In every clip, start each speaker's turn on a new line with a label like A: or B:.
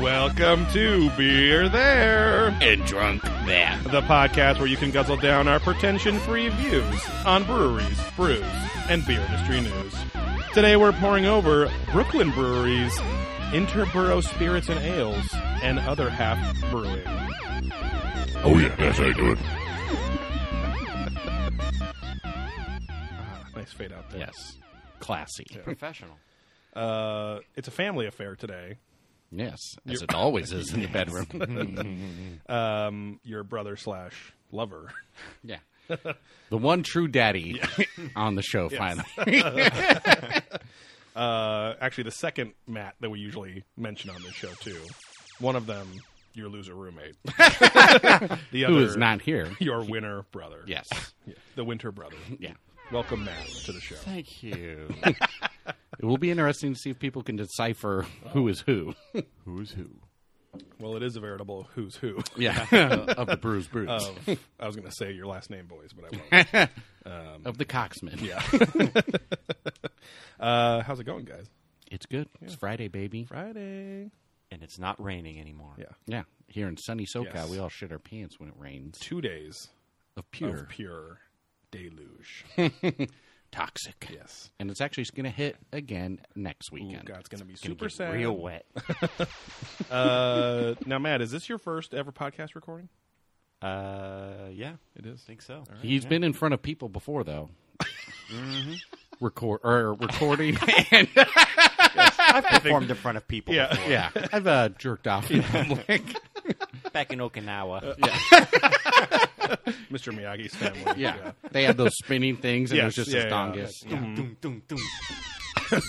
A: Welcome to Beer There,
B: and drunk there.
A: the podcast where you can guzzle down our pretension-free views on breweries, brews, and beer industry news. Today we're pouring over Brooklyn Brewery's Interborough Spirits and Ales and other half brewing.
B: Oh yeah, that's how you do it.
A: Ah, nice fade out there.
B: Yes, classy.
C: professional.
A: Uh, it's a family affair today.
B: Yes, as it always is in the bedroom.
A: Um, your brother slash lover.
B: yeah, the one true daddy on the show. Finally,
A: uh, actually the second Matt that we usually mention on this show too. One of them, your loser roommate. the other
B: who is not here?
A: your winter brother.
B: Yes.
A: Yeah, the winter brother.
B: Yeah.
A: Welcome Matt to the show.
B: Thank you. it will be interesting to see if people can decipher who is who.
C: Who's who?
A: Well, it is a veritable who's who.
B: Yeah, of the Bruce Bruce
A: Of, I was going to say your last name, boys, but I won't.
B: of the Coxman.
A: Yeah. uh, how's it going, guys?
B: It's good. It's Friday, baby.
A: Friday.
C: And it's not raining anymore.
A: Yeah.
B: Yeah, here in sunny SoCal,
A: Yes.
B: we all shit our pants when it rains.
A: Two days
B: Of pure
A: of pure deluge.
B: toxic.
A: yes.
B: and it's actually going to hit again next weekend.
A: God, it's going to be
B: gonna
A: super
B: get
A: sad.
C: Real wet.
A: Uh, now, Matt, is this your first ever podcast recording?
C: Uh, yeah, I
A: It is.
C: think so.
B: He's been in front of people before, though.
A: Mm-hmm.
B: Record or recording, and
C: I've performed in front of people
A: Yeah.
C: before.
B: yeah, I've uh, jerked off in public.
C: Back in Okinawa.
A: Mr. Miyagi's family.
B: Yeah. they had those spinning things, and it was
A: Yes,
B: just
A: yeah,
B: his
A: yeah.
B: dongus.
C: Dum, dum, dum, dum.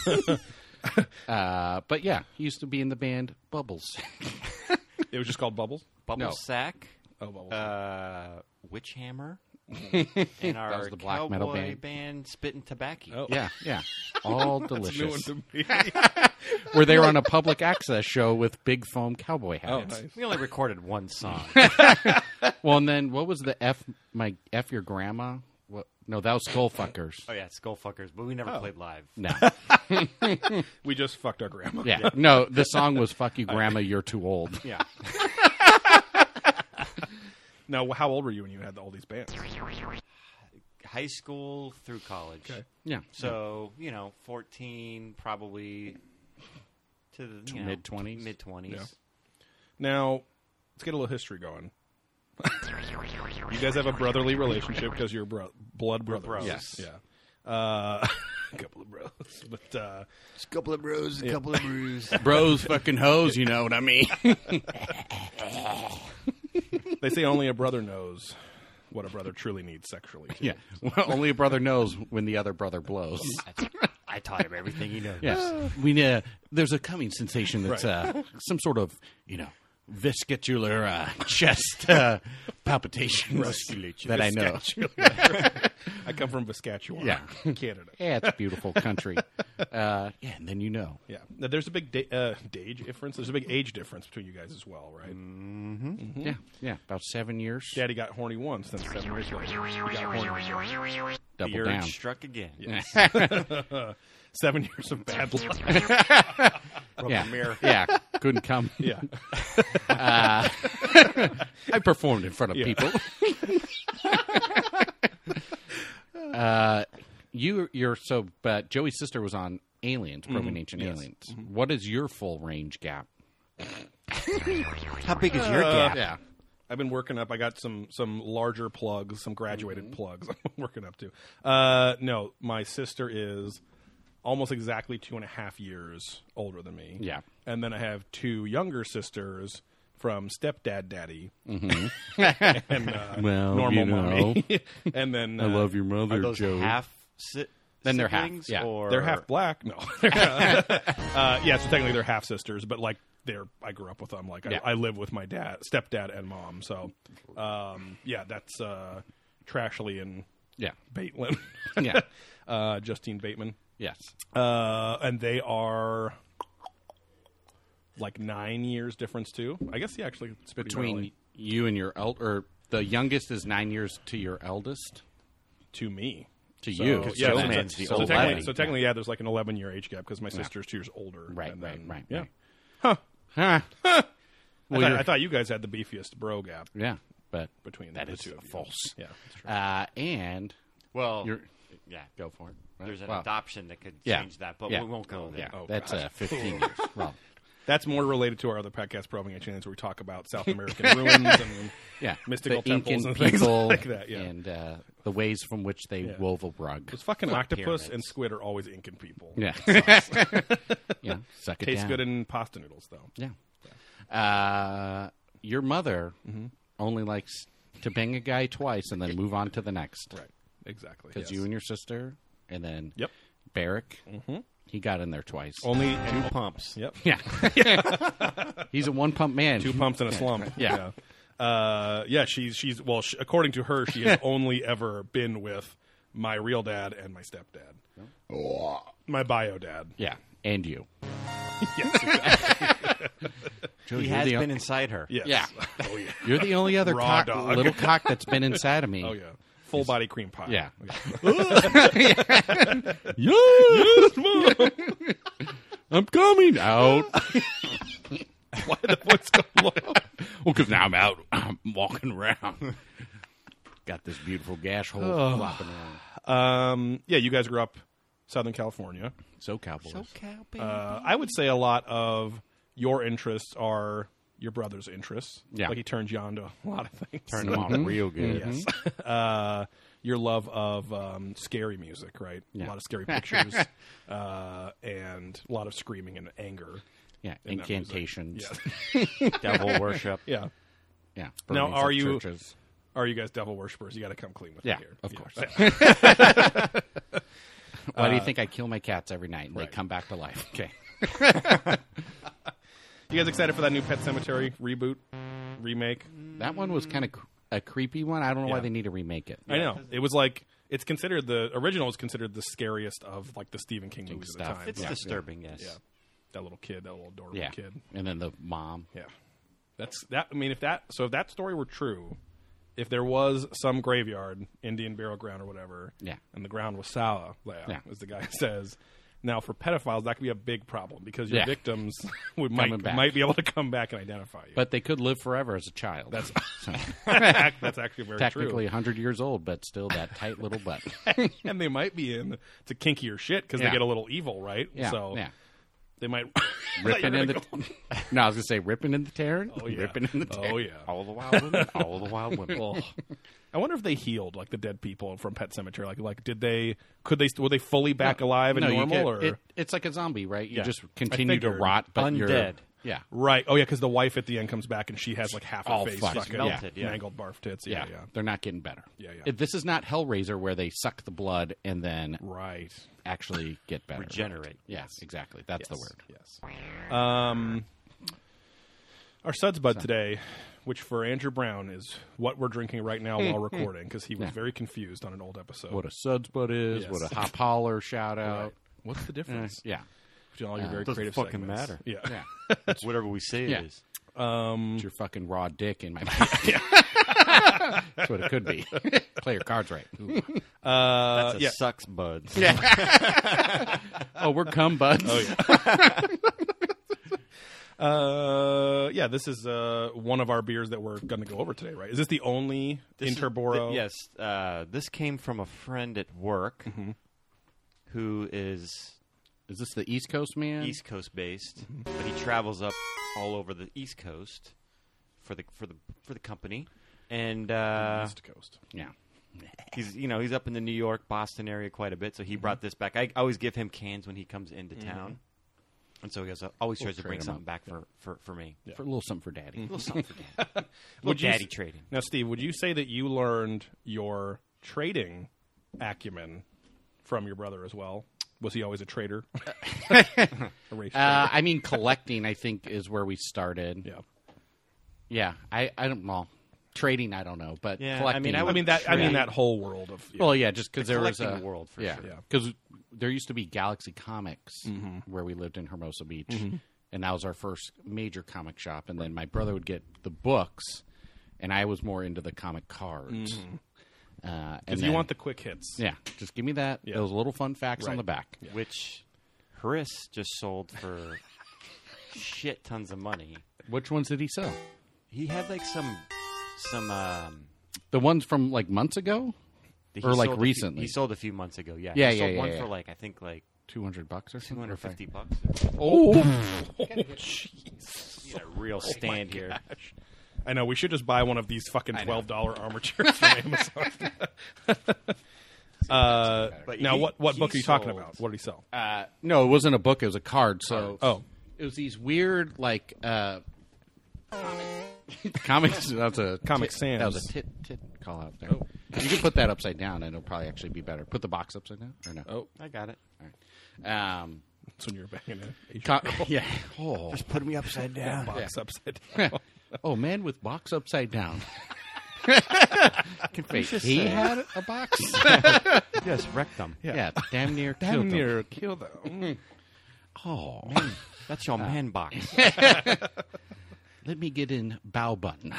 B: Uh, but yeah, he used to be in the band Bubbles.
A: It was just called Bubbles.
C: Bubble
B: No.
C: sack.
A: Oh, Bubbles.
C: Uh, witch hammer. and our
B: was the black
C: cowboy
B: metal band.
C: spitting tobacco.
A: Oh.
B: Yeah, yeah, all
A: It's a new one
B: delicious.
A: to me.
B: Where they were on a public access show with big foam cowboy
A: oh,
B: hats.
A: nice.
C: We only recorded one song.
B: Well, and then what was the f my f your grandma? What? No, that was Skullfuckers.
C: oh yeah, Skullfuckers, but we never played live.
B: No.
A: We just fucked our grandma.
B: Yeah. No, the song was "Fuck You, Grandma, You're Too Old."
C: Yeah.
A: Now, how old were you when you had all these bands?
C: High school through college.
A: Okay.
B: Yeah.
C: So, you know, 14 probably to the you know,
B: mid-twenties?
C: Mid 20s.
A: Yeah. Now, let's get a little history going. you guys have a brotherly relationship because you're bro- blood brothers.
C: bros.
A: Yes. Yeah. Uh, a couple of bros. But uh,
C: A couple of bros, a couple of brews.
B: bros, fucking hoes. You know what I mean?
A: they say only a brother knows what a brother truly needs sexually. too.
B: yeah. Well, only a brother knows when the other brother blows.
C: I taught him everything he knows.
B: Yes. We uh, there's a coming sensation that's
A: Right.
B: uh, some sort of you know viscatular uh, chest uh, palpitations that I know.
A: I come from Saskatchewan,
B: Yeah.
A: Canada.
B: Yeah, it's a beautiful country. Uh, yeah, and then you know.
A: Yeah. Now, there's a big da- uh, age difference. There's a big age difference between you guys as well, right?
B: Yeah, yeah. About seven years.
A: Daddy got horny once, then seven years later. he got horny again.
C: The
B: Double
C: urge
B: down.
C: struck again.
A: Seven years of bad luck.
B: Yeah. yeah. Couldn't come.
A: Yeah.
B: I performed in front of people. uh, you, you're so. But Joey's sister was on Aliens, Probing
A: Mm-hmm.
B: Ancient Aliens. What is your full range gap?
C: How big is your gap?
B: yeah,
A: I've been working up. I got some some larger plugs, some graduated
B: Mm-hmm.
A: plugs. I'm working up to. Uh, no, my sister is almost exactly two and a half years older than me.
B: Yeah.
A: and then I have two younger sisters from stepdad daddy and uh,
B: Well,
A: normal
B: Oh, you know.
A: mommy, and then uh,
B: your mother,
C: Are those half si-
B: Then they're half,
C: siblings,
B: yeah.
C: Or
A: They're half black. No. uh, yeah, so technically they're half sisters, but like they're I grew up with them. Like
B: Yeah.
A: I, I live with my dad, stepdad, and mom. So, um, yeah, that's uh, Trashley and
B: Yeah,
A: Bateman,
B: yeah,
A: uh, Justine Bateman,
B: yes.
A: uh, and they are like nine years difference too. I guess yeah, actually it's pretty
B: Between
A: early.
B: you and your el- or the youngest is nine years to your eldest.
A: to me.
B: To you.
D: Because
A: yeah,
D: Joe
A: so,
D: Man's
A: so-
D: the
A: so
D: old
A: technically,
D: lady.
A: so technically, yeah, there's like an 11 year age gap because my sister's two years older.
B: Right,
A: and
B: right,
A: then-
B: right,
A: Yeah,
B: right. Huh.
A: I,
B: well,
A: thought,
B: you're-
A: I thought you guys had the beefiest bro gap
B: yeah, but
A: between
B: that
A: the
B: is
A: two of you.
B: false.
A: Yeah, that's true.
B: Uh, and
C: Well,
B: you're
C: yeah.
B: go for it.
C: There's an
B: Wow.
C: adoption that could
B: Yeah.
C: change that, but
B: Yeah.
C: we won't go
B: Yeah,
A: Oh,
C: there. Oh,
B: that's uh, 15 years. Well,
A: That's more related to our other podcast, Probing Aliens, where we talk about South American ruins and
B: yeah,
A: mystical
B: the Incan
A: temples and things
B: people
A: like that. Yeah,
B: and uh, the ways from which they wove a rug.
A: Those fucking octopus
C: pyramids.
A: and squid are always Incan people.
B: Yeah, yeah, suck it
A: Tastes
B: down.
A: good in pasta noodles, though.
B: yeah. Uh, your mother
A: Mm-hmm.
B: only likes to bang a guy twice and then move on to the next.
A: Right. Exactly.
B: Because
A: yes.
B: you and your sister, and then
A: Yep. Mm-hmm. Oh
B: Barrick, he got in there twice.
A: Only
C: Two pumps.
A: Yep.
B: Yeah. He's a one pump man.
A: Two pumps and a slump.
B: Yeah.
A: Yeah. Uh, yeah. She's she's well. She, according to her, she has only ever been with my real dad and my stepdad. My bio dad.
B: Yeah. And you.
A: Yes. exactly.
B: Joe,
C: He
B: you're,
C: has
B: the o-
C: been inside her.
A: yes.
B: Yeah.
A: Oh yeah.
B: you're the only other
A: Raw
B: cock,
A: dog.
B: little cock that's been inside of me.
A: Oh yeah. Full body cream pie.
B: Yeah. I'm coming out.
A: What's going on?
B: Well, because now I'm out. I'm walking around. Got this beautiful gash hole flopping around.
A: Um, yeah, you guys grew up Southern California.
B: So cowboys.
A: Uh, I would say a lot of your interests are your brother's interests.
B: Yeah.
A: Like he turned you on to a lot of things.
C: Turned them on real good.
A: Yes. uh, your love of um, scary music, right? A
B: Yeah.
A: lot of scary pictures uh, and a lot of screaming and anger.
B: yeah.
A: in that music.
B: Incantations.
A: Yeah.
C: Devil worship.
A: yeah.
B: Yeah.
A: Now,
B: burnings
A: are
B: of
A: you-
B: Churches.
A: Are you guys devil worshippers? You got to come clean with
B: Yeah,
A: me here.
B: of
A: Yeah.
B: course. Why do you think I kill my cats every night and
A: uh, right.
B: they come back to life? Okay.
A: You guys excited for that new Pet Cemetery reboot, remake?
B: That one was kind of cr- a creepy one. I don't know
A: Yeah.
B: why they need to remake it.
A: I know it was like it's considered the original is considered the scariest of like the Stephen King movies of
B: stuff.
A: the time.
C: It's
A: yeah.
C: disturbing, yes.
A: yeah, that little kid, that little adorable
B: Yeah.
A: kid.
B: And then the mom.
A: Yeah, that's that. I mean, if that so if that story were true, if there was some graveyard, Indian burial ground or whatever,
B: Yeah.
A: and the ground was sour, yeah,
B: Yeah.
A: as the guy says. Now, for pedophiles, that could be a big problem because your
B: Yeah.
A: victims would might
B: Coming back.
A: might be able to come back and identify you.
B: But they could live forever as a child. That's
A: that's actually very
B: technically
A: true.
B: 100 years old, but still that tight little butt.
A: And they might be in to kinkier shit because they
B: Yeah.
A: get a little evil, right?
B: Yeah.
A: so
B: yeah.
A: they might
B: Ripping in the. no, I was going to say ripping in the Terran.
A: Oh, yeah.
B: Ripping in the Terran.
A: Oh yeah.
C: All the wild women. All the wild women.
A: I wonder if they healed like the dead people from Pet Cemetery. Like, like did they? Could they? Were they fully back alive and
B: No, you
A: normal?
B: get-
A: or
B: it- it's like a zombie, right? You
A: Yeah.
B: just
A: I
B: continue to
A: figured.
B: rot, but you're
C: Undead.
B: yeah,
A: right? Oh yeah, because the wife at the end comes back and she has like half a
B: All
A: face
B: fucked.
A: fucking
C: Melted, yeah.
A: mangled barf tits.
B: yeah,
A: Yeah, yeah,
B: They're not getting better.
A: Yeah, yeah.
B: It- This is not Hellraiser where they suck the blood and then
A: right.
B: actually get better.
C: Regenerate.
B: Yes, exactly. That's the word.
A: Yes. Um, our suds bud today, which for Andrew Brown is what we're drinking right now while recording, because he was very confused on an old episode.
B: Hmm, What a suds butt is.
A: Yes.
B: What a hop holler shout out.
A: What's the difference
B: Uh, Yeah,
A: between all your very
C: Doesn't
A: creative
C: fucking
A: segments?
C: matter.
A: Yeah.
B: yeah.
C: It's whatever we say it
B: Yeah.
C: is.
A: Mm.
B: It's your fucking raw dick in my mouth. That's what it could be. Play your cards right.
A: Uh,
C: That's a
A: yeah.
C: sucks buds.
B: Oh, we're cum buds. Oh yeah.
A: Uh, yeah, this is uh, one of our beers that we're going to go over today, right? Is this the only
C: This is-
A: Interboro?
C: th- yes, uh, this came from a friend at work who is
B: Is this the East Coast man?
C: East Coast based, but he travels up all over the East Coast for the for the for the company, and uh,
A: East Coast.
B: Yeah.
C: he's you know he's up in the New York Boston area quite a bit. So he brought this back. I always give him cans when he comes into town, and so he goes, always tries to
B: trade
C: bring
B: 'em
C: something back for, for for me.
B: For a little something for daddy.
A: Mm-hmm.
C: A little something for daddy. A little
A: Would you
C: daddy
A: s-
C: trading.
A: Now, Steve, would you say that you learned your trading acumen from your brother as well? Was he always a trader? a race trader?
B: Uh, I mean, collecting, I think, is where we started.
A: Yeah.
B: Yeah, I, I don't well, trading. I don't know, but
C: Yeah, I
B: collecting.
C: mean, I
A: I
C: would-
A: mean that. I mean
C: Trade.
A: that whole world of.
B: well, yeah, just because
C: The
B: there was a
C: collecting world, for
B: yeah,
C: sure.
A: Yeah. Mm-hmm.
B: because there used to be Galaxy Comics where we lived in Hermosa Beach, and that was our first major comic shop. And then my brother would get the books, and I was more into the comic cards. Uh,
A: Because
B: and
A: Mm-hmm. you
B: then-
A: want the quick hits.
B: yeah, just give me that
A: Yeah.
B: those little fun facts
A: Right.
B: on the back.
C: which Harris just sold for shit tons of money.
B: Which ones did he sell?
C: He had like some some um
B: The ones from like months ago,
C: he
B: Or, like,
C: sold a few-
B: recently.
C: he sold a few months ago. Yeah,
B: Yeah,
C: he
B: yeah,
C: sold
B: yeah,
C: One
B: yeah.
C: for like I think like
B: two hundred bucks or
C: two
B: something.
C: hundred fifty bucks.
A: Oh,
C: He's a real stand here.
A: I know. We should just buy one of these fucking twelve dollar armor chairs from Amazon. uh,
C: But
A: now,
C: he-
A: what what
C: he
A: book are you talking
C: sold-
A: about? What did he sell?
B: Uh, no, it wasn't a book. It was a card. So
A: Oh.
B: it was these weird like uh, comics. That's a
A: Comic
B: tit-
A: Sans.
B: That was a tit tit call out there. You can put that upside down, and it'll probably actually be better. Put the box upside down or no?
A: oh,
C: I got it.
B: Um,
A: that's when you're banging it.
B: co- yeah. Oh.
C: Put me upside
B: Ah,
C: down.
A: box upside down.
B: oh man, with box upside down. Wait, he had a box.
C: yes, rectum.
B: yeah. damn near killed
A: Damn
B: him.
A: near kill mm, them.
B: Oh,
C: That's your man box.
B: let me get in bow button.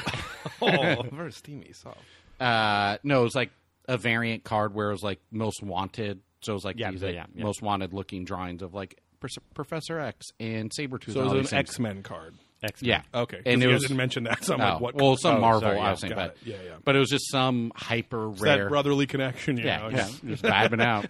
A: oh, very steamy. So
B: Uh, no, it was like a variant card where it was like most wanted. So it was like
C: Yeah,
B: these
C: yeah,
B: like,
C: yeah, yeah.
B: most wanted looking drawings of like Pers- Professor X and Sabretooth.
A: so
B: and all
A: it was
B: these
A: an
B: things.
A: X Men card.
B: Yeah.
A: Okay,
B: And
A: you
B: it
A: guys
B: was
A: didn't mention that. So I'm
B: no,
A: like, what?
B: well, some
A: oh,
B: Marvel.
A: sorry,
B: I
A: yeah,
B: was saying,
A: got
B: but
A: it. yeah, yeah.
B: but it was just some hyper
A: It's
B: rare.
A: that brotherly connection, you
B: yeah,
A: know.
B: yeah, just vibing out.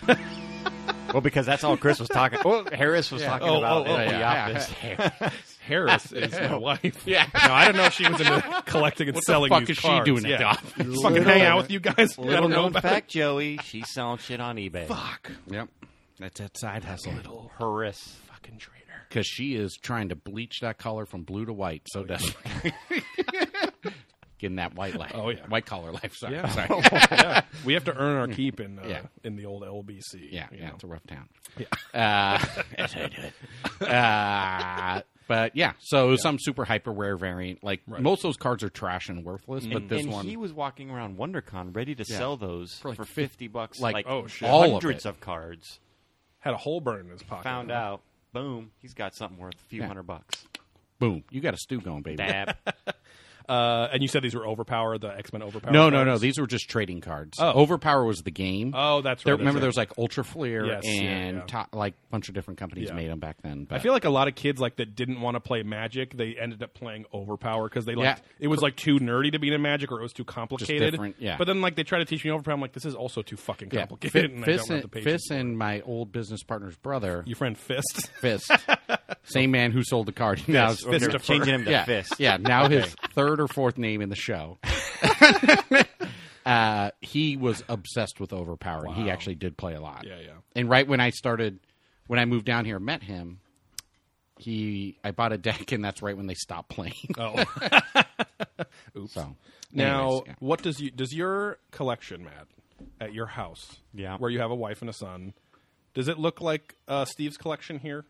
C: well, because that's all Chris was talking. Well, Harris was talking
A: Oh,
C: about
A: oh,
C: in
A: oh,
C: the
B: yeah.
C: office.
A: Harris is my wife.
B: Yeah.
A: No, I don't know if she was into collecting and selling
B: fuck
A: these
B: is she
A: cards.
B: doing at the
A: yeah.
B: office?
A: Fucking hang out with you guys. I
C: Little
A: don't know
C: known
A: about
C: fact, Joey, she's selling shit on eBay.
A: Fuck.
B: yep, that's that side hustle.
A: Little
C: Harris.
A: fucking traitor.
B: because she is trying to bleach that color from blue to white
A: Oh,
B: so desperately. Getting that white life,
A: Oh, yeah.
B: white collar life. Sorry,
A: Yeah.
B: sorry.
A: yeah. We have to earn our keep in uh,
B: Yeah.
A: in the old LBC.
B: yeah,
A: you
B: yeah,
A: know.
B: it's a rough town. Uh, that's how I do it. Uh, but yeah, so it was some super hyper rare variant. Like most of those cards are trash and worthless, but this
C: and
B: one,
C: he was walking around WonderCon ready to sell those for,
B: like fif-
C: 50 bucks.
B: like,
C: Like,
A: oh, shit.
B: all of
C: hundreds
B: it.
C: of, cards.
A: Had a hole burn in his pocket.
C: Found out. Boom. He's got something worth a few
B: Yeah.
C: hundred bucks.
B: boom, you got a stew going, baby.
C: Dab.
A: Uh, and you said these were overpowered. The X Men overpowered.
B: No, no, no.
A: cards?
B: These were just trading cards.
A: Oh.
B: Overpower was the game.
A: Oh, that's
B: There-
A: right. that's
B: remember,
A: right.
B: there was like Ultra Flair
A: Yes, yeah,
B: and
A: yeah.
B: to- like a bunch of different companies
A: Yeah.
B: made them back then. But
A: I feel like a lot of kids like that didn't want to play Magic. They ended up playing Overpower because they like
B: Yeah.
A: it was like too nerdy to be in Magic, or it was too complicated.
B: different, yeah.
A: But then like they try to teach me Overpower, I'm like, this is also too fucking
B: Yeah.
A: complicated,
B: Fi-
A: and I
B: Fist,
A: don't have the
B: and-
A: patience.
B: Fist and my old business partner's brother,
A: Your friend Fist.
B: Fist, same man who sold the card. Now it's-
A: Fist
C: They're
A: defer.
C: changing him to
B: yeah,
C: fist.
B: yeah. Now his third or fourth name in the show. uh, he was obsessed with Overpower. and He actually did play a lot.
A: Yeah, yeah.
B: And right when I started, when I moved down here, and met him. He, I bought a deck, and that's right when they stopped playing.
A: Oh,
B: So
A: now
B: anyways, yeah.
A: what does you does your collection, Matt, at your house?
C: Yeah.
A: where you have a wife and a son. Does it look like uh, Steve's collection here?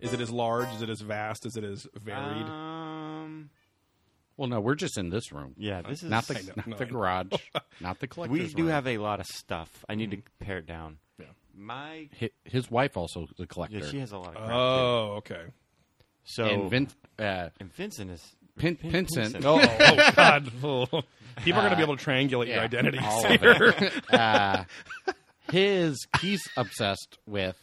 A: Is it as large? Is it as vast? Is it as varied?
C: Um,
B: Well, no, we're just in this room.
C: yeah, this is.
B: Not the,
A: I know,
B: not
A: no,
B: the
A: I know.
B: garage, not the collector's
C: we do
B: room.
C: have a lot of stuff. I need
B: Mm-hmm.
C: to pare it down.
A: Yeah.
C: My.
B: Hi- his wife also is a collector.
C: Yeah, she has a lot of crap. too.
A: oh, okay.
C: so
B: Uh, and Vin, uh,
C: and Vincent is
B: Pin- Pinson.
A: Oh, oh God! Oh. People are going to be able to triangulate your
B: yeah,
A: identities
B: all of
A: here.
B: uh, his he's obsessed with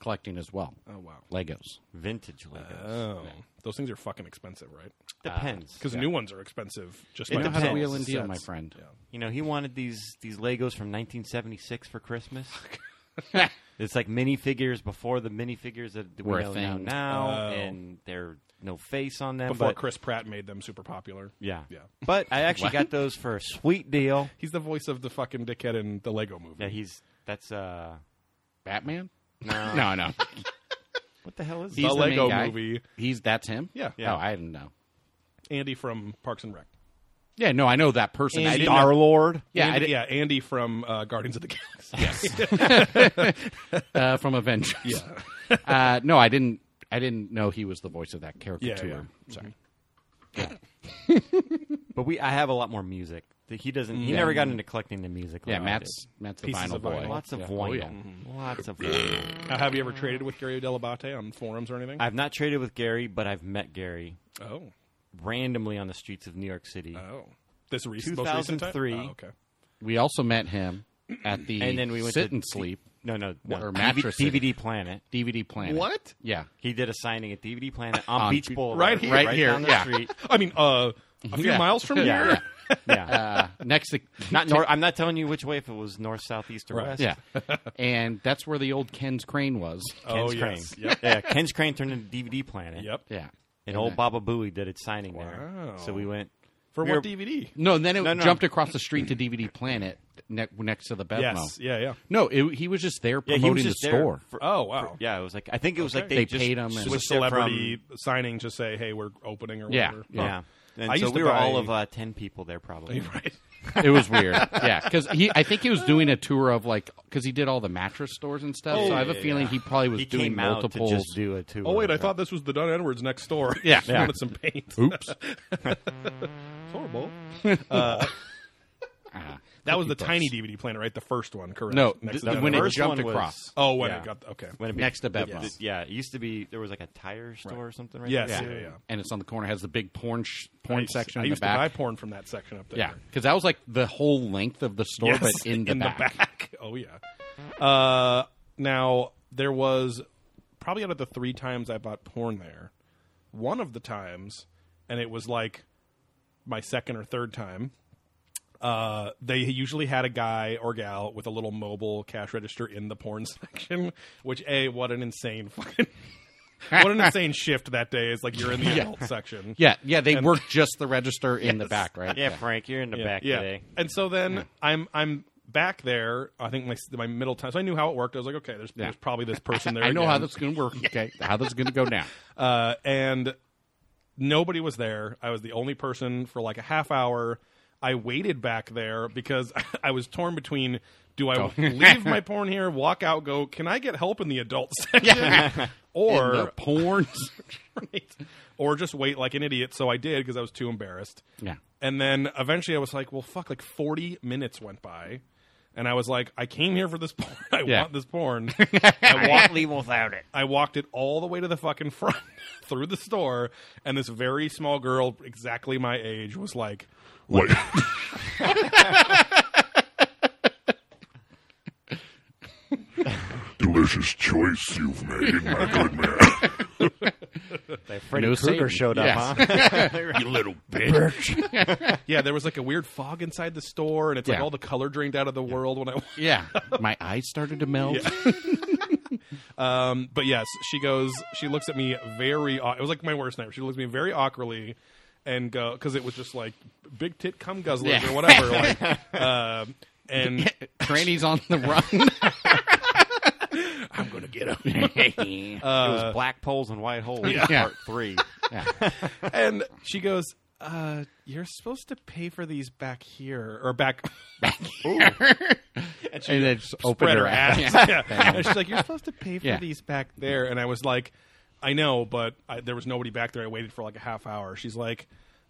B: collecting as well.
A: oh wow!
B: Legos.
C: vintage Legos.
B: Uh,
A: Oh, those things are fucking expensive, right?
C: Depends.
A: Because new ones are expensive. Just
C: It
A: by
B: You know how to
A: themselves.
B: wheel and deal,
A: Sets.
B: my friend.
C: You know, he wanted these these Legos from 1976 for Christmas. it's like minifigures before the minifigures that we
B: Were a
C: know now,
B: thing.
C: now
A: Oh.
C: and they're no face on them.
A: Before
C: but,
A: Chris Pratt made them super popular.
C: yeah,
A: Yeah.
C: But I actually got those for a sweet deal.
A: He's the voice of the fucking dickhead in the Lego movie.
C: Yeah, he's that's uh,
B: Batman?
C: no,
B: No, no.
C: what the hell is
B: He's
A: the
C: that?
B: the main
A: Lego
B: guy.
A: movie.
B: He's that's him.
A: Yeah.
B: No,
C: Yeah.
B: I didn't know.
A: Andy from Parks and Rec.
B: Yeah, no, I know that person. I
A: Andy
B: didn't
A: Dar-
B: know.
C: Star Lord.
B: Yeah, I
A: Andy,
B: did-
A: yeah, Andy from uh, Guardians of the Galaxy.
B: uh, from Avengers. Yeah. uh, no, I didn't. I didn't know he was the voice of Mm-hmm. that caricature.
A: Yeah,
B: Sorry.
C: But we, I have a lot more music. That He doesn't. He never got into collecting the music.
B: Mm. Yeah,
C: like I
B: Matt's Matt's the
A: Pieces
B: vinyl
A: of
B: boy.
A: vinyl.
C: did. Lots of
B: yeah.
C: vinyl.
B: Oh, yeah.
C: Lots of vinyl.
A: Now, have you ever traded with Gary Delabate on forums or anything?
C: I've not traded with Gary, but I've met Gary
A: oh,
C: randomly on the streets of New York City.
A: oh, this recent, most recent time?
C: 2003.
A: Oh, okay.
B: We also met him at the
C: And then we went
B: sit
C: to
B: and sleep
C: No, no, no.
B: Or
C: DVD
B: Mattress City.
C: DVD Planet.
B: DVD planet.
A: What?
B: Yeah.
C: He did a signing at DVD Planet on,
B: On
C: Beach
B: Be-
C: Boulevard,
A: right here,
B: right here,
C: down the
B: yeah.
C: street.
A: I mean, uh, a few
B: Yeah.
A: miles from
B: Yeah,
A: here.
B: yeah.
C: Yeah,
B: Uh, next, to,
C: not nor- I'm not telling you which way if it was north, south, east, or west.
B: Yeah, and that's where the old Ken's crane was.
A: Oh,
C: Ken's Crane.
A: yes. Yep.
C: Yeah, Ken's Crane turned into DVD Planet.
A: Yep.
B: Yeah,
C: And old Baba Booey did its signing
A: Wow.
C: there. So we went.
A: For
C: We
A: what
C: were-
A: DVD?
B: No, and then it
C: No, no.
B: jumped across the street to DVD Planet ne- next to the Bevmo.
A: Yes. Yeah, yeah.
B: No, it, he was just there
C: Yeah,
B: promoting
C: he was
B: the
C: just there
B: store.
C: for-
A: Oh, wow.
C: yeah, it was like I think it was like
A: Okay.
C: they,
B: They
C: just
B: paid 'em
A: It was
B: and-
A: a
C: switched it from-
A: celebrity signing to say, "Hey, we're opening" or
B: Yeah,
A: whatever.
C: yeah, and
A: I
C: so
A: used
C: we
A: to
C: were
A: buy-
C: all of uh, ten people there probably.
A: Right.
B: it was weird. Yeah, because he, I think he was doing a tour of like because he did all the mattress stores and stuff. so I have a
A: yeah,
B: feeling he probably was
C: Oh, He
B: doing
C: came out
B: multiples.
C: to just do it too.
A: Oh wait, I thought this was the Dunn Edwards next door.
B: Yeah.
A: Just wanted some paint.
B: Oops.
A: It's horrible.
B: Ah.
A: That was the
B: Cookie
A: tiny
B: Puffs.
A: DVD planet, right? The first one, correct?
B: No,
A: next
B: th-
A: to
B: when
A: Dunn
B: it
A: Edwards.
C: first
B: jumped
C: one was-
B: across.
A: Oh, when
C: yeah.
A: it got okay.
C: When it
B: Next to Bevmo.
C: Yes. Yeah, it used to be there was like a tire store or something. Right
A: Yes,
C: there.
A: yeah, yeah. yeah.
B: and it's on the corner. Has the big porn sh- porn
A: I-
B: section
A: I
B: in
A: used
B: the
A: to buy
B: back.
A: porn from that section up there.
B: yeah, because that was like the whole length of the store,
A: Yes,
B: but in the back.
A: Oh yeah. Uh, now there was probably out of the three times I bought porn there, one of the times, and it was like my second or third time. Uh, they usually had a guy or gal with a little mobile cash register in the porn section, which a what an insane fucking what an insane shift that day is. Like you're in the adult section,
B: Yeah, yeah, they worked just the register in the back, right?
C: Yeah, Frank, you're in the back today.
A: And so then I'm I'm back there. I think my my middle time. So I knew how it worked. I was like, okay, there's, there's probably this person there.
B: I know how
A: again.
B: that's going to work. Okay, how this is going to go now.
A: Uh, and nobody was there. I was the only person for like a half hour. I waited back there because I was torn between do I leave my porn here, walk out, go, can I get help in the adult section? Or
B: the porn.
A: right. Or just wait like an idiot. So I did because I was too embarrassed.
B: Yeah.
A: And then eventually I was like, well, fuck, like 40 minutes went by. And I was like, I came here for this porn. I
B: Yeah.
A: want this porn. I, walked,
C: leave without it.
A: I walked it all the way to the fucking front through the store. And this very small girl, exactly my age, was like,
D: Wait. Delicious choice you've made, my good man.
C: Freddy
B: No
C: Krueger
B: saving.
C: showed up,
B: Yes.
C: huh?
D: you little bitch.
A: yeah, there was like a weird fog inside the store. And it's like
B: Yeah.
A: all the color drained out of the world when I.
B: Yeah, my eyes started to melt.
A: Um, but yes, she goes. She looks at me very. aw- It was like my worst nightmare. She looks at me very awkwardly, and go because it was just like big tit cum guzzlers
B: Yeah.
A: or whatever. Like, um, and
B: Tranny's on the run.
D: I'm going to get up.
C: it was black poles and white holes.
B: Yeah.
C: Part three.
A: and she goes, uh, "You're supposed to pay for these back here or back."
B: and then just opened
A: spread
B: her
A: her ass.
B: ass.
A: Yeah. And she's like, "You're supposed to pay for
B: Yeah.
A: these back there," and I was like, "I know, but I, there was nobody back there. I waited for like a half hour." She's like,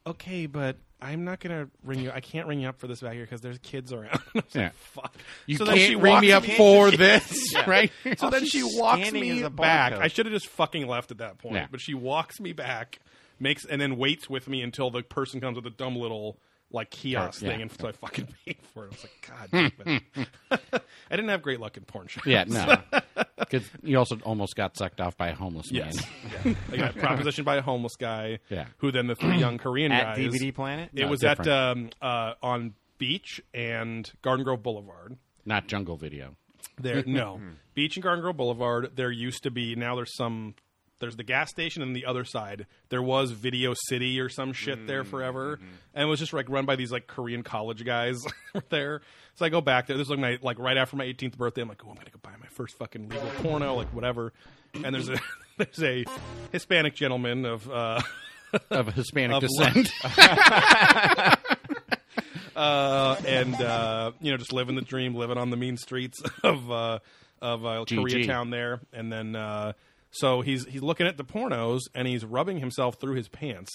A: "Okay, but." I'm not gonna ring you. I can't ring you up for this back here because there's kids around. I was
B: Yeah.
A: like, Fuck.
B: You
A: so then she
B: can't ring me
A: walks
B: up
A: in-
B: for this, right?
A: So then she
C: she's
A: walks
C: scanning
A: me
C: is a
A: back.
C: barcode.
A: I should have just fucking left at that point.
B: Yeah.
A: But she walks me back, makes and then waits with me until the person comes with a dumb little like kiosk
B: Yeah.
A: thing, and so I fucking paid for it. I was like, God, damn it. I didn't have great luck in porn shops.
B: Yeah, no, because you also almost got sucked off by a homeless
A: Yes.
B: man.
A: Yeah. I got propositioned by a homeless guy.
B: Yeah.
A: Who then the three young Korean
C: At
A: guys
C: DVD Planet?
A: It
B: No,
A: was at um, uh, on Beach and Garden Grove Boulevard.
B: Not jungle video.
A: There, no Beach and Garden Grove Boulevard. There used to be. Now there's some. There's the gas station, and the other side there was Video City or some shit there forever, and it was just like run by these like Korean college guys there. So I go back there. This is like my like right after my 18th birthday. I'm like, oh, I'm gonna go buy my first fucking legal porno, like whatever. And there's a there's a Hispanic gentleman of uh,
B: Of Hispanic
A: Of
B: descent.
A: uh, and uh, you know just living the dream, living on the mean streets of uh, of uh,
B: GG.
A: Koreatown there, and then uh, so he's he's looking at the pornos and he's rubbing himself through his pants,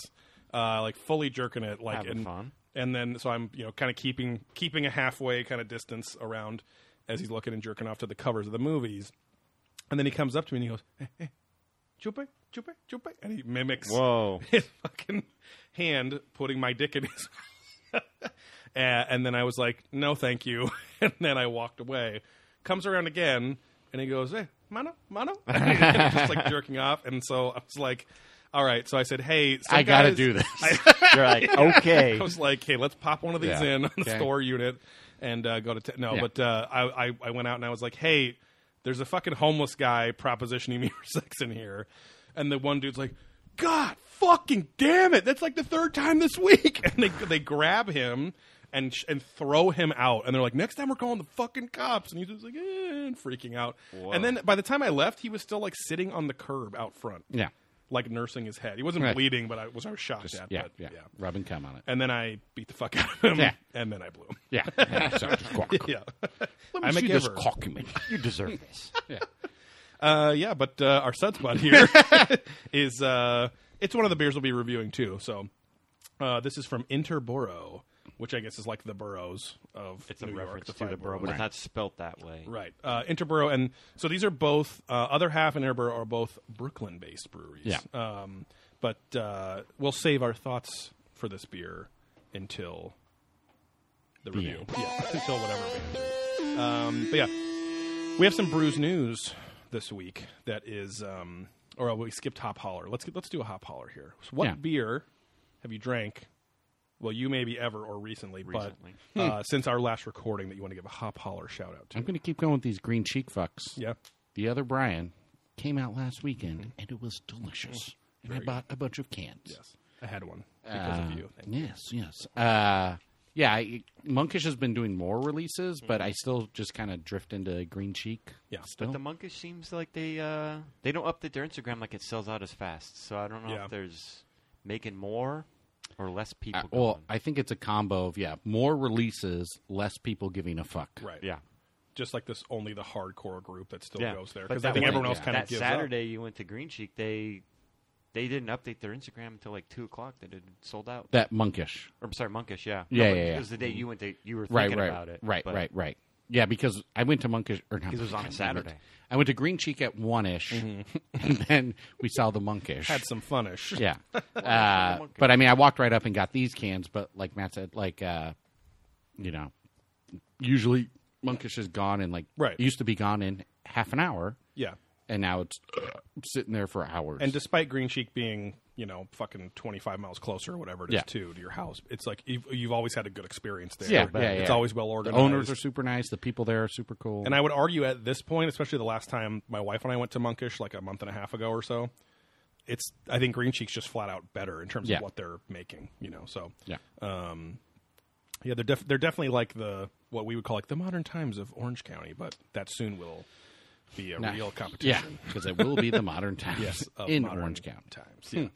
A: uh, like fully jerking it, like
C: Having
A: and,
C: fun.
A: and then so I'm you know kind of keeping keeping a halfway kind of distance around as he's looking and jerking off to the covers of the movies, and then he comes up to me and he goes, hey, hey, chupe, chupe, chupe, and he mimics
C: Whoa.
A: his fucking hand putting my dick in his Uh, and then I was like, no, thank you. and then I walked away. Comes around again, and he goes, hey, mano, mano. just like jerking off. And so I was like, all right. So I said, hey, some
B: I gotta
A: guys-
B: do this.
C: You're like, okay.
A: I was like, hey, let's pop one of these
B: Yeah.
A: in on the
B: Okay.
A: store unit and uh, go to t- no.
B: Yeah.
A: But uh, I, I I went out and I was like, hey, there's a fucking homeless guy propositioning me for sex in here, and the one dude's like, God fucking damn it, that's like the third time this week, and they they grab him. And, sh- and throw him out, and they're like, "Next time we're calling the fucking cops." And he's just like, eh, and freaking out. And then by the time I left, he was still like sitting on the curb out front,
B: yeah.
A: like nursing his head. He wasn't
B: Right.
A: bleeding, but I was I was shocked at.
B: Yeah,
A: but,
B: yeah, Rub and cum on it.
A: and then I beat the fuck out of him,
B: Yeah.
A: and then I blew him.
B: Yeah. yeah. So, cock.
A: Yeah,
B: Let
A: I'm a
B: see this
A: giver.
B: cock in me.
C: You deserve this.
B: Yeah.
A: uh, yeah. But uh, our sud spot here is uh, it's one of the beers we'll be reviewing too. So uh, this is from Interboro, which I guess is like the boroughs of
C: It's a
A: New York,
C: reference
A: the
C: to the
A: five
C: borough,
A: boroughs.
C: but it's not spelt that way.
A: Right, uh, Interboro, and so these are both uh, other half and Interboro are both Brooklyn-based breweries.
B: Yeah.
A: Um, but uh, we'll save our thoughts for this beer until the review. Yeah, until whatever bands are. Um, but yeah, we have some brews news this week. That is, um, or we skipped hop holler. Let's get, let's do a hop holler here. So what
B: Yeah.
A: beer have you drank? Well, you maybe ever or recently,
C: Recently.
A: but uh, since our last recording, that you want to give a hop holler shout out to.
B: I'm going to keep going with these green cheek fucks.
A: Yeah. Mm-hmm.
B: The other Brian came out last weekend, and it was delicious. And I bought a bunch of cans.
A: Yes. I had one because
B: Ah.
A: of you. Thank you.
B: Yes, yes. Uh, yeah, I, Monkish has been doing more releases, but I still just kind of drift into Green Cheek.
A: Mm-hmm. Yeah.
B: still.
C: The monkish seems like they uh, they don't update their Instagram like it sells out as fast. So I don't know
A: Yeah.
C: if there's making more or less people.
B: Uh, well,
C: going.
B: I think it's a combo of yeah, more releases, less people giving a fuck.
A: Right.
C: yeah,
A: Just like this, only the hardcore group that still
C: yeah.
A: goes there
C: But
A: because
C: that
A: I think
C: one-
A: everyone else
B: yeah.
A: kind of
C: that
A: gives
C: Saturday you went to Green Cheek. They they didn't update their Instagram until like two o'clock. They did sold out.
B: That Monkish.
C: Or, I'm sorry, monkish. Yeah,
B: Yeah,
C: but
B: yeah, yeah.
C: It was the day you went to. You were
B: Right,
C: thinking
B: right,
C: about it.
B: right,
C: but
B: right, right. Yeah, because I went to Monkish or not.
C: Because it was on a Saturday. Mm-hmm.
B: I went to Green Cheek at one ish, and then we saw the Monkish.
A: up. Had some funnish.
B: Yeah. Uh,
C: monkeys.
B: but I mean, I walked right up and got these cans. But like Matt said, like uh, you know, usually Monkish is gone in like
A: Right.
B: it used to be gone in half an hour,
A: Yeah.
B: and now it's sitting there for hours.
A: And despite Green Cheek being, you know, fucking 25 miles closer or whatever it is
B: Yeah.
A: to, to your house, it's like you've, you've always had a good experience there.
B: yeah, yeah,
A: It's
B: yeah.
A: always well
B: The
A: organized.
B: owners are super nice. The people there are super cool.
A: And I would argue at this point, especially the last time my wife and I went to Monkish, like a month and a half ago or so, it's I think Green Cheek's just flat out better in terms
B: Yeah.
A: of what they're making, you know. So
B: yeah,
C: Uh,
A: yeah, they're def- they're definitely like the what we would call like the modern times of Orange County, but that soon will be a
B: Nah.
A: real
B: yeah,
A: competition.
B: because it will be the modern times
A: Yes, of
B: in
A: modern
B: Orange County.
A: times. Yeah.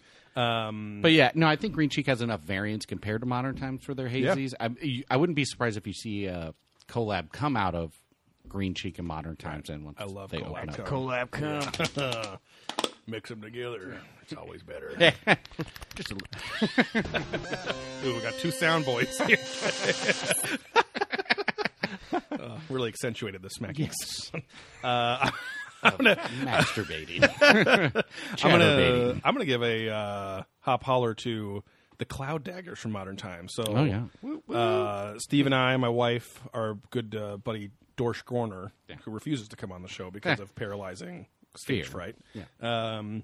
B: But yeah, no, I think Green Cheek has enough variance compared to modern times for their
A: Yeah.
B: hazies. I, you- I wouldn't be surprised if you see a collab come out of Green Cheek and modern times. And once
A: I love
B: they
A: collab
B: open up,
A: co-
C: Collab come.
A: Mix them together. It's always better. Yeah.
B: Just a-
A: Ooh, we got two sound boys. Uh, really accentuated the smacking.
B: masturbating.
A: Uh, I'm
B: Chatterbating.
A: gonna I'm gonna give a uh, hop holler to the cloud daggers from modern times. So
B: Oh, yeah.
A: uh, Steve and I, my wife, our good uh, buddy Dorsch Gorner, who refuses to come on the show because of paralyzing stage
B: Eh. Fear.
A: fright, um,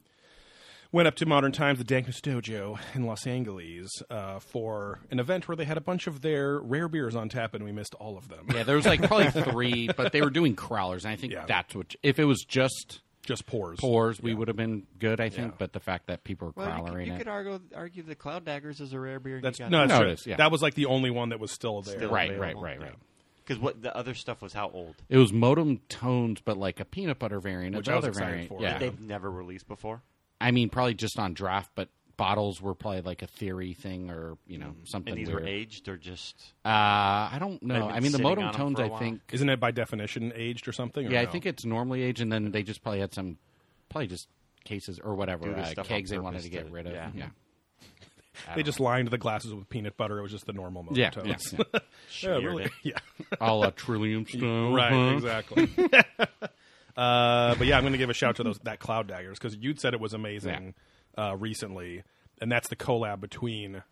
A: went up to Modern Times, the Dankness Dojo in Los Angeles, uh, for an event where they had a bunch of their rare beers on tap, and we missed all of them.
B: Yeah, there was like probably three, but they were doing crawlers, and I think
A: Yeah.
B: that's what. If it was just
A: Just pours.
B: pours, we would have been good, I think. But the fact that people were
C: Well, you could,
B: crawlering
C: you
B: it,
C: could argue argue the Cloud Daggers is a rare beer.
A: That's
C: you
A: no, that's
B: No, it
A: true.
B: is, yeah.
A: That was like the only one that was still there.
C: Still
B: right, right,
C: available.
B: right, right.
C: because what the other stuff was how old?
B: It was modem tones, but like a peanut butter variant,
A: Which I was
B: another
A: excited
B: variant.
A: for,
B: yeah,
A: yeah.
C: They've never released before.
B: I mean, probably just on draft, but bottles were probably like a theory thing or you know something
C: Mm-hmm. And these
B: weird.
C: were aged or just
B: Uh, I don't know.
C: been
B: I mean, the
C: sitting
B: modem
C: on 'em
B: tones,
C: for a
B: I
C: while.
B: think.
A: Isn't it by definition aged or something? or
B: Yeah, I
A: no?
B: think it's normally aged, and then they just probably had some, probably just cases or whatever
C: Do this
B: uh,
C: stuff on
B: kegs they wanted
C: purpose
B: to get
C: to-
B: rid of.
C: yeah.
B: yeah.
A: they just lined the glasses with peanut butter. It was just the normal Mountain
B: Yeah,
A: Toast.
B: yeah,
A: Yeah,
C: smeared
A: really.
C: it.
A: Yeah.
B: a la Trillium Stone.
A: Right, exactly. uh, but yeah, I'm going to give a shout to those that Cloud Daggers because you'd said it was amazing uh, recently, and that's the collab between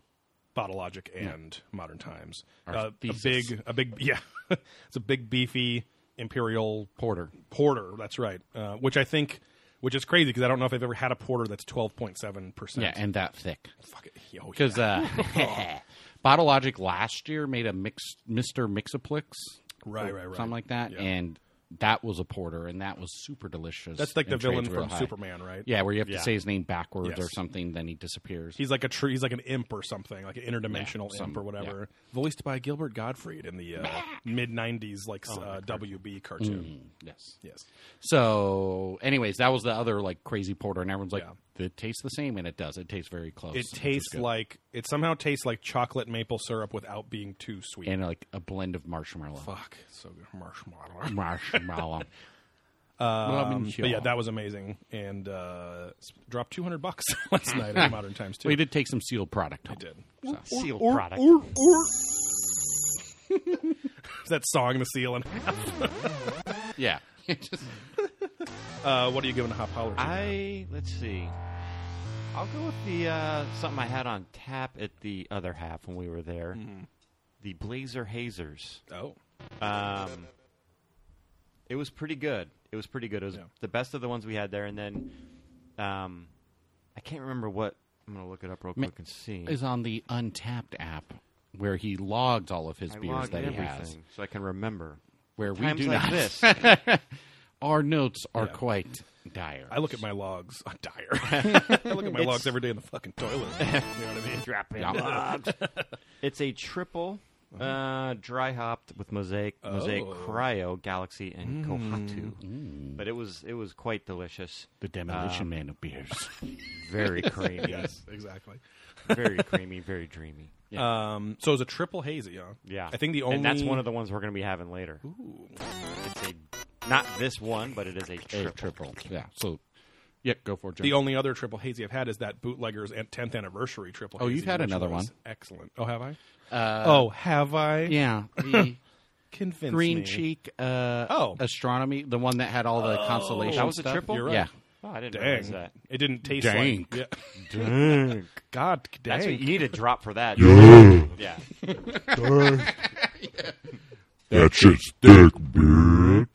A: Bottle Logic and Modern Times.
B: Our
A: Uh, a
B: thesis.
A: big, a big, yeah, it's a big beefy imperial
B: Porter.
A: Porter, that's right. Uh, which I think, which is crazy because I don't know if I've ever had a porter that's twelve point seven percent.
B: Yeah, and that thick.
A: fuck it. Yo, yeah.
B: Because uh, Bottle Logic last year made a mix, Mister Mixaplex,
A: Right,
B: or
A: right, right.
B: something like that,
A: Yeah.
B: and that was a porter, and that was super delicious.
A: that's like the
B: and trades
A: villain
B: real
A: from
B: high.
A: Superman, right?
B: Yeah, where you have
A: Yeah.
B: to say his name backwards
A: Yes.
B: or something, then he disappears.
A: He's like a tree. He's like an imp or something, like an interdimensional
B: Yeah, some-
A: imp or whatever. Voiced by Gilbert Gottfried in the uh, mid '90s, like uh, WB cartoon.
B: yes.
A: Yes,
B: So, anyways, that was the other like crazy porter, and everyone's like,
A: Yeah.
B: "It tastes the same," and it does. It tastes very close.
A: it
B: which is
A: tastes
B: good.
A: like it somehow tastes like chocolate maple syrup without being too sweet.
B: and like a blend of marshmallow.
A: Fuck, so good marshmallow.
B: Marshmallow.
A: Um, but yeah, that was amazing, and uh, s- dropped two hundred bucks last night in Modern Times too.
B: we did take some sealed product. Home,
A: did.
B: so.
C: Sealed product.
A: that song, the seal, and
B: Yeah. Just-
A: uh, what are you giving a hop holler? to?
C: I let's see. I'll go with the uh, something I had on tap at the other half when we were there.
A: Mm-hmm.
C: The Blazer Hazers.
A: oh,
C: Um, it was pretty good. It was pretty good. It was
A: Yeah.
C: the best of the ones we had there, and then um, I can't remember what. I'm gonna look it up real
B: Ma-
C: quick and see.
B: is on the Untapped app where he logs all of his
C: I
B: beers
C: logged
B: that he
C: everything
B: has.
C: so I can remember.
B: Where we
C: Times
B: do
C: like
B: not.
C: this.
B: Our notes are
A: Yeah.
B: quite dire.
A: I look at my logs. I'm dire. I look at my logs every day in the fucking toilet. You know what I mean?
C: dropping
B: Yeah.
C: It's a triple uh, dry hopped with mosaic, mosaic
A: Uh-huh. Oh. Mm.
C: cryo, galaxy, and Kohatu. But it was it was quite delicious.
B: the demolition
A: Uh,
B: man of beers.
C: Very creamy,
A: Yes, exactly.
C: very creamy, very dreamy.
A: Um, so it was a triple hazy, huh?
C: Yeah,
A: I think the only
C: and that's one of the ones we're going to be having later. It's a, not this one, but it is a
B: Triple.
C: triple.
B: triple. Yeah. So, yeah, go for it, Jim.
A: the only other triple hazy I've had is that bootleggers and 10th anniversary triple.
B: Oh,
A: hazy,
B: you've had
A: which
B: another
A: was
B: one. Uh,
A: Excellent. Oh, have I? oh, have I?
B: yeah. The
A: Convince
B: green
A: me.
B: cheek uh,
A: Oh.
B: astronomy, the one that had all the constellations.
A: that was a
B: stuff.
A: triple? You're right.
B: Yeah.
C: Oh, I didn't realize
A: Dang,
C: that.
A: it didn't taste
B: Dang.
A: like. Yeah. God dang.
C: That's what you need a drop for that. yeah,
D: That shit's thick, bitch.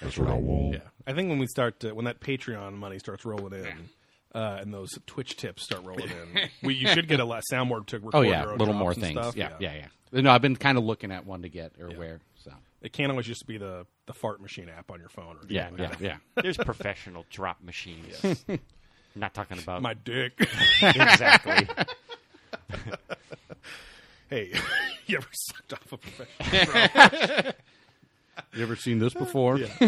D: That's what I want.
A: Yeah, I think when we start to, when that Patreon money starts rolling in, uh, and those Twitch tips start rolling in, we you should get a la- soundboard to record.
B: Oh, yeah.
A: your own
B: little more
A: drops and
B: things.
A: stuff.
B: yeah, yeah, yeah, No, I've been kind of looking at one to get or where. So,
A: It can't always just be the the fart machine app on your phone. Or something
B: yeah,
A: like
B: yeah,
A: that.
B: yeah.
C: there's professional drop machines. Not talking about
A: My dick.
C: exactly.
A: hey, you ever sucked off a professional?
B: You ever seen this before?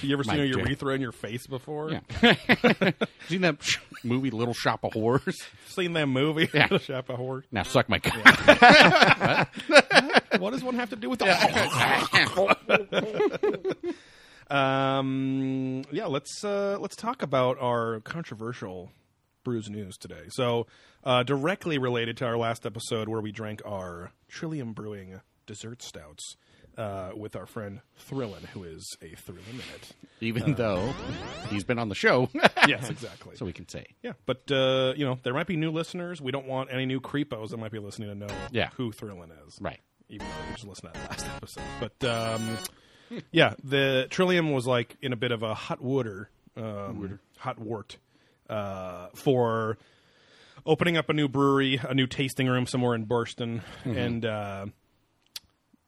A: You ever seen a
B: dick.
A: urethra in your face before?
B: Yeah. seen that movie Little Shop of Horrors?
A: Seen that movie?
B: Yeah.
A: The Shop of Horrors?
B: Now suck my cock.
A: What does one have to do with that? Um, yeah, let's uh, let's talk about our controversial brews news today. So, uh, directly related to our last episode where we drank our Trillium Brewing dessert stouts uh, with our friend Thrillin, who is a Thrillin in
B: Even though he's been on the show,
A: it. Yes, exactly.
B: so we can say
A: yeah, but uh, you know there might be new listeners. We don't want any new creepos that might be listening to know
B: Yeah.
A: who Thrillin is.
B: right.
A: even though we just listened to that last episode. But um, yeah, the Trillium was like in a bit of a hot water, um, hot wart uh, for opening up a new brewery, a new tasting room somewhere in Burston,
B: Mm-hmm.
A: and uh,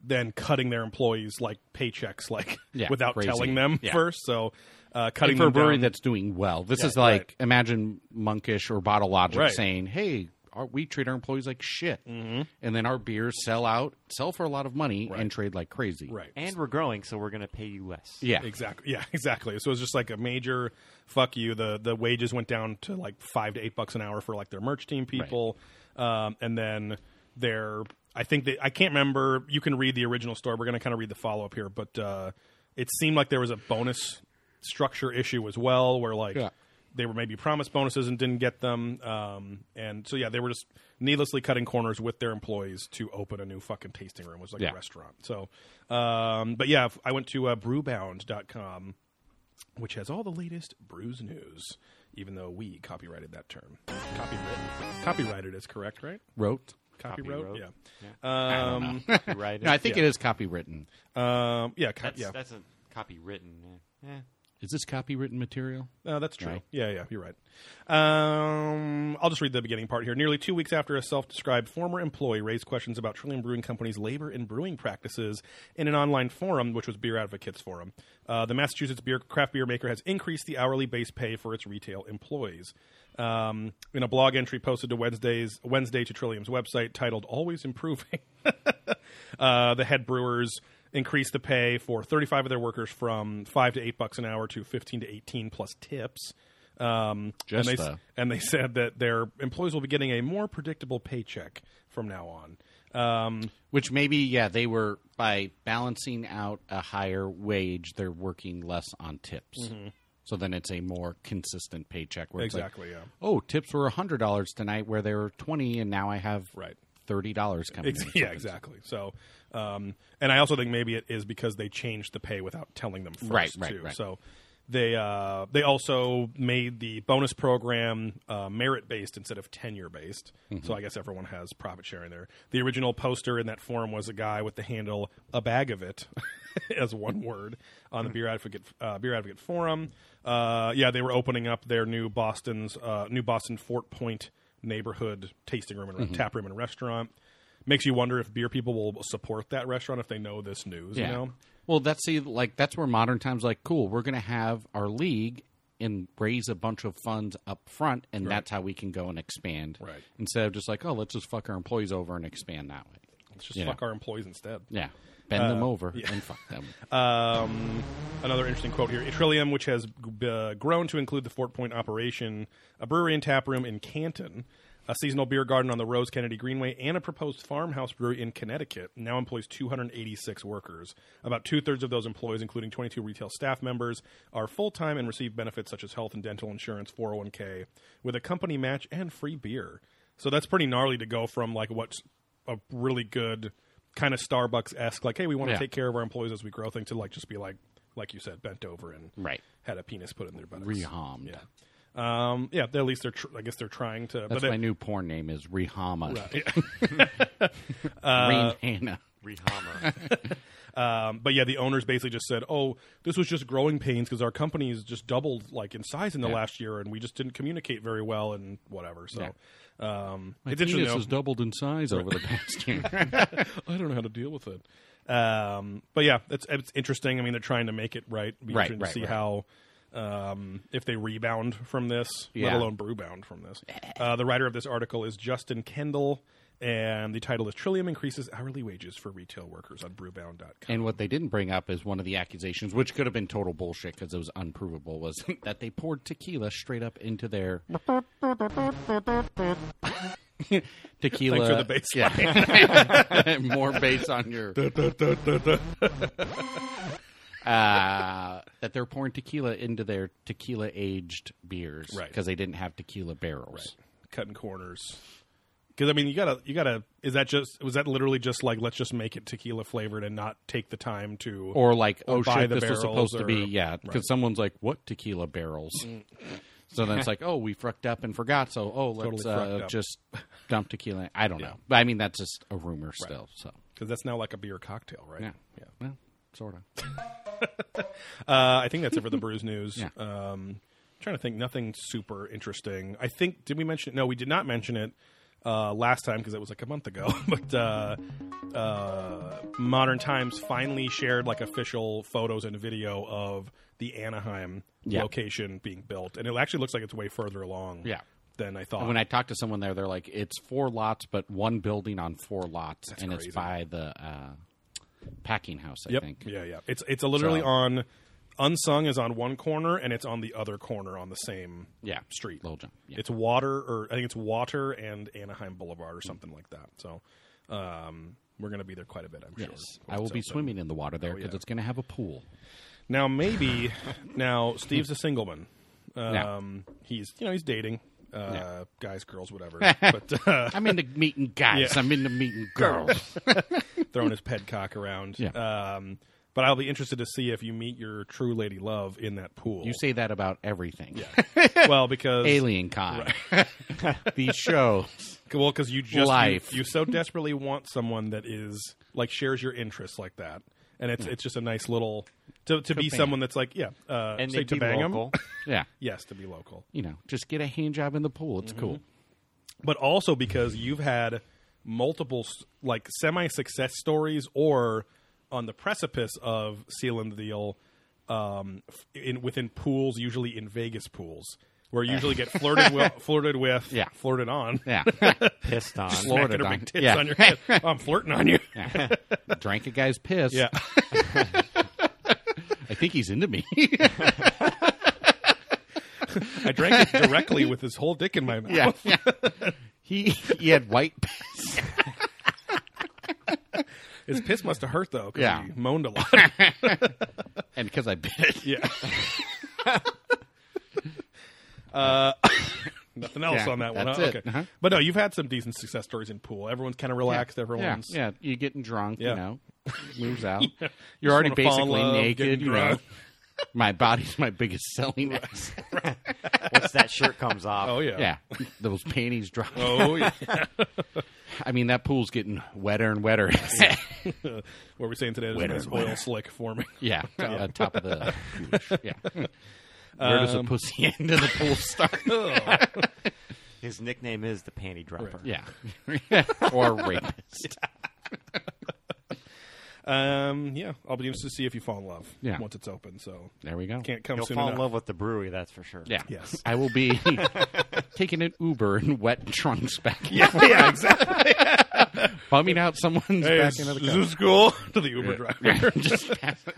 A: then cutting their employees like paychecks, like
B: Yeah,
A: without
B: crazy.
A: telling them
B: Yeah.
A: first. So uh, cutting
B: for a
A: them
B: brewery
A: down-
B: that's doing well. This is
A: Yeah,
B: like
A: right.
B: imagine Monkish or Bottle Logic
A: Right. Mm-hmm.
B: saying, "Hey, our, we treat our employees like shit, and then our beers sell out, sell for a lot of money, and trade like crazy."
A: right.
C: and we're growing, so we're going to pay you less.
B: Yeah.
A: Exactly. Yeah, exactly. So it was just like a major fuck you. The the wages went down to like five to eight bucks an hour for like their merch team people, um, and then their I think they I can't remember. You can read the original story. We're going to kind of read the follow up here, but uh, it seemed like there was a bonus structure issue as well, where like.
B: Yeah.
A: They were maybe promised bonuses and didn't get them, um, and so yeah, they were just needlessly cutting corners with their employees to open a new fucking tasting room. It was like
B: Yeah.
A: a restaurant. So, um, but yeah, I went to uh, brewbound.com which has all the latest brews news, even though we copyrighted that term. Copyrighted, copyrighted is correct, right?
B: Wrote.
A: Copyright,
C: Copywrote?
A: yeah. Um,
C: Right.
B: No, I think it is copywritten.
A: um, yeah, co-
C: that's,
A: yeah.
C: that's a eh, copy written. Yeah.
B: Is this copywritten material?
A: No, Oh, that's true.
B: Right.
A: Yeah, yeah, you're right. Um, I'll just read the beginning part here. Nearly two weeks after a self described former employee raised questions about Trillium Brewing Company's labor and brewing practices in an online forum, which was Beer Advocates Forum. Uh, the Massachusetts beer, craft beer maker has increased the hourly base pay for its retail employees. Um, in a blog entry posted to Wednesday's Wednesday to Trillium's website titled Always Improving, uh, the head brewers increased the pay for 35 of their workers from 5 to 8 bucks an hour to 15 to 18 plus tips. Um,
B: Just
A: and they,
B: the-
A: and they said that their employees will be getting a more predictable paycheck from now on. Um,
B: Which maybe, yeah, they were by balancing out a higher wage, they're working less on tips.
A: Mm-hmm.
B: So then it's a more consistent paycheck. Where it's like,
A: exactly, yeah.
B: oh, tips were hundred dollars tonight, where they were twenty, and now I have
A: Right.
B: thirty dollars coming.
A: Ex-
B: in.
A: yeah, exactly. So, um, and I also think maybe it is because they changed the pay without telling them first,
B: Right, right,
A: too.
B: right.
A: So they uh, they also made the bonus program uh, merit based instead of tenure based. So I guess everyone has profit sharing there. The original poster in that forum was a guy with the handle "a bag of it" as one word on the beer advocate uh, beer advocate forum. Uh, yeah, they were opening up their new Boston's uh, new Boston Fort Point neighborhood tasting room and tap room and restaurant makes you wonder if beer people will support that restaurant if they know this news. You know,
B: Well, that's see, like that's where modern times like cool. We're going to have our league and raise a bunch of funds up front, and that's how we can go and expand.
A: Right.
B: Instead of just like, oh, let's just fuck our employees over and expand that way.
A: let's just
B: Yeah.
A: fuck our employees instead.
B: Yeah. Bend them
A: Uh,
B: over and fuck them.
A: Um, another interesting quote here: Trillium, which has uh, grown to include the Fort Point operation, a brewery and tap room in Canton, a seasonal beer garden on the Rose Kennedy Greenway, and a proposed farmhouse brewery in Connecticut, now employs 286 workers. About two thirds of those employees, including 22 retail staff members, are full time and receive benefits such as health and dental insurance, 401k, with a company match and free beer. So that's pretty gnarly to go from like what's a really good kind of Starbucks esque, like, hey, we want to
B: Yeah.
A: take care of our employees as we grow thing to like just be like, like you said, bent over and
B: Right.
A: had a penis put in their buttocks.
B: Rehomed.
A: Yeah. Um, yeah. At least they're, tr- I guess they're trying to.
B: That's
A: but
B: my
A: they,
B: new porn name is Rehama.
A: yeah. Uh,
B: Green Hannah.
C: Rehama.
A: um, but yeah, the owners basically just said, "Oh, this was just growing pains because our company has just doubled like in size in the last year, and we just didn't communicate very well and whatever." So, um, it's interesting. though.
B: doubled in size over the past year.
A: I don't know how to deal with it. Um, but yeah, it's it's interesting. I mean, they're trying to make it right. It'd Be
B: Right,
A: interesting
B: right,
A: to see
B: right.
A: how um, if they rebound from this, let
B: Yeah.
A: alone brewbound from this. Uh, the writer of this article is Justin Kendall, and the title is "Trillium Increases Hourly Wages for Retail Workers" on Brewbound.com.
B: and what they didn't bring up is one of the accusations, which could have been total bullshit because it was unprovable, was that they poured tequila straight up into their tequila.
A: Thanks for the bass
B: Yeah. More bass on your. uh, that they're pouring tequila into their tequila aged beers
A: Right.
B: because they didn't have tequila barrels.
A: Cutting corners. Because I mean, you gotta, you gotta. Is that just? Was that literally just like let's just make it tequila flavored and not take the time to?
B: or like oh
A: buy
B: shit
A: the
B: this was
A: barrels
B: supposed to
A: or-
B: be yeah because
A: Right. Mm.
B: someone's like what tequila barrels so then it's like oh we fucked up and forgot so oh
A: Totally
B: let's
A: fucked
B: uh,
A: up.
B: just dump tequila i don't know but i mean that's just a rumor still so
A: because that's now like a beer cocktail, right?
B: yeah
A: yeah.
B: well sort of
A: Uh, I think that's it for the Brews news.
B: Yeah.
A: Um, trying to think, nothing super interesting. I think did we mention it? No, we did not mention it uh, last time because it was like a month ago. but uh, uh, Modern Times finally shared like official photos and video of the Anaheim
B: Yeah.
A: location being built, and it actually looks like it's way further along.
B: Yeah.
A: Than I thought.
B: when i talked to someone there they're like it's four lots but one building on four lots and
A: crazy.
B: it's by the uh, packing house i
A: yep.
B: think
A: Yeah, yeah. It's it's literally
B: So-
A: on. Unsung is on one corner, and it's on the other corner on the same
B: yeah
A: street.
B: little jump yeah.
A: It's water, or I think it's water and Anaheim Boulevard, or something like that. So, um, we're going to be there quite a bit, I'm
B: yes
A: sure.
B: i will
A: It's
B: be
A: open.
B: swimming in the water there because
A: yeah.
B: it's going to have a pool
A: Now, maybe now Steve's a single man.
B: Yeah.
A: Um, he's you know he's dating uh, guys, girls, whatever. but uh,
B: i'm into meeting guys i'm into meeting girls
A: throwing his ped cock around.
B: Yeah.
A: Um, But I'll be interested to see if you meet your true lady love in that pool.
B: You say that about everything.
A: well because
B: Alien Con. These shows.
A: Well, because you just
B: Life.
A: You, you so desperately want someone that is like shares your interests like that, and it's it's just a nice little to to be
B: bang.
A: someone that's like yeah, uh,
C: And
A: say
C: they'd
A: to
C: be
A: bang 'em.
C: local.
B: Yeah.
A: Yes, to be local,
B: You know, just get a hand job in the pool.
A: Mm-hmm.
B: It's cool.
A: but also because you've had multiple s- like semi success stories or on the precipice of sealing the deal um, f- in within pools, usually in Vegas pools, where you usually get flirted with, flirted with,
B: Yeah.
A: flirted on.
B: Yeah.
C: Pissed on.
A: Smacking
B: Flirted
A: her
B: on.
A: big tits
B: Yeah.
A: on your head. Oh, I'm flirting on you.
B: Drank a guy's piss.
A: Yeah.
B: I think he's into me.
A: I drank it directly with his whole dick in my mouth.
B: yeah. yeah. He he had white piss.
A: His piss must have hurt though, because
B: Yeah.
A: he moaned a lot.
B: And because I bit it.
A: yeah. uh, Uh, nothing else
B: Yeah,
A: on that one.
B: that's
A: huh?
B: it.
A: Okay.
B: Uh-huh.
A: But no, you've had some decent success stories in pool. Everyone's kind of relaxed.
B: Yeah.
A: Everyone's
B: Yeah. You're getting drunk,
A: Yeah.
B: you know. Moves out.
A: Just
B: You're already
A: wanna fall in
B: basically
A: love,
B: naked,
A: getting
B: you know.
A: drunk.
B: My body's my biggest selling ass.
C: Once that shirt comes off.
A: Oh yeah.
B: Yeah. Those panties drop.
A: Oh yeah.
B: I mean, that pool's getting wetter and wetter.
A: what we're saying today is
B: Winner,
A: there's oil
B: winner.
A: slick forming.
B: yeah. On top of the. Yeah. Um, Where does the pussy end and the pool start?
A: Oh.
C: His nickname is the panty dropper.
B: Yeah. or rapist.
A: Um, yeah, I'll be interested to see if you fall in love
B: Yeah.
A: once it's open. So
B: There we go.
A: can't come
C: You'll
A: soon
C: fall in
A: enough.
C: love with the brewery, that's for sure.
B: Yeah.
A: Yes.
B: I will be taking an Uber in wet trunks back. Yeah.
A: yeah, exactly.
B: Bumming out someone's
A: Hey,
B: back
A: is,
B: into
A: is
B: the car.
A: this cool to the Uber driver?
B: Yeah, just,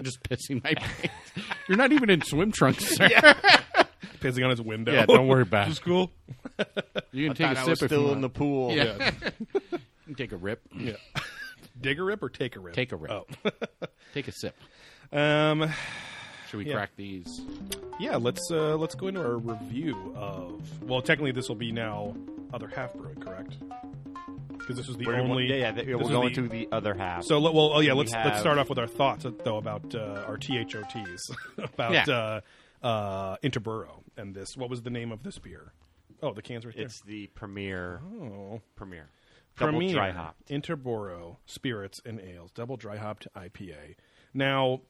B: just pissing my pants. You're not even in swim trunks, sir. Yeah,
A: Pissing on his window.
B: don't worry about
A: Is
B: it.
A: this cool?
B: You can take a
C: I
B: sip
C: was
B: if you
C: still
B: want.
C: in the pool.
B: Yeah. You can take a rip.
A: Yeah. Dig a rip or take a rip?
B: Take a rip.
A: Oh.
B: Take a sip.
A: Um,
B: Should we
A: Yeah.
B: crack these?
A: yeah, let's uh, let's go into our review of. Well, technically, this will be now other half brewing, correct? Because this was the
C: We're,
A: only.
C: yeah, yeah, th-
A: this
C: we're
A: was
C: going
A: the-
C: to the other half.
A: So let- well, oh yeah, let's
C: have-
A: let's start off with our thoughts though about uh, our THOTs about
B: Yeah.
A: uh, uh, Interboro and this. What was the name of this beer? Oh, the cans right there.
C: it's the premier.
A: oh.
C: Premier. Double
A: Premier
C: dry hopped.
A: Interboro Spirits and Ales Double Dry Hopped IPA. Now,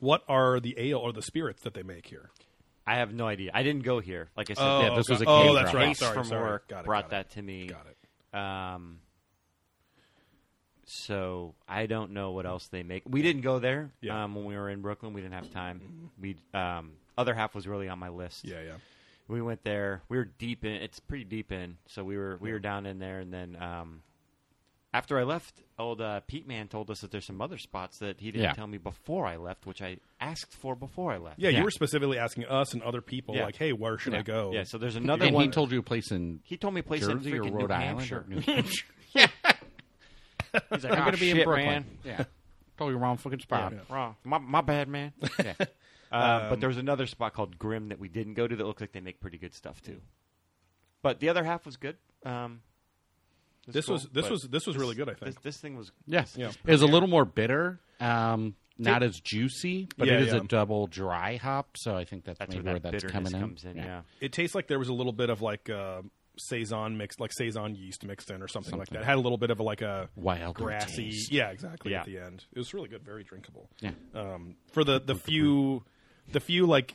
A: what are the ale or the spirits that they make here?
C: I have no idea. I didn't go here. Like I said,
B: Yeah, this
A: okay.
B: was a
A: oh,
B: can
A: that's
B: drop.
A: right.
C: Ace
A: Sorry,
C: from
A: sorry.
C: work
A: Got it, got
C: brought that
A: it.
C: to me.
A: Got it.
C: Um, so I don't know what else they make. We didn't go there
A: Yeah.
C: um, when we were in Brooklyn. We didn't have time. We um, other half was really on my list.
A: Yeah, yeah.
C: We went there. We were deep in. It's pretty deep in. So we were we were down in there, and then um, after I left, old uh, Pete Man told us that there's some other spots that he didn't
B: Yeah.
C: tell me before I left, which I asked for before I left.
A: Yeah, you
B: Yeah.
A: were specifically asking us and other people,
C: Yeah.
A: like, "Hey, where should I
B: Yeah.
A: go?"
C: Yeah. So there's another
B: And
C: one.
B: he told you a place in
C: He told me a place
B: Jersey
C: in
B: or
C: freaking
B: Rhode
C: New
B: Island.
C: Hampshire.
B: or New Hampshire.
C: He's like,
B: I'm
C: "Ah,
B: going to be in
C: shit,
B: Brooklyn.
C: man.
B: Yeah. Totally wrong fucking spot.
C: Wrong. My, my bad, man.
B: Yeah.
C: Uh,
B: Um,
C: but there's another spot called Grim that we didn't go to that looks like they make pretty good stuff too. But the other half was good. Um, it
A: This
C: cool,
A: was- this
C: but
A: was- this was really good, I think.
C: this, this thing was
B: Yeah.
C: this-
A: Yeah.
B: It was a little more bitter, um, not as juicy, but
A: Yeah,
B: it is
A: yeah.
B: a double dry hop, so I think that's,
C: That's
B: maybe
C: where
B: where
C: that
B: that's
C: bitterness
B: coming in.
C: comes in. Yeah.
A: It tastes like there was a little bit of like uh, saison mixed, like saison yeast mixed in, or something, like that. It had a little bit of like a
B: Wild
A: grassy.
B: taste.
A: Yeah, exactly.
C: Yeah.
A: At the end, it was really good, very drinkable.
B: Yeah.
A: Um, for the the few, the few like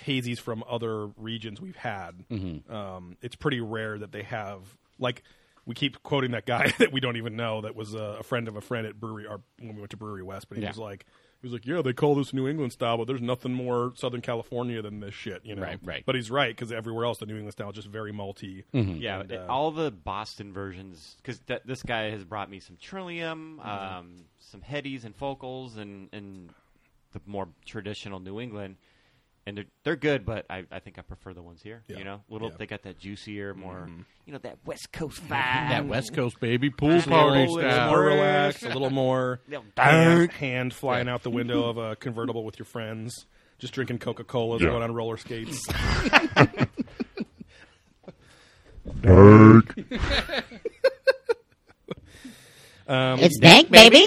A: hazies from other regions we've had,
B: Mm-hmm.
A: um, it's pretty rare that they have like. We keep quoting that guy that we don't even know that was a, a friend of a friend at brewery or when we went to Brewery West, but he
B: Yeah.
A: was like, he was like, yeah, they call this New England style, but there's nothing more Southern California than this shit, you know?
B: Right, right. Mm-hmm.
A: But he's right because everywhere else, the New England style is just very malty.
B: Hmm.
C: Yeah,
A: And,
C: it-
A: uh,
C: all the Boston versions because th- this guy has brought me some Trillium, um, some Headies and Focals, and and the more traditional New England, and they're they're good, but I, I think I prefer the ones here.
A: Yeah.
C: You know, little
A: Yeah.
C: they got that juicier, more you know that West Coast vibe.
B: That West Coast baby pool
C: Slow
B: party
C: and
A: A little
B: style.
A: more relaxed, a little more
C: Little
A: hand, hand flying out the window of a convertible with your friends, just drinking Coca Cola,
D: Yeah.
A: going on roller skates.
D: Dank.
E: it's dank, baby.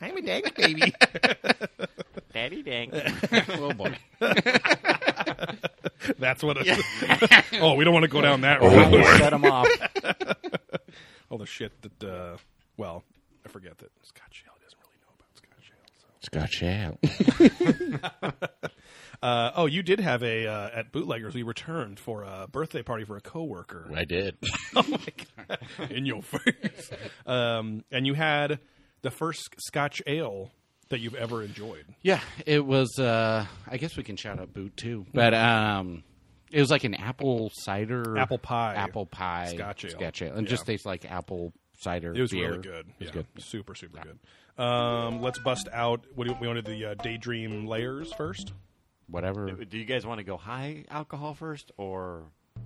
A: I'm a
C: stank.
B: oh boy.
A: That's what. It, oh, we don't want to go down that
D: Oh,
A: road.
D: boy.
C: Shut him off.
A: All the shit that. Uh, well, I forget that Scott Shale doesn't really know about Scott Shale. So.
B: Scotch ale.
A: Uh, oh, you did have a uh, at bootleggers. We returned for a birthday party for a coworker.
B: I did.
A: in your face. Um, and you had the first Scotch ale that you've ever enjoyed.
B: Yeah, it was. uh I guess we can shout out Boot too, but um, it was like an apple cider,
A: Apple pie.
B: apple pie
A: Scotch ale.
B: Scotch ale, and just tastes like apple cider.
A: It was
B: beer.
A: really good.
B: It was
A: Yeah.
B: good.
A: Super, super good. Um, let's bust out. What do you, we want to do the uh, daydream layers first?
B: Whatever.
C: Do you guys want to go high alcohol first or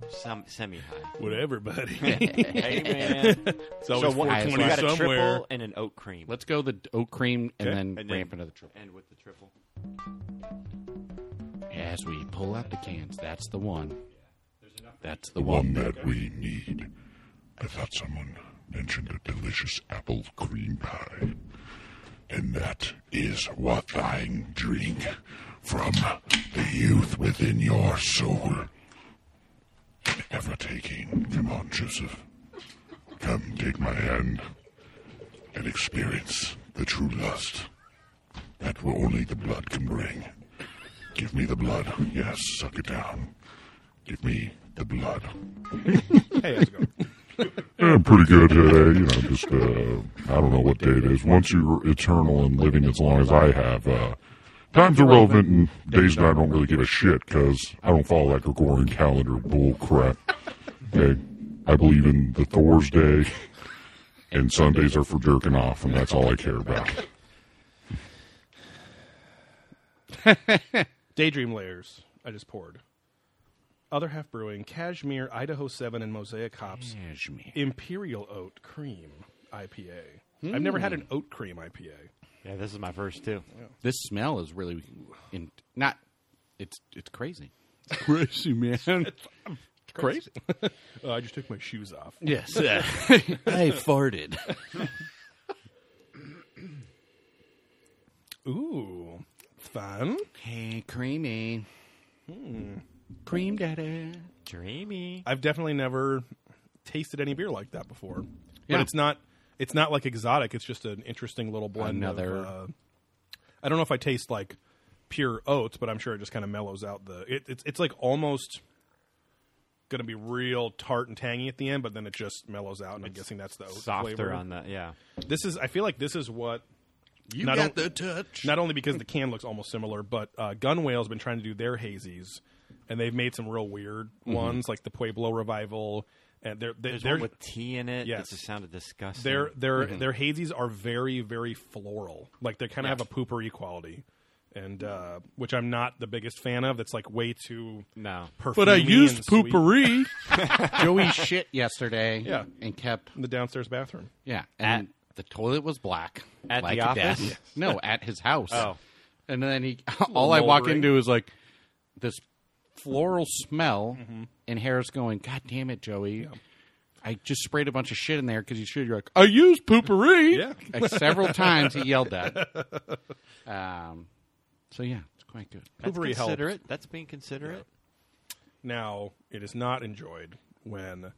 C: some semi high?
A: Whatever, buddy.
C: hey man,
A: so
C: so
A: it's
C: what, we
A: 420
C: got a
A: somewhere.
C: triple and an oat cream,
B: Let's go the oat cream and
A: Okay.
B: then
C: And then-
B: ramp into the triple.
C: and with the triple.
B: As we pull out the cans, that's the one. That's the one.
D: One that we need. I thought someone mentioned a delicious apple cream pie. And that is what I drink from the youth within your soul. Ever taking. Come on, Joseph. Come take my hand and experience the true lust that will only the blood can bring. Give me the blood. Yes, suck it down. Give me the blood.
A: Hey, how's it going?
D: Yeah, pretty good today. You know, just uh, I don't know what day it is. Once you're eternal and living as long as I have, uh, time's irrelevant and days and I don't really give a shit because I don't follow that Gregorian calendar bull crap. Okay, I believe in the Thor's day, and Sundays are for jerking off, and that's all I care about.
A: Daydream layers. I just poured. Other half brewing, cashmere, Idaho 7, and mosaic hops.
B: Cashmere.
A: Imperial oat cream IPA. I've never had an oat cream IPA.
C: Yeah, this is my first too.
B: This smell is really in, not. It's it's crazy. Crazy man.
A: Crazy. uh, I just took my shoes off.
B: Yes. I farted.
A: Ooh, fun.
B: Hey, creamy.
A: Hmm.
B: Cream daddy.
C: Dreamy.
A: I've definitely never tasted any beer like that before. But
B: Yeah.
A: it's not it's not like exotic. It's just an interesting little blend.
B: Another-
A: Of, uh, I don't know if I taste like pure oats, but I'm sure it just kind of mellows out the. It, it's it's like almost going to be real tart and tangy at the end, but then it just mellows out. And I'm guessing that's the oat
C: Softer
A: flavor.
C: on the yeah.
A: this is. I feel like this is what
B: You
A: Not
B: got
A: on-
B: the touch.
A: not only because the can looks almost similar, but uh, Gunwale's been trying to do their hazies, and they've made some real weird
B: Mm-hmm.
A: ones, like the Pueblo Revival, and they're they're
C: There's
A: they're,
C: one with tea in it.
A: Yes.
C: That just sounded disgusting.
A: they're, they're-
B: Mm-hmm.
A: their hazies are very very floral, like they kind of have a poopery quality, and uh, which I'm not the biggest fan of. That's like way too
C: no.
A: perfect.
B: But I used
A: in
B: poopery. Joey shit yesterday.
A: Yeah.
B: And kept
A: the downstairs bathroom.
B: yeah. And the toilet was black.
C: At
B: like
C: the
B: a
C: office?
B: death. No, at his house.
C: Oh.
B: And then he all I walk
A: moldering.
B: into is like this floral smell
A: Mm-hmm.
B: and Harris going, God damn it, Joey. I just sprayed a bunch of shit in there because you should. You're like, I used poopery.
A: Yeah.
B: Like several times he yelled that. Um, so yeah, it's quite good.
C: That's
A: Poopery helped.
C: considerate. That's being considerate.
A: Now it is not enjoyed when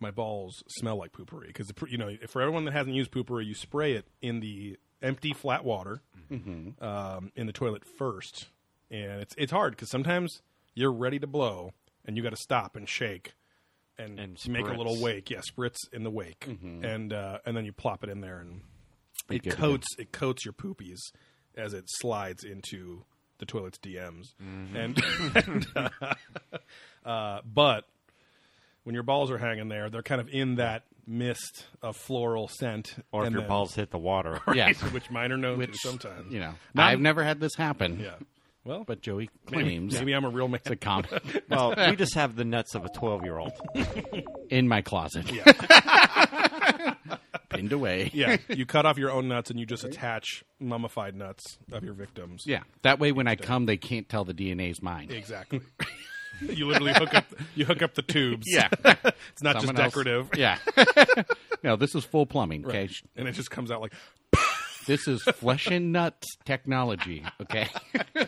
A: my balls smell like poopery because you know for everyone that hasn't used poopery, you spray it in the empty flat water um, in the toilet first, and it's it's hard because sometimes you're ready to blow and you got to stop and shake and,
C: And
A: make a
C: spritz.
A: little wake, yeah, spritz in the wake, and uh, and then you plop it in there and it
B: good
A: coats it coats your poopies as it slides into the toilet's DMs
C: Mm-hmm.
A: and. but when your balls are hanging there, they're kind of in that mist of floral scent.
C: Or if
A: and
C: your
A: then-
C: balls hit the water.
B: Yeah.
A: which mine are known to
B: Which
A: sometimes.
B: You know,
A: Not-
B: I've never had this happen.
A: yeah. Well,
B: But Joey
A: maybe,
B: claims
A: maybe I'm a real man.
B: it's a common
C: well, you just have the nuts of a twelve-year-old.
B: in my closet. Pinned away.
A: yeah, you cut off your own nuts and you just attach mummified nuts of your victims.
B: Yeah. That way, when I come, they can't tell the DNA's mine.
A: exactly. you literally hook up you hook up the tubes.
B: Yeah.
A: it's not
B: Someone
A: just
B: else-
A: decorative,
B: Yeah. no, this is full plumbing. Okay.
A: and it just comes out like
B: This is flesh and nuts technology. Okay.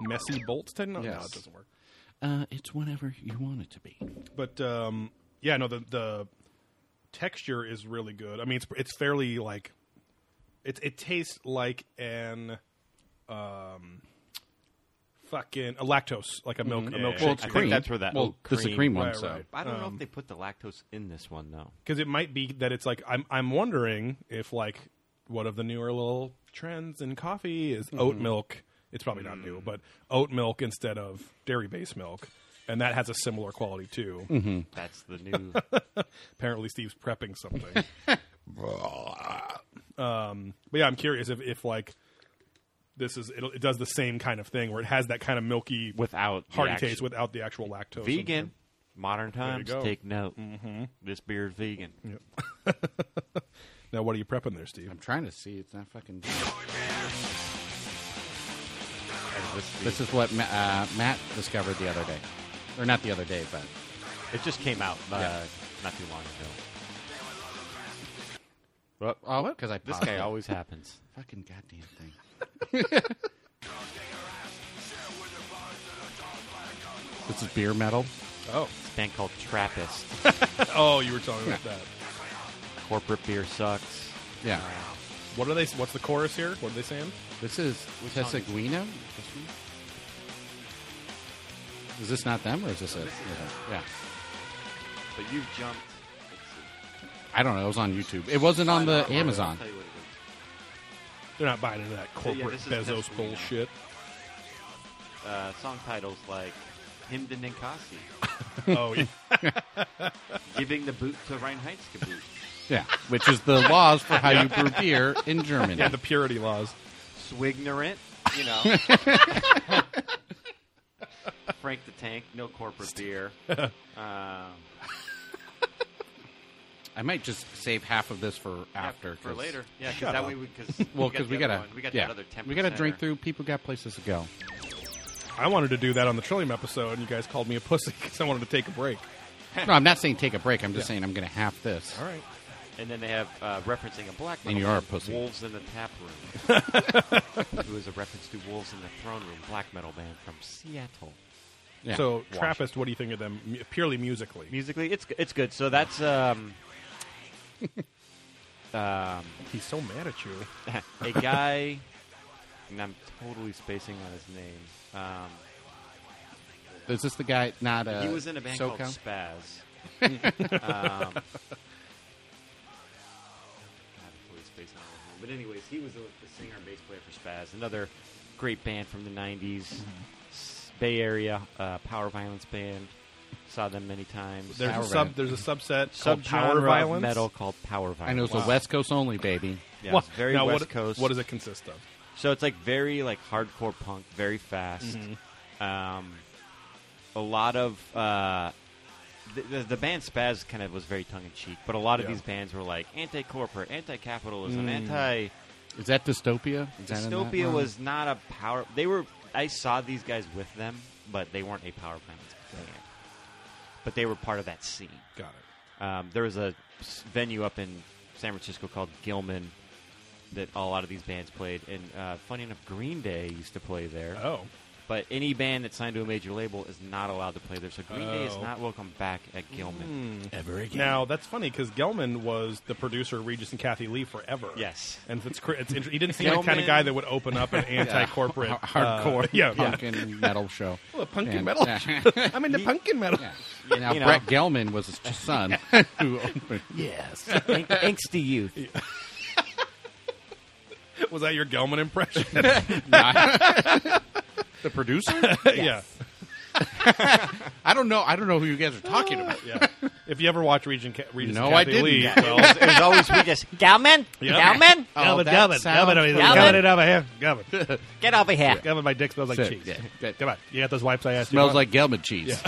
A: Messy bolts technology. No,
B: Yes.
A: it doesn't work.
B: Uh, it's whatever you want it to be.
A: But um, yeah, no, the the texture is really good. I mean, it's it's fairly like it it tastes like an um fucking a lactose like a milk a milkshake.
C: Well, it's
A: I think.
C: cream. that's where that
B: Well,
C: oat
B: this is a
C: cream-
B: cream one.
A: right,
B: so
A: right.
C: I don't know if they put the lactose in this one though.
A: because it might be that it's like I'm I'm wondering if like one of the newer little trends in coffee is oat milk. It's probably not new, but oat milk instead of dairy based milk, and that has a similar quality too.
C: That's the new.
A: Apparently, Steve's prepping something. um, but yeah, I'm curious if if like this is it'll, it does the same kind of thing where it has that kind of milky
C: Without the
A: hearty
C: actual-
A: taste without the actual lactose.
C: vegan. Modern times.
A: go.
C: Take note. Mm-hmm. This beer is vegan.
A: Now, what are you prepping there, Steve?
B: I'm trying to see. It's not fucking. This is what Ma- uh, Matt discovered the other day, or not the other day, but
C: It just came out uh,
B: Yeah.
C: not too long ago.
B: oh, because I
C: This
B: paused
C: guy
B: it.
C: always happens.
B: fucking goddamn thing. this is beer metal.
A: Oh,
C: It's a band called Trappist.
A: oh, you were talking about that.
C: Corporate beer sucks.
B: Yeah,
A: What are they? What's the chorus here? What are they saying?
B: this is Tessaguino. Is this not them, or is this it? Yeah,
C: But you jumped.
B: I don't know. It was on YouTube. It wasn't on the Amazon.
A: They're not buying into that
C: yeah,
A: corporate
C: this is
A: Bezos
C: Tesla, you know.
A: bullshit.
C: Uh, song titles like Him to Ninkasi,
A: oh, yeah.
C: Giving the Boot to Reinheitsgebot.
B: Yeah, which is the laws for how you brew beer in Germany.
A: yeah, the purity laws.
C: Swignorant, you know. Frank the Tank, no corporate beer. Um,
B: I might just save half of this for after
C: for
B: 'cause-
C: later. Yeah, because
A: Shut
C: that
A: up.
C: way we because
B: Well, because we
C: got
B: gotta,
C: the other one. we got
B: yeah,
C: that other ten.
B: we gotta drink through. People got places to go.
A: I wanted to do that on the Trillium episode, and you guys called me a pussy because I wanted to take a break.
B: No, I'm not saying take a break. I'm just saying I'm gonna half this.
A: All right.
C: and then they have uh, referencing a black.
B: And
C: metal
B: you are a
C: band,
B: pussy.
C: Wolves in the Tap Room. it was a reference to Wolves in the Throne Room, black metal band from Seattle.
B: Yeah.
A: So, Trappist, what do you think of them mu- purely musically?
C: Musically, it's it's good. So that's um, um,
A: He's so mad at you.
C: a guy, and I'm totally spacing on his name. Um,
B: is this the guy? Not uh,
C: he was in a band
B: SoCal?
C: called Spaz. um, God, I'm totally spacing on his name. But anyways, he was the, the singer and bass player for Spaz, another great band from the '90s, S- Bay Area uh, power violence band. Saw them many times.
A: There's
B: Power
A: a sub.
B: violence.
A: There's a subset called
C: Sub
A: power violence.
C: metal called power violence.
B: I know it's a West Coast only, baby.
C: Yeah,
A: What-
C: it's very
A: now,
C: West
A: what,
C: Coast.
A: What does it consist of?
C: So it's like very like hardcore punk, very fast.
B: Mm-hmm.
C: Um, a lot of uh, the, the the band Spaz kind of was very tongue in cheek, but a lot of
A: Yeah.
C: these bands were like anti corporate, anti capitalism, anti
B: Is that dystopia? Mm. Is that in that
C: dystopia.
B: one?
C: Was not a power. They were. I saw these guys with them, but they weren't a power plant band. But they were part of that scene.
A: Got it.
C: Um, there was a s- venue up in San Francisco called Gilman that a lot of these bands played. And uh, funny enough, Green Day used to play there.
A: Oh,
C: But any band that's signed to a major label is not allowed to play there. So Green Day is
A: Oh.
C: not welcome back at Gilman.
B: ever again.
A: now that's funny because Gelman was the producer of Regis and Kathy Lee forever.
C: Yes.
A: and it's, cr- it's inter- he didn't seem like the kind of
C: Gelman-
A: guy that would open up an anti-corporate
B: H-
A: uh,
B: hardcore,
A: yeah,
B: punk and metal show.
A: Well, punk and
B: And-
A: metal.
B: yeah.
A: I'm into punk and metal.
B: Yeah. Now
C: you know.
B: Brett Gelman was his son who opened.
C: Yes.
A: Hmm.
C: angsty youth.
A: Was that your Gelman impression?
B: the producer.
A: yeah.
B: I don't know. I don't know who you guys are talking about.
A: Yeah. If you ever watch Region Ca- Regis
B: No,
A: and
B: I
A: Kathy
B: didn't.
A: Lee,
B: Yeah.
A: well,
C: It was always we just Gilman,
A: Yeah.
C: Gilman,
B: Oh, that sounds familiar.
A: it over here. Gelman.
C: get over here.
A: Gelman, my dick smells like
B: Sick.
A: cheese.
B: Yeah. That-
A: Come on. You got those wipes I asked you
B: Smells
A: about?
B: like Gelman cheese.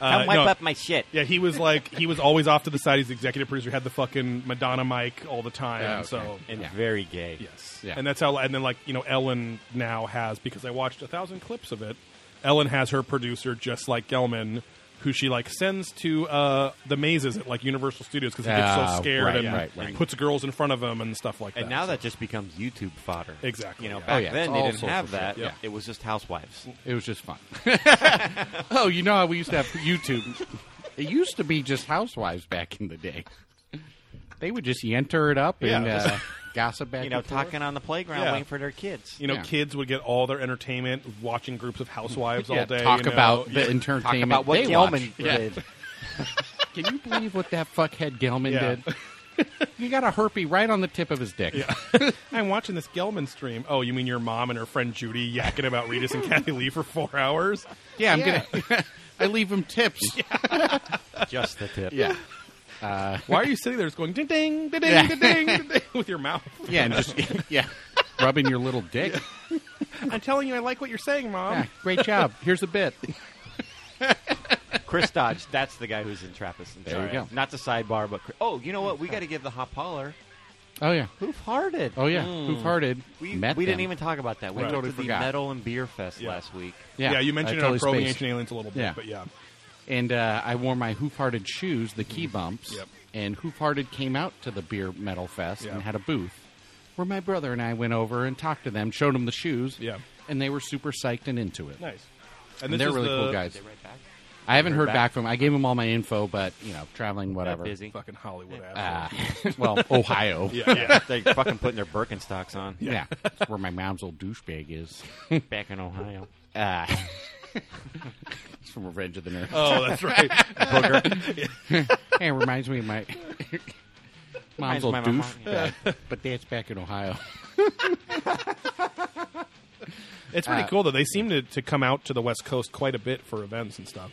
A: Uh,
C: Come wipe
A: no.
C: up my shit.
A: Yeah, he was like, he was always off to the side. He's the executive producer, had the fucking Madonna mic all the time.
B: Yeah, okay.
A: So,
C: And
B: Yeah.
C: very gay.
A: yes.
B: Yeah.
A: And that's how, and then like, you know, Ellen now has, because I watched a thousand clips of it, Ellen has her producer just like Gelman who she like sends to uh, the mazes at like Universal Studios because he gets
B: Ah,
A: so scared
B: right,
A: and
B: right, right.
A: puts girls in front of him and stuff like
C: And
A: that.
C: now that just becomes YouTube fodder.
A: Exactly,
C: You know,
A: yeah.
C: back
B: Oh, yeah, it's
C: then they
B: all
C: didn't
B: social
C: have
B: shit,
C: that.
B: yeah.
C: It was just housewives.
B: It was just fun. oh, you know how we used to have YouTube? It used to be just housewives back in the day. They would just yenter it up and
A: Yeah.
B: uh, gossip back
C: You know,
B: and forth.
C: talking on the playground,
A: Yeah.
C: waiting for their kids.
A: you know,
B: yeah.
A: kids would get all their entertainment watching groups of housewives
B: Yeah,
A: all day.
B: talk
A: you know.
B: about
A: Yeah.
B: the entertainment
C: Talk about what
B: they
C: Gelman
B: watch. Yeah.
C: did.
B: Can you believe what that fuckhead Gelman
A: Yeah.
B: did? You got a herpy right on the tip of his dick.
A: I'm watching this Gelman stream. Oh, you mean your mom and her friend Judy yakking about Regis and Kathy Lee for four hours?
B: Yeah, I'm
A: Yeah.
B: gonna. I leave him tips. Yeah.
C: Just the tip.
B: yeah.
A: Why are you sitting there just going ding ding ding
B: Yeah.
A: ding ding ding ding with your mouth?
B: and just yeah, rubbing your little dick.
A: I'm telling you, I like what you're saying, mom.
B: Yeah, great job. Here's a bit.
C: Chris Dodge, that's the guy who's in Trappist. I'm
B: There you
C: sorry.
B: go.
C: Not the sidebar, but Chris- oh, you know what? We got to give the hop holler.
B: Oh yeah.
C: Hoof hearted. Mm.
B: Oh yeah. Who've hearted?
C: We,
B: Met
C: we didn't
B: them.
C: even talk about that. We
B: I
C: went
B: totally
C: to the
B: forgot.
C: Metal and Beer Fest
A: Yeah.
C: last week.
B: Yeah,
A: you mentioned
B: I
A: it on
B: totally
A: probing
B: spaced.
A: ancient aliens a little bit,
B: Yeah.
A: but yeah,
B: And uh, I wore my hoof-hearted shoes, the key bumps.
A: Yep.
B: And hoof-hearted came out to the beer metal fest
A: Yeah.
B: and had a booth where my brother and I went over and talked to them, showed them the shoes.
A: Yeah.
B: And they were super psyched and into it.
A: nice.
B: And they're
A: is
B: really
A: the-
B: cool guys.
C: They right back.
B: I haven't heard
C: back.
B: back. from. I gave them all my info, but you know, traveling, whatever.
C: Got busy.
A: Fucking Hollywood
B: Uh,
A: ass.
B: well, Ohio.
A: yeah, yeah.
C: They're fucking putting their Birkenstocks on
B: Yeah. That's where my mom's old douchebag is.
C: back in Ohio.
B: Uh, it's from Revenge of the Nerds.
A: Oh, that's right.
B: Hey, it reminds me of my mom's
C: Reminds
B: old
C: my mom-
B: douche, bag, but that's back in Ohio.
A: It's pretty
B: Uh,
A: cool though. They seem to, to come out to the West Coast quite a bit for events and stuff.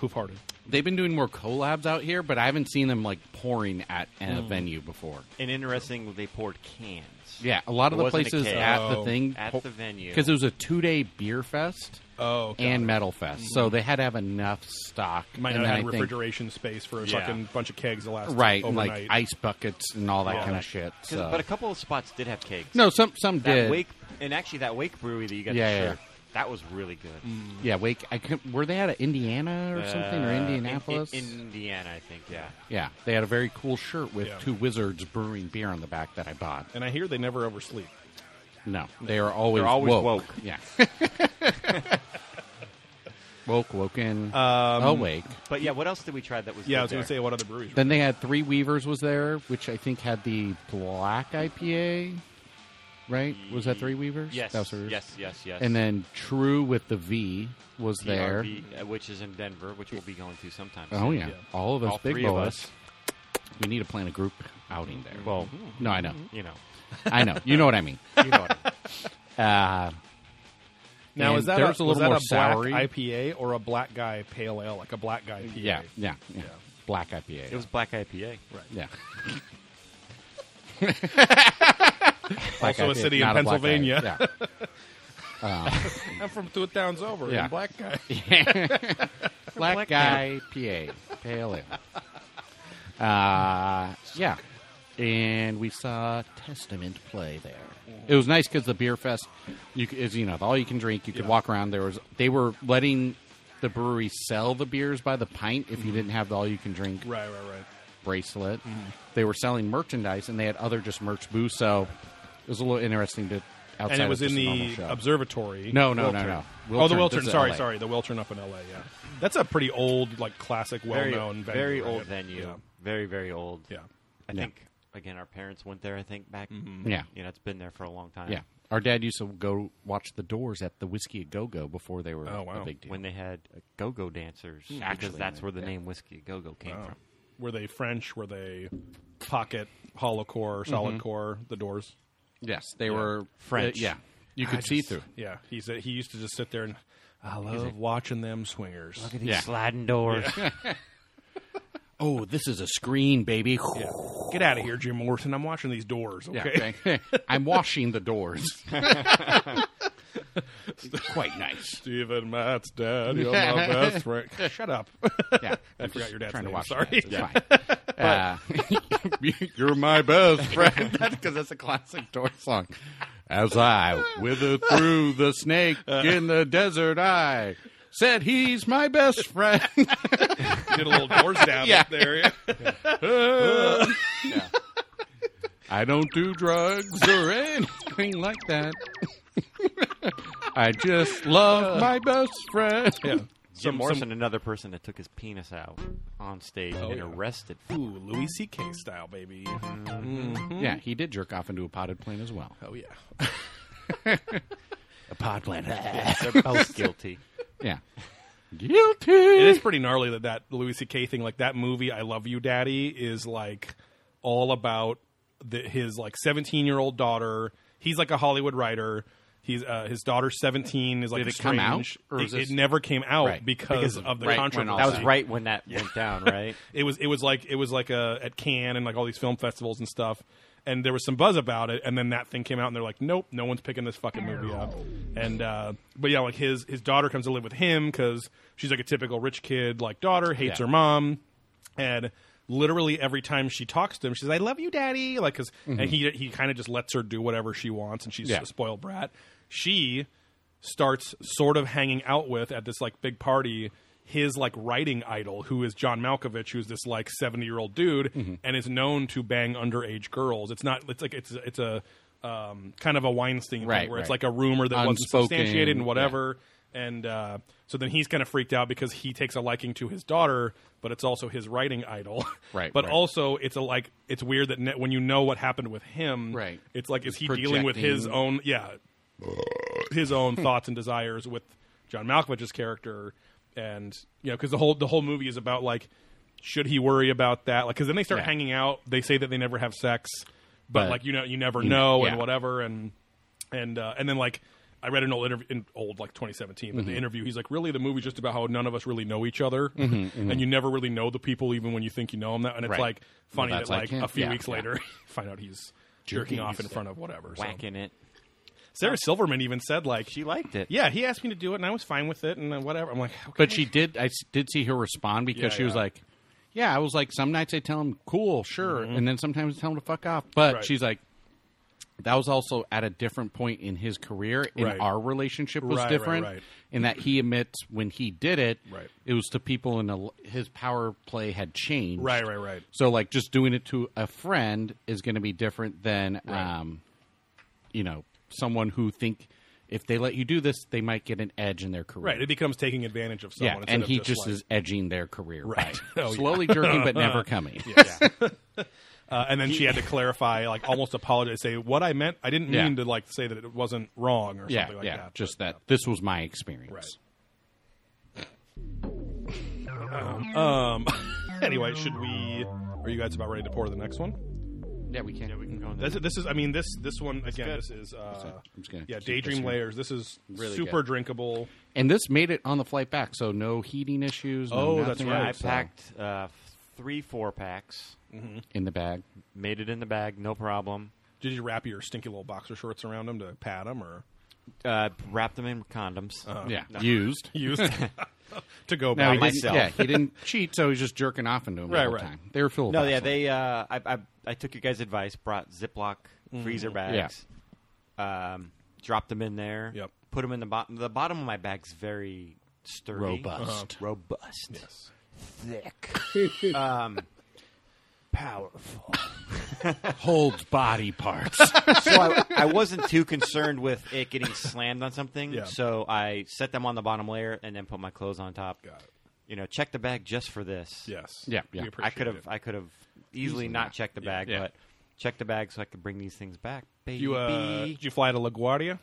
A: Hoof hearted.
B: They've been doing more collabs out here, but I haven't seen them like pouring at a
C: Hmm.
B: venue before.
C: And interesting, they poured cans.
B: Yeah, a lot of
C: It
B: the
C: wasn't a
B: places
C: keg.
B: at the
A: Oh.
B: thing
C: At the venue.
B: because it was a two-day beer fest
A: Oh, got
B: and
A: it.
B: metal fest, so
C: Mm-hmm.
B: they had to have enough stock.
A: might not
B: and then
A: have
B: I
A: had
B: think-
A: refrigeration space for a
C: Yeah.
A: fucking bunch of kegs the last
B: right? and,
A: overnight.
B: Like ice buckets and all that
A: Yeah.
B: kind of shit.
C: 'Cause-
B: so-
C: But a couple of spots did have cakes.
B: no, some some
C: that
B: did.
C: Wake and actually that Wake Brewery that you got
B: Yeah,
C: the
B: yeah, Mm.
C: shirt, that was really good.
B: Yeah, Wake. I couldn't, were they out of Indiana or something or
C: Uh, in-
B: Indianapolis?
C: in, Indiana, I think. Yeah.
B: yeah, they had a very cool shirt with
A: Yeah.
B: two wizards brewing beer on the back that I bought.
A: and I hear they never oversleep.
B: No, they are always
C: They're always
B: woke.
C: woke.
B: Yeah. woke, woken,
C: Um,
B: awake.
C: But yeah, what else did we try that was?
A: Yeah,
C: good
A: I was going to
C: there?
A: say what other breweries.
B: Then they had Three Weavers was there, which I think had the black IPA, right? Was that Three Weavers?
C: Yes.
B: That was theirs.
C: yes. Yes. Yes.
B: And then True with the V was there.
C: TRV, uh, which is in Denver, which we'll be going to sometime.
B: Oh
C: soon.
B: yeah.
A: Yeah.
B: all of us
C: All
B: big
C: three of
B: boys.
C: us.
B: We need to plan a group outing there.
C: Well,
B: no, I know,
C: you know,
B: I know. You know what I mean.
C: you know what I mean.
B: Uh,
A: now
B: and
A: is that
B: there's
A: a,
B: a
A: was
B: little
A: that
B: more
A: a
B: soury.
A: black IPA or a black guy pale ale, like a black guy PA?
B: yeah, yeah, yeah, Black IPA.
C: It was black IPA.
A: right.
B: yeah. Black
A: Also a
B: IPA,
A: city in
B: not a black
A: Pennsylvania.
B: IPA, Yeah.
A: I'm from two towns over.
B: Yeah.
A: and black guy.
B: black,
C: Black
B: guy PA pale ale. Uh, yeah, and we saw Testament play there. It was nice because the beer fest, you c- is you know all you can drink. You could
A: Yeah.
B: walk around. There was they were letting the brewery sell the beers by the pint if you didn't have the all you can drink
A: Right, right, right.
B: bracelet.
A: Mm-hmm.
B: They were selling merchandise and they had other just merch booths. So it was a little interesting to outside.
A: And it was
B: of
A: in
B: just a normal
A: the
B: show.
A: observatory.
B: No, no, no, no.
A: oh, the
B: Wiltern,
A: Wiltern.
B: this is
A: Sorry,
B: LA.
A: sorry, the Wiltern up in L.A. Yeah, that's a pretty old, like classic,
C: Very,
A: well-known, venue,
C: very
A: right?
C: old venue.
A: Yeah.
C: Very, very old.
A: yeah.
C: I
B: Yeah.
C: think again, our parents went there. I think back.
A: Mm-hmm.
B: Yeah.
C: You know, it's been there for a long time.
B: Yeah. Our dad used to go watch the Doors at the Whiskey a Go Go before they were
A: Oh, wow.
B: a big deal.
C: When they had uh, go-go dancers,
B: Actually,
C: because that's where the
B: yeah.
C: name whiskey go-go came from.
A: Were they French? Were they pocket, hollow core,
B: Mm-hmm.
A: solid core? The Doors.
B: yes, they were
C: French.
B: uh, yeah, you could see through.
A: Yeah, he said he used to just sit there and I love watching them swingers.
C: Look at these
B: Yeah.
C: sliding doors.
B: Oh, this is a screen, baby. Yeah.
A: Get out of here, Jim Morrison. I'm watching these doors. Okay.
B: thank- I'm washing the doors. Quite nice.
A: Steven Matt's dad, you're my best friend. Shut up.
B: Yeah,
A: I forgot your dad's
B: trying
A: name,
B: to watch.
A: sorry.
B: that, it's fine. Uh, you're my best friend. That's because that's a classic Doors song.
A: Uh-huh.
B: As I wither through the snake in the desert, I said he's my best friend.
A: Did a little doors down
B: Yeah.
A: up there. yeah.
B: I don't do drugs or anything like that. I just
A: Uh.
B: love my best friend.
C: Jim
A: Some-
C: Morrison,
A: some-
C: another person that took his penis out on stage and arrested.
A: Ooh, Louis C.K. style, baby.
B: Mm-hmm. Yeah, he did jerk off into a potted plane as well.
A: Oh yeah.
B: A pod plane.
C: They're both guilty.
B: yeah. Guilty.
A: It is pretty gnarly that that Louis C.K. thing, like that movie "I Love You, Daddy," is like all about the, his like seventeen year old daughter. He's like a Hollywood writer. He's uh, his daughter's seventeen. Is like
B: Did it come
A: strange.
B: out, or
A: it,
B: is this-
A: it never came out
B: Right,
A: because,
B: because of-
A: of the
B: right, when
A: controversy.
B: all
C: That was right when that went down, right?
A: It was it was like it was like a, at Cannes and like all these film festivals and stuff. And there was some buzz about it, and then that thing came out, and they're like, "Nope, no one's picking this fucking movie up." And uh, but yeah, like his his daughter comes to live with him because she's like a typical rich kid like daughter, hates
B: Yeah.
A: her mom, and literally every time she talks to him, she says, "I love you, daddy," like because and he he kind of just lets her do whatever she wants, and she's
B: Mm-hmm. Yeah.
A: a spoiled brat. She starts sort of hanging out with at this like big party his like writing idol who is John Malkovich who's this like 70 year old dude
B: Mm-hmm.
A: and is known to bang underage girls it's not it's like it's it's a um, kind of a Weinstein thing
B: Right,
A: where it's
B: right.
A: like a rumor that wasn't
B: Unspoken,
A: substantiated and
B: yeah.
A: whatever and uh, so then he's kind of freaked out because he takes a liking to his daughter but it's also his writing idol
B: Right,
A: but
B: right.
A: also it's a like it's weird that ne- when you know what happened with him
B: Right.
A: it's like is
B: He's
A: he dealing with his
B: projecting. Hmm.
A: own yeah his own thoughts and desires with John Malkovich's character, and you know, because the whole the whole movie is about like, should he worry about that? Like, because then they start
B: Yeah.
A: hanging out. They say that they never have sex, but,
B: But-
A: like you know, you never know,
B: yeah.
A: and whatever, and and uh, and then like. I read an old interview, in old like 2017,
B: Mm-hmm.
A: but the interview. He's like, really, the movie's just about how none of us really know each other, and you never really know the people, even when you think you know them. That, and it's
B: mm-hmm. Right.
A: like funny
B: Well,
A: that
B: that's like
A: like
B: him.
A: a few
B: Yeah,
A: weeks
B: yeah.
A: later, you find out he's jerking,
B: Jerking
A: off in
B: his-
A: front of whatever. So.
C: Whacking it.
A: Sarah Silverman even said like
C: She liked it.
A: yeah, he asked me to do it, and I was fine with it, and uh, whatever. I'm like, okay.
B: But she did. I s- did see her respond because
A: Yeah,
B: she was
A: yeah.
B: like, "Yeah." I was like, some nights I tell him, "Cool, sure," and then sometimes I tell him to fuck off. But
A: Mm-hmm. Right.
B: she's like, that was also at a different point in his career, and
A: Right.
B: our relationship was
A: Right, right,
B: different.
A: right.
B: In that he admits when he did it,
A: Right.
B: it was to people, and a- his power play had changed.
A: Right, right, right.
B: So like, just doing it to a friend is going to be different than, um, you know, someone who think. If they let you do this, they might get an edge in their career
A: right, it becomes taking advantage of someone. instead
B: and
A: of
B: he
A: just,
B: just,
A: like-
B: is edging their career,
A: Right.
B: right?
A: Oh, yeah.
B: Slowly jerking, but never coming.
A: Uh, and then she had to clarify, like almost apologize, say what I meant. I didn't
B: Yeah.
A: mean to like say that it wasn't wrong or
B: yeah,
A: something like
B: yeah.
A: that.
B: just
A: but,
B: that this was my experience.
A: Right. Um. anyway, should we? Are you guys about ready to pour the next one?
B: Yeah, we can.
C: Yeah, we can go on
A: This, this is. I mean, this this one again.
C: good.
A: This is. Uh,
B: I'm just gonna
A: yeah,
B: keep this
A: daydream
B: one.
A: layers. This is
B: Really
A: super
B: good.
A: drinkable.
B: And this made it on the flight back, so no heating issues. no
A: Oh, that's
B: nothing,
A: right.
C: I
B: so-
C: packed uh, three four packs,
B: in the bag.
C: made it in the bag, no problem.
A: Did you wrap your stinky little boxer shorts around them to pad them or
C: Uh, wrapped them in condoms.
A: Oh,
B: yeah, used.
A: used to go
B: No,
A: back?
B: he didn't,
C: myself.
B: yeah, he didn't cheat, so he's just jerking off into him
A: Right,
B: the whole
A: right.
B: time. They were full. of
C: No, yeah,
B: Vaseline.
C: they. Uh, I, I I took your guys' advice, brought Ziploc freezer bags, um, dropped them in there.
A: Yep.
C: Put them in the bottom. The bottom of my bag's very sturdy,
B: Robust.
A: Uh-huh.
C: robust, thick, um, powerful.
B: holds body parts.
C: So I, I wasn't too concerned with it getting slammed on something.
A: Yeah.
C: So I set them on the bottom layer and then put my clothes on top.
A: Got it.
C: You know, check the bag just for this.
A: Yes.
B: Yeah,
A: We
B: yeah. I
A: appreciate
C: I could have
A: it.
C: I could have easily not checked the bag,
B: Yeah.
C: but checked the bag so I could bring these things back. Baby,
A: You uh, did you fly to LaGuardia?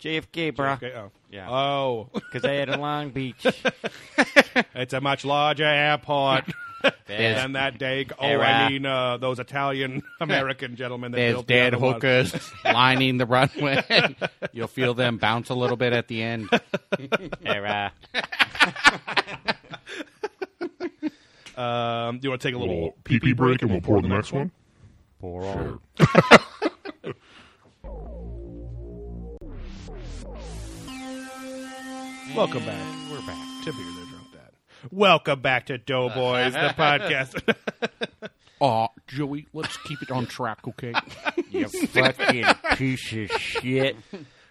C: JFK, bro,
A: Okay. Oh.
C: Yeah.
A: Oh,
C: because I had a Long Beach.
A: it's a much larger airport
C: There's-
A: than that day. Oh, I
C: Era.
A: mean uh, those Italian American gentlemen that
B: There's
A: built the
B: dead
A: other one.
B: hookers lining the runway. You'll feel them bounce a little bit at the end.
C: era.
A: Um, do you want to take a
D: Little
A: little?
D: pee pee break and we'll pour the next one.
C: Sure.
A: Welcome back.
C: We're back.
A: To beer, they drunk that. Welcome back to Doughboys, the podcast.
B: Oh, Joey, let's keep it on track, okay?
C: You fucking piece of shit.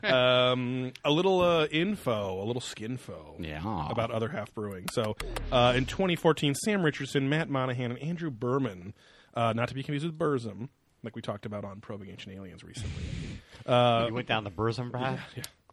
A: um, a little uh, info, a little skinfo
B: Yeah.
A: about other half brewing. So uh, in 2014, Sam Richardson, Matt Monahan, and Andrew Berman, uh, not to be confused with Burzum, like we talked about on Probing Ancient Aliens recently, Uh,
C: you went down the Burzum path.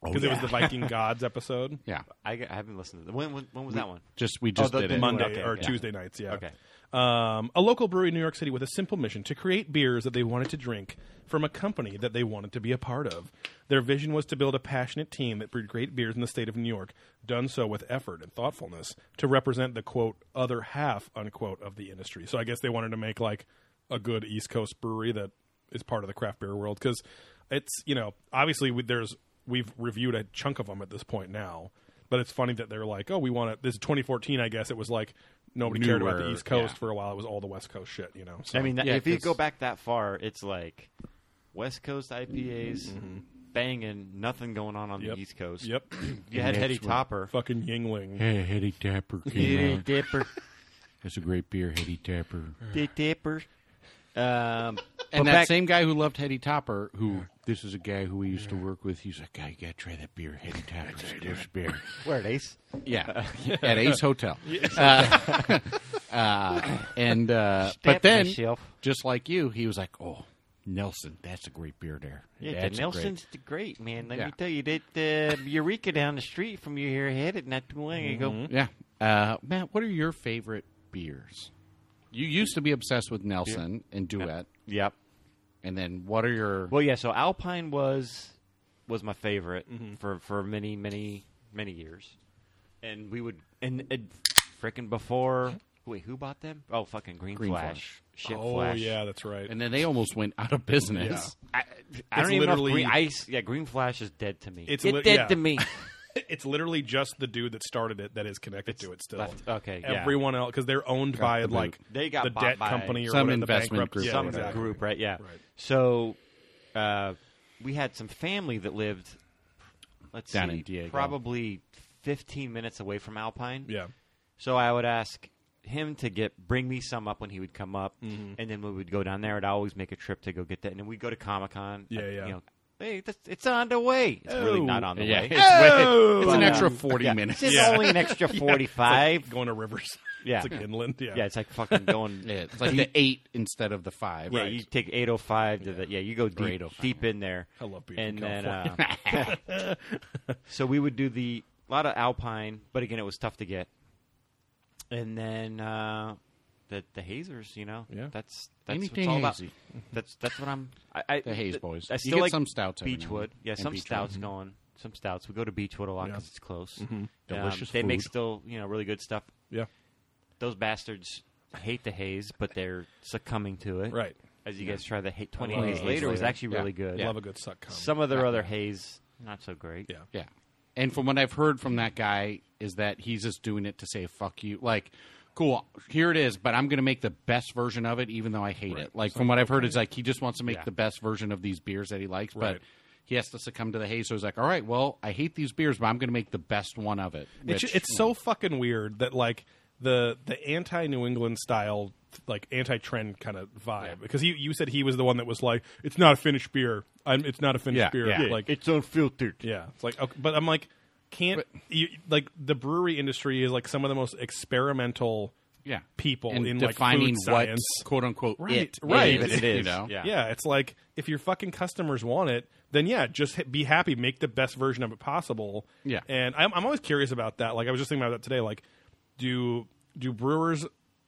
C: Oh,
A: because it was the Viking Gods episode.
B: Yeah.
C: I, I haven't listened to that. When, when, when was that one?
B: Just we just
A: the-
B: did
A: the
B: it.
A: Monday
C: Okay,
A: or
C: yeah.
A: Tuesday nights. Yeah.
C: Okay.
A: Um, a local brewery in New York City with a simple mission to create beers that they wanted to drink from a company that they wanted to be a part of. Their vision was to build a passionate team that brewed great beers in the state of New York, done so with effort and thoughtfulness to represent the quote other half unquote of the industry. So I guess they wanted to make like a good East Coast brewery that is part of the craft beer world because it's you know obviously we, there's we've reviewed a chunk of them at this point now, but it's funny that they're like oh we want to this is 2014 I guess it was like nobody cared about the
B: Newer,
A: East Coast
B: yeah.
A: for a while. It was all the West Coast shit, you know. So.
C: I mean, that,
B: Yeah,
C: if you
B: 'cause-
C: go back that far, it's like West Coast IPAs banging, nothing going on on
A: Yep.
C: the East Coast.
A: yep,
C: You had
B: That's
C: Hetty
B: what-
C: Topper.
A: fucking Yingling.
B: Hey, Hetty Tapper
C: Hetty Dipper.
B: That's a great beer, Hetty Tapper.
C: Hetty Dipper. Um, but
B: And that
C: back-
B: same guy who loved Hetty Topper, who this is a guy who we used to work with. He's like, "Guy, you gotta try that beer, Hetty Topper's worst beer."
C: Where it is?
B: Yeah, at Ace Hotel. Uh, uh, and uh, but then,
C: myself.
B: just like you, he was like, "Oh, Nelson, that's a great beer there.
C: Yeah,
B: that's
C: the
B: a great-
C: Nelson's the great man. Let
B: Yeah.
C: me tell you that uh, Eureka down the street from you here headed not too long ago.
B: Yeah. Uh, Matt, what are your favorite beers? You used to be obsessed with Nelson and Duet,
C: Yep.
B: and then what are your?
C: Well, yeah. So Alpine was was my favorite for for many many many years, and we would and, and frickin' before. Wait, who bought them? Oh, fucking Green,
B: Green
C: Flash. Shit
A: oh
C: Flash.
A: yeah, that's right.
B: and then they almost went out of business.
C: I, I
A: It's
C: don't even know.
A: literally-
C: if Green, I s- yeah, Green Flash is dead to me.
A: It's
C: It
A: lit-
C: dead
A: yeah.
C: to me.
A: it's literally just the dude that started it that is connected to it still.
C: left- okay, yeah.
A: everyone else because they're owned by
B: the boot.
A: like
C: They got
A: the
C: bought
A: debt
C: by
A: company or whatever,
B: some
A: the
B: investment
A: bankrupt-
B: group
A: Yeah,
B: or
C: some
A: exactly.
C: group, right? Yeah.
A: Right.
C: So uh, we had some family that lived, let's
B: Down
C: see,
B: in Diego.
C: probably 15 minutes away from Alpine.
A: Yeah,
C: So I would ask him to get bring me some up when he would come up,
A: Mm-hmm.
C: and then we would go down there. I'd always make a trip to go get that, and then we'd go to Comic Con.
A: Yeah, yeah.
C: You know, hey, that's, it's on the way. It's really
A: Oh.
C: not on the
B: Yeah,
C: way.
B: it's, way- it's an extra forty minutes.
C: It's just
A: Yeah.
C: only an extra forty-five.
A: going to rivers.
C: Yeah.
A: it's like inland. Yeah,
C: yeah, it's like fucking going.
B: Yeah, it's like the eight instead of the five.
C: Yeah, you take 805 to the yeah, you go deep
B: 805.
C: deep in there.
A: I love beer
C: And
A: from
C: then uh, so we would do the a lot of alpine, but again it was tough to get. And then uh, the the hazers, you know,
A: Yeah.
C: that's that's what it's
B: Anything
C: all about.
B: hazy.
C: That's that's what I'm. I, I,
B: The haze
C: th-
B: boys.
C: I
B: You
C: still
B: get
C: like
B: some stouts every now and
C: Beechwood,
B: then.
C: yeah,
B: And
C: some
B: Beechwood.
C: stouts going. Some stouts. We go to Beechwood a lot
A: Yeah.
C: because it's close. Um,
B: Delicious
C: They make
B: food.
C: still you know really good stuff.
A: yeah,
C: Those bastards hate the haze, but they're succumming to it.
A: right.
C: As you guys try the hate 20
A: Love
C: Haze
A: Haze
C: later, was
B: Later.
C: actually
B: Yeah.
C: really good.
B: Yeah.
A: Love a good suck. Comedy.
C: Some of their other haze, not so great.
A: Yeah.
B: Yeah. And from what I've heard from that guy is that he's just doing it to say fuck you. Like, cool, here it is, but I'm going to make the best version of it even though I hate it. Like from what I've heard is like he just wants to make
C: Yeah.
B: the best version of these beers that he likes,
A: Right.
B: but he has to succumb to the haze. So he's like, "All right, well, I hate these beers, but I'm going to make the best one of it."
A: It's,
B: which- hmm.
A: ju- it's so fucking weird that like the the anti New England style like anti trend kind of vibe because you you said he was the one that was like it's not a finished beer I'm, it's not a finished
B: Yeah,
A: beer
B: yeah.
A: like
C: it's unfiltered.
A: yeah it's like okay, but I'm like can't you, like the brewery industry is like some of the most experimental
B: yeah.
A: people
B: and
A: in like
B: defining
A: food
B: what
A: science
B: quote unquote
A: Right,
B: it
A: right. It
B: is, you know.
C: yeah.
A: yeah. it's like if your fucking customers want it, then yeah, just ha- be happy, make the best version of it possible.
B: Yeah.
A: and I'm, I'm always curious about that. Like I was just thinking about that today. Like, do do brewers,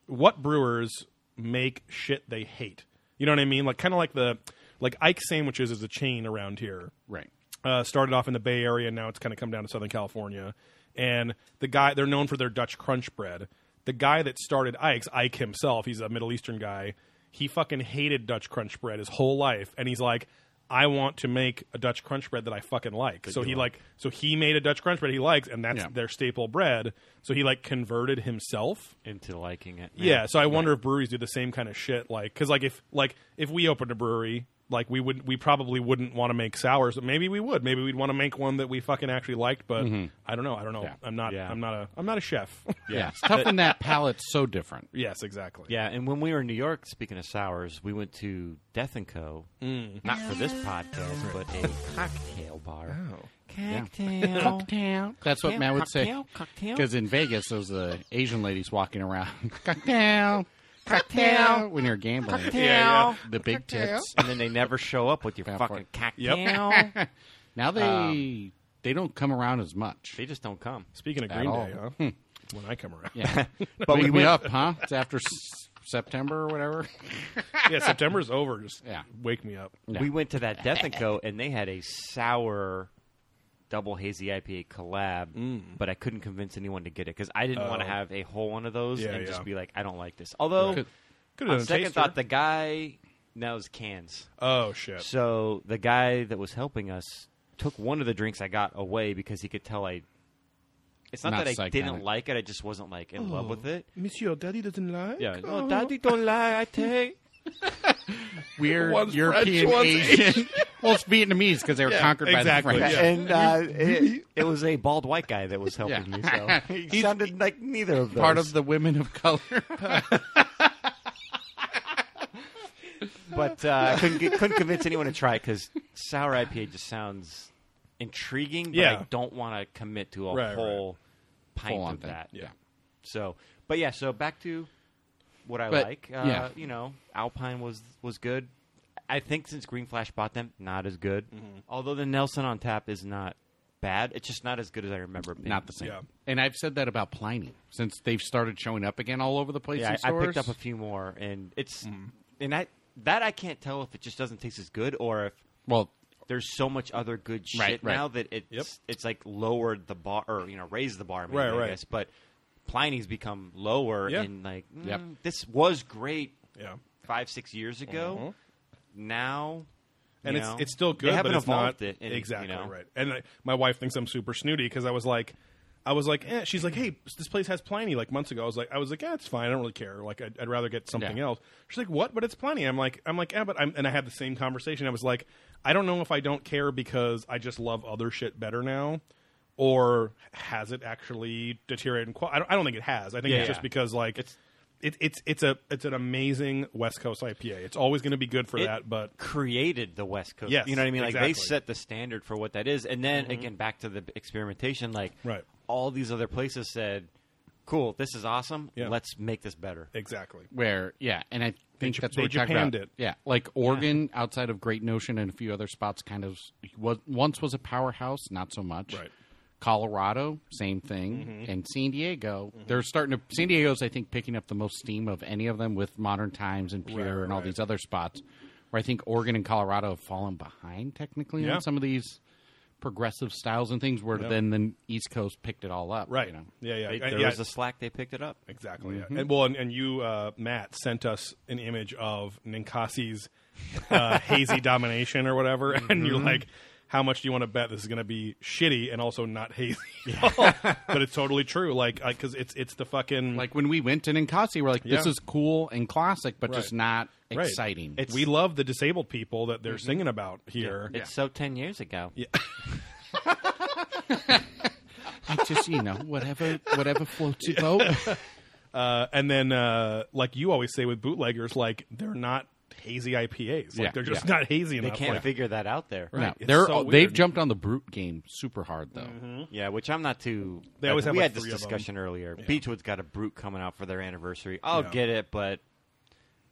A: what brewers make shit they hate? You know what I mean? Like kind of like the like Ike sandwiches is a chain around here
B: Right.
A: uh, started off in the Bay Area, and now it's kind of come down to Southern California. And the guy, they're known for their Dutch crunch bread. The guy that started Ike's, Ike himself, he's a Middle Eastern guy. He fucking hated Dutch crunch bread his whole life, and he's like, I want to make a Dutch crunch bread that I fucking like. so he like, so he made a Dutch crunch bread he likes, and that's
B: Yeah.
A: their staple bread. So he like converted himself.
C: Into liking it.
A: Yeah, so I wonder if breweries do the same kind of shit, like because like if like if we opened a brewery, like we would we probably wouldn't want to make sours. But maybe we would. Maybe we'd want to make one that we fucking actually liked. But I don't know. I don't know.
B: Yeah.
A: I'm not.
C: Yeah.
A: I'm not a. I'm not a chef.
B: Yeah. It's tough when that palette's so different.
A: yes, exactly.
C: Yeah, and when we were in New York, speaking of sours, we went to Death and Co.
A: Mm.
C: Not for this podcast, but a cocktail bar.
A: Oh.
C: Cocktail.
B: Cocktail. That's what
C: Cocktail,
B: Matt would
C: cocktail,
B: say.
C: cocktail.
B: Because in Vegas, there was the Asian ladies walking around. cocktail. Cocktail. When you're gambling.
A: yeah.
B: The big tits.
C: and then they never show up with your
B: Yeah,
C: fucking cocktail.
B: Now they they don't come around as much.
C: They just don't come.
A: Speaking of
B: At
A: Green
B: all.
A: Day, huh? when I come around, yeah,
B: But we, we up, huh? It's after s- September or whatever.
A: September's over. Just
B: Yeah.
A: wake me up.
B: Yeah.
C: We went to that Death and Co. and they had a sour double hazy IPA collab,
A: Mm.
C: but I couldn't convince anyone to get it because I didn't want to have a whole one of those
A: Oh. Yeah,
C: and
A: yeah.
C: just be like, I don't like this. Although,
B: Could-
A: Good
C: on second thought, the guy knows cans.
A: oh shit.
C: So the guy that was helping us took one of the drinks I got away because he could tell I. It's not,
B: Not
C: that I
B: psychotic.
C: didn't like it; I just wasn't like in
A: Oh,
C: love with it.
A: Monsieur, daddy doesn't lie.
C: Yeah. Oh, daddy, don't lie. I take.
B: weird
A: One's
B: European
A: French, one's
B: Asian. well, it's Vietnamese because they were conquered
A: exactly,
B: by the French.
A: yeah.
C: And uh, it, it was a bald white guy that was helping
B: Yeah.
C: me. So he
B: He's-
C: sounded like neither of those.
B: Part of the women of color.
C: but uh, I couldn't get, couldn't convince anyone to try because sour IPA just sounds intriguing. But
A: Yeah.
C: I don't want to commit to a
A: Right, right.
C: whole pint
B: Full on
C: of
B: thing.
C: that.
A: Yeah.
C: So, but yeah, so back to what I
B: But,
C: like. Uh,
B: yeah.
C: You know, Alpine was was good. I think since Green Flash bought them, not as good.
B: Mm-hmm.
C: Although the Nelson on tap is not bad, it's just not as good as I remember. it Being.
B: Not the same.
A: Yeah.
B: And I've said that about Pliny since they've started showing up again all over the place.
C: Yeah,
B: in
C: I, I picked
B: stores.
C: up a few more, and it's
A: Mm-hmm.
C: and I that I can't tell if it just doesn't taste as good or if
B: well,
C: there's so much other good shit
B: Right, right.
C: now that it's
A: Yep.
C: it's like lowered the bar or you know raised the bar maybe,
A: Right,
C: I
A: right.
C: guess. But Pliny's become lower
A: Yeah.
C: and like mm,
B: Yep.
C: this was great
A: Yeah.
C: five six years ago. Now.
A: Mm-hmm. and
C: you
A: it's
C: know,
A: it's still good.
C: They haven't
A: but it's
C: evolved
A: not,
C: it and, you
A: exactly
C: know,
A: right. And I, my wife thinks I'm super snooty because I was like, I was like, eh. she's like, hey, this place has Pliny. Like months ago, I was like, I was like, yeah, it's fine. I don't really care. Like, I'd, I'd rather get something
B: Yeah.
A: else. She's like, what? But it's Pliny. I'm like, I'm like, yeah, but I'm. And I had the same conversation. I was like, I don't know if I don't care because I just love other shit better now. Or has it actually deteriorated? In qual- I, don't, I don't think it has. I think
C: Yeah,
A: it's just
C: yeah.
A: because like it's it, it's it's a it's an amazing West Coast IPA. It's always going to be good for
C: It-
A: that. But
C: created the West Coast.
A: Yes,
C: you know what I mean. Like they
A: exactly. Mm-hmm.
C: set the standard for what that is, and then again back to the experimentation. Like
A: Right.
C: all these other places said, "Cool, this is awesome.
A: Yeah.
C: Let's make this better."
A: exactly.
B: where yeah, and I think
A: Jap-
B: that's what
A: they
B: we're talking about.
A: Japanned it.
B: Yeah, like Oregon outside of Great Notion and a few other spots, kind of was once was a powerhouse, not so much.
A: Right. Mm-hmm.
B: Colorado, same thing, and San Diego. They're starting to. San Diego's, I think, picking up the most steam of any of them with Modern Times and Pure
A: Right,
B: and all
A: right.
B: these other spots. Where I think Oregon and Colorado have fallen behind technically
A: Yeah.
B: on some of these progressive styles and things. Where then the East Coast picked it all up.
A: Right.
B: You know?
A: Yeah, yeah.
C: They,
A: Uh,
C: there
A: yeah,
C: was a slack. They picked it up.
A: exactly. yeah. And well, and, and you, uh, Matt, sent us an image of Ninkasi's uh, hazy domination or whatever, and you're like, "How much do you want to bet this is going to be shitty and also not hazy?" at all?" but it's totally true. Like, because it's it's the fucking
B: Like when we went to Ninkasi, we're like, this
A: Yeah.
B: is cool and classic, but just
A: Right.
B: not
A: Right. Mm-hmm.
B: exciting.
C: It's-
A: we love the disabled people that they're singing about here.
C: It's so ten years ago.
B: I just you know whatever whatever floats your boat.
A: Uh, and then, uh, like you always say with bootleggers, like they're not hazy IPAs. Like
B: Yeah,
A: they're just
B: yeah.
A: not hazy enough.
C: They can't
A: Like,
C: figure that out there.
B: No,
A: It's
B: they're
A: so
B: they've
A: weird. Mm-hmm.
B: jumped on the brute game super hard though.
C: Yeah, which I'm not too.
A: They always have,
C: we
A: like,
C: had this
A: three of them.
C: discussion earlier. Beechwood's got a brute coming out for their anniversary. I'll
A: Yeah.
C: get it, but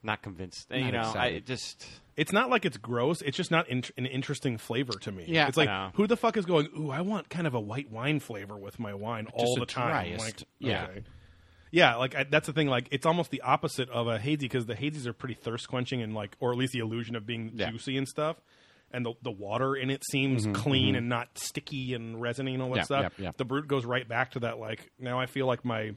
C: not convinced. you know, I
B: excited.
C: it just
A: It's not like it's gross. It's just not in- an interesting flavor to me.
B: Yeah.
A: it's like
C: No.
A: who the fuck is going? Ooh, I want kind of a white wine flavor with my wine all
B: the
A: the time. I'm
B: driest.
A: Like,
B: Yeah.
A: okay. yeah. Like I, that's the thing. Like it's almost the opposite of a hazy because the hazies are pretty thirst quenching and like, or at least the illusion of being
B: Yeah. Mm-hmm,
A: juicy and stuff. And the the water in it seems clean and not sticky and resiny and all that
B: Yeah,
A: stuff.
B: yeah, yeah.
A: The brute goes right back to that. Like now I feel like my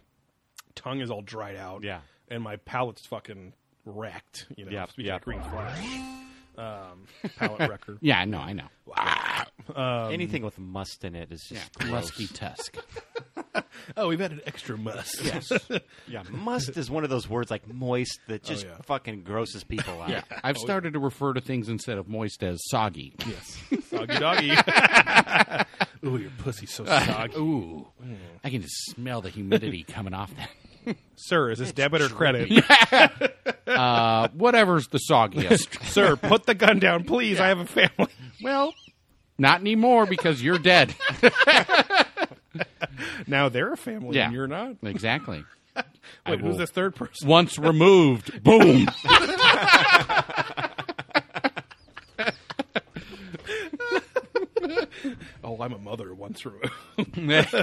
A: tongue is all dried out.
C: Yeah.
A: and my palate's fucking wrecked. You know,
C: Yep,
A: speaking of
C: yep.
A: green flash um, palate record.
B: Yeah, I know, I know.
A: Um,
C: anything with must in it is just
B: Musky tusk.
A: Oh, we've added extra must. Yes.
C: Yeah, must is one of those words like moist that just
A: Oh, yeah.
C: fucking grosses people out.
A: Oh,
B: Yeah, I've started to refer to things instead of moist as soggy.
A: yes. Soggy doggy. Ooh, your pussy's so soggy.
B: Ooh,
A: Mm.
B: I can just smell the humidity coming off that.
A: Sir, is this debit or credit?
B: Uh, whatever's the soggiest.
A: Sir, put the gun down, please. I have a family.
B: well, not anymore because you're dead.
A: Now they're a family
B: Yeah.
A: and you're not.
B: exactly. I
A: Wait,
B: will-
A: who's this third person?
B: Once removed, boom.
A: Oh, I'm a mother once removed.
B: yes,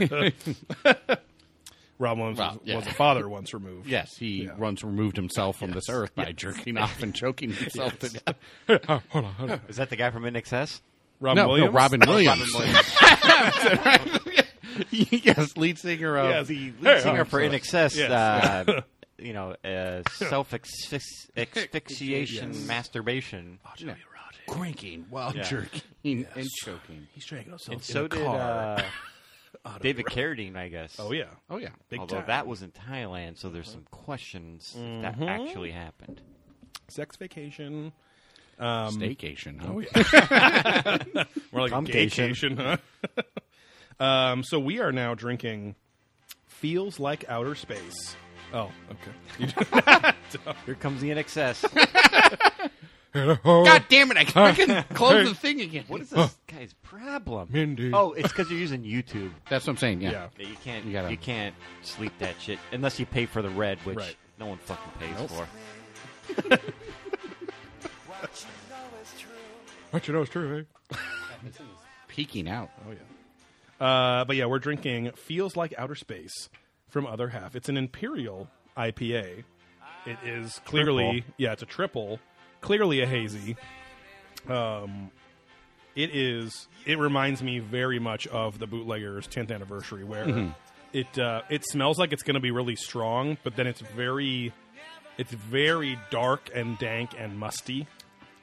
A: Rob Williams
B: Well,
A: was,
B: yeah.
A: was a father once removed.
B: he once removed himself from this earth by jerking off and choking himself to death.
C: Is that the guy from NXS?
A: Rob
B: no,
A: Williams.
B: no, Robin Williams. yes, lead singer of
A: Yes.
C: The lead
A: Hey,
C: singer
A: I'm
C: for
A: sorry.
C: NXS,
A: Yes.
C: uh, you know, uh, self asphyxiation masturbation.
A: Oh,
B: Yeah. cranking while
C: Yeah.
B: jerking and choking.
A: He's strangled himself.
C: And so did uh, David Carradine, I guess.
A: oh yeah.
B: Oh yeah.
A: Big
C: Although
A: time. Uh-huh.
C: that was in Thailand, so there's some questions if that
A: Mm-hmm.
C: actually happened.
A: sex vacation. Um,
B: Staycation.
A: oh,
B: Huh?
A: More like
C: Gumcation.
A: gaycation, huh? um, so we are now drinking feels like outer space. Oh, okay.
C: Here comes the NXS.
B: God damn it! I fucking close the thing again.
C: what is this guy's problem?
A: Mindy.
C: Oh, it's because you're using YouTube.
B: That's what I'm saying. Yeah.
A: yeah.
C: Yeah, You can't.
B: You
C: You,
B: gotta-
C: can't sleep that shit unless you pay for the red, which
A: Right.
C: no one fucking pays for.
A: What you know is true.
F: eh?
B: Peeking out.
A: Oh yeah. Uh, but yeah, we're drinking feels like outer space from other half. It's an imperial IPA. It is clearly yeah, it's a triple. Clearly a hazy. Um, it is. It reminds me very much of the Bootlegger's 10th anniversary, where it uh, it smells like it's going to be really strong, but then it's very it's very dark and dank and musty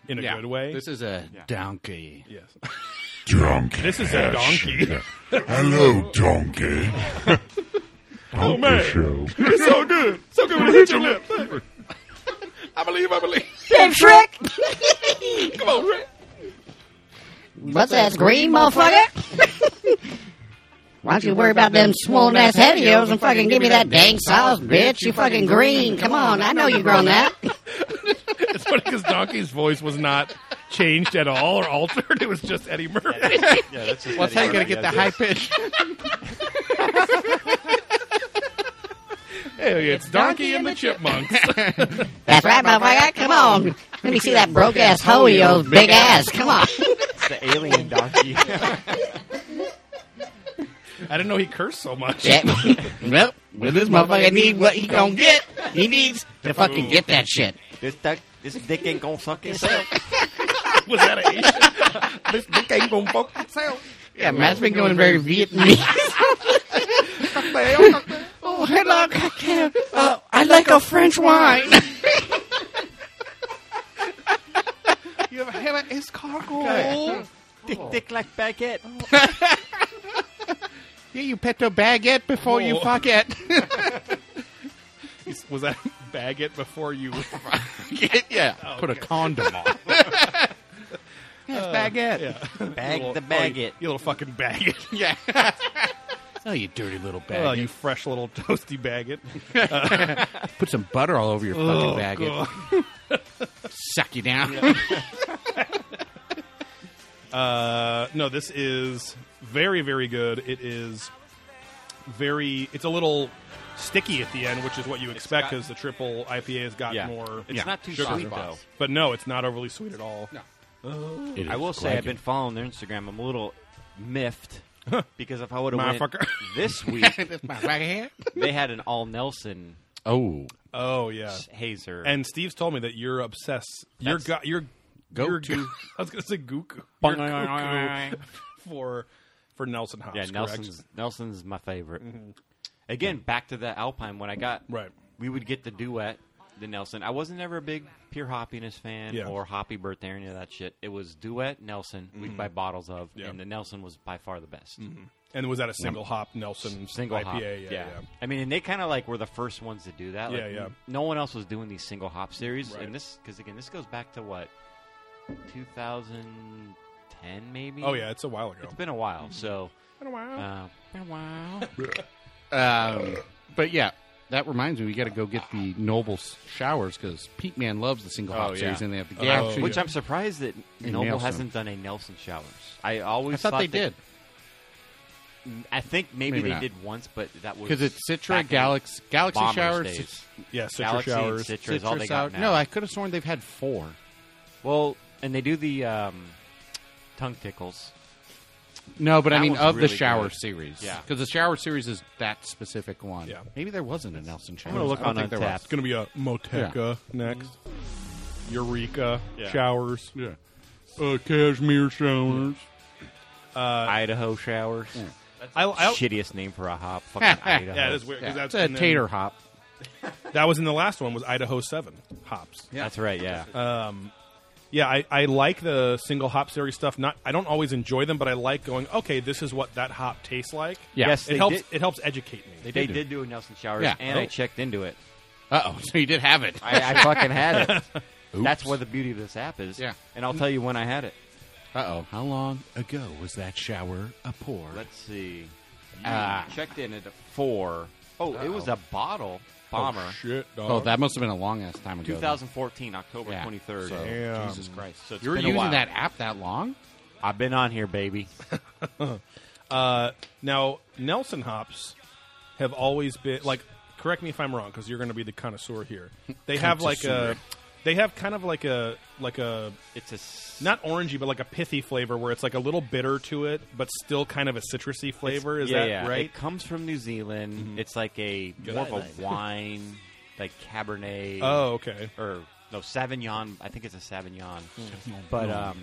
A: in a
B: yeah.
A: good way.
B: This is a donkey.
A: yes.
D: Donkey.
A: This is a donkey.
D: Hello, donkey. donkey
F: Oh,
A: man.
D: show.
A: so good. So good when hit your lip. I believe, I believe.
E: What's that green, motherfucker? Why don't you worry about them swollen ass head of yours and fucking give me that dang sauce, bitch? You fucking green. Come on, I know you grown that.
A: It's funny because Donkey's voice was not changed at all or altered. It was just Eddie Murphy.
C: Yeah, that's just
B: What's how you gonna get the high pitch?
A: Hey, it's Donkey and the Chipmunks.
E: That's right, motherfucker. Come on. Let me see that broke ass hoe of yours, big ass. Come on.
C: the alien donkey.
A: I didn't know he cursed so much.
E: Check.
B: well, will this motherfucker need what he gonna get? He needs to fucking get that shit.
C: this, duck, this dick ain't gonna suck itself.
A: Was that a Asian? this dick ain't gonna fuck
B: Yeah, Matt's been going very Vietnamese. oh, hello, cocktail. Uh, I like a French wine. you ever have an escargot?
C: dick, dick like baguette.
B: Oh. Yeah, you pet the baguette before you
A: Oh.
B: fuck it.
A: Was that Baggett before you?
B: yeah, put a condom on. Uh, yes, baguette.
C: Bag the
A: You,
C: baguette.
A: little fucking Baggett.
B: Yeah. oh, you dirty little baguette.
A: Oh, you fresh little toasty Baggett.
B: put some butter all over your fucking baguette.
A: God.
B: Suck you down.
A: Uh, no, this is very, very good. It is very. It's a little sticky at the end, which is what you expect because the triple IPA has got
C: Yeah.
A: more.
C: It's
B: Yeah.
C: not too
A: Sugar
C: sweet though.
A: But no, it's not overly sweet at all.
B: No.
C: I will say I've been following their Instagram. I'm a little miffed because if I would have went
A: Motherfucker.
C: this week,
B: been.
C: they had an all Nelson uh,
B: oh,
A: Oh yeah.
C: hazer.
A: And Steve's told me that you're obsessed. You're
C: That's-
A: got you're
B: Go
A: you're
B: to-
A: go- I was gonna say Goku. You're
B: Bung.
A: cuckoo for for Nelson Hops.
C: yeah,
A: correct? Mm-hmm.
C: Nelson's Nelson's my favorite. Again, back to the Alpine when I got
A: Right.
C: We would get the duet, the Nelson. I wasn't ever a big pure hoppiness fan
A: Yeah.
C: or hoppy birth or any of that shit. It was Duet Nelson we'd buy bottles of,
A: Mm-hmm. Yeah. Mm-hmm.
C: and the Nelson was by far the best.
A: And was that a single hop Nelson
C: Single
A: IPA?
C: hop,
A: Yeah, yeah.
C: I mean, and they kind of like were the first ones to do that. Like,
A: Yeah, yeah.
C: No one else was doing these single hop series,
A: Right.
C: and this because again, this goes back to what 2010 maybe.
A: Oh yeah, it's a while ago.
C: it's been a while. So
A: Been a while.
C: uh, been a while.
B: Um, but yeah, that reminds me, we got to go get the Noble s- showers because Pete Man loves the single hop
C: Oh, yeah.
B: series, and they have the
A: Yeah,
B: gas.
A: Oh,
C: Which
A: yeah.
C: I'm surprised that
B: And
C: Noble
B: Nelson.
C: hasn't done a Nelson Showers. I always
B: I thought, they
C: that-
B: did
C: I think maybe,
B: Maybe
C: they
B: not.
C: did once, but that was
B: because it's
C: back
B: Citra,
C: in
B: Galaxy, Galaxy
C: Bombers
B: showers,
C: days.
A: yeah, Citra
C: Galaxy,
A: showers.
C: Citra is all
B: Citra
C: they
B: Sour-
C: got now.
B: No, I could have sworn they've had four.
C: well, and they do the um, tongue tickles.
B: No, but I
C: That
B: mean
C: one's
B: of the
C: really
B: shower
C: good.
B: series.
C: Yeah.
B: because the shower series is that specific one.
A: Yeah.
B: maybe there wasn't a Nelson shower.
C: gonna look on Untappd.
A: It's gonna be a Moteca next.
C: Mm-hmm.
A: Eureka showers.
B: Yeah.
A: Uh, cashmere showers.
B: Uh,
C: Idaho showers.
A: I, I,
C: Shittiest name for a hop. Fucking Idaho.
A: yeah, it is weird. 'cause
B: Yeah,
A: that's
B: it's a
A: and then-
B: tater hop.
A: That was in the last one. Was Idaho Seven hops.
B: Yeah. Uh,
C: That's right. Yeah.
A: Yeah, I, I like the single hop series stuff. Not I don't always enjoy them, but I like going. Okay, this is what that hop tastes like.
B: Yeah.
C: Yes.
A: it
C: They
A: helps.
C: did-
A: It helps educate me.
C: they did do a Nelson showers,
B: Yeah.
C: and
B: Oh.
C: I checked into it.
B: Uh oh, so you did have it.
C: I, I fucking had it. That's what the beauty of this app is.
B: Yeah.
C: And I'll tell you when I had it.
B: Uh oh, how long ago was that shower a pour?
C: Let's see. You
B: Ah.
C: checked in at a four. Oh, it was a bottle bomber.
A: Oh, shit, dog.
B: Oh, that must have been a long ass time ago. then.
C: 2014, October
B: Yeah.
C: 23rd.
B: So,
A: Damn.
B: Jesus Christ!
C: So it's
B: you were
C: been a
B: using
C: while.
B: that app that long?
C: I've been on here, baby.
A: Uh, now Nelson hops have always been like. Correct me if I'm wrong, because you're going to be the connoisseur here. They have like a, they have kind of like a like a
C: It's a s-
A: not orangey, but like a pithy flavor where it's like a little bitter to it, but still kind of a citrusy flavor. Is
C: yeah,
A: that
C: yeah.
A: right?
C: It comes from New Zealand. It's like a more of a wine, like Cabernet.
A: Oh, okay.
C: or no Savignon. I think it's a Savignon.
A: Mm-hmm.
C: But um,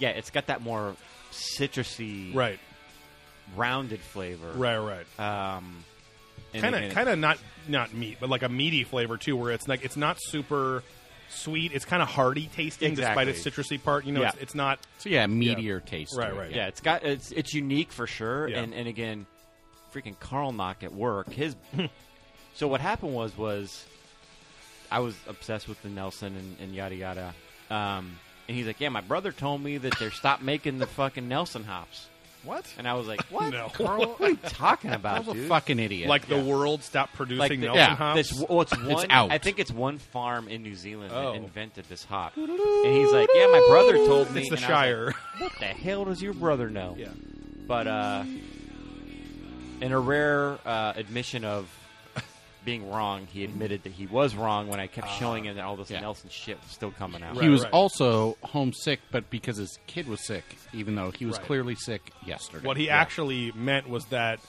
C: yeah, it's got that more citrusy,
A: Right,
C: rounded flavor.
A: right, right.
C: Um, and
A: Kind of,
C: again,
A: kind of not not meat, but like a meaty flavor too, where it's like it's not super sweet. It's kind of hearty tasting, despite its citrusy part. You know,
C: Yeah.
A: it's, it's not.
B: So yeah, meteor taste. to
A: Right,
B: it,
A: right.
C: Yeah, it's got it's it's unique for sure.
A: Yeah.
C: And and again, freaking Carl Knock at work. His so what happened was was I was obsessed with the Nelson and, and yada yada. Um, and he's like, yeah, my brother told me that they stopped making the fucking Nelson hops.
A: What?
C: And I was like, what?
A: No.
C: Carl, what are you talking about,
B: Carl's a
C: dude?
B: fucking idiot.
A: Like the world stopped producing
C: Like the-
A: Nelson
B: yeah,
A: hops.
C: This, well, it's one.
B: out.
C: I think it's one farm in New Zealand
A: Oh.
C: that invented this hop. And he's like, yeah, my brother told me.
A: It's the
C: And I was
A: Shire.
C: like, what the hell does your brother know?
A: yeah.
C: but uh, in a rare uh, admission of being wrong, he admitted that he was wrong when I kept showing him that all this
B: yeah.
C: Nelson shit was still coming out.
B: he
A: Right,
B: was
A: right.
B: also homesick, but because his kid was sick, even though he was
A: Right.
B: clearly sick yesterday.
A: What he
B: Yeah.
A: actually meant was that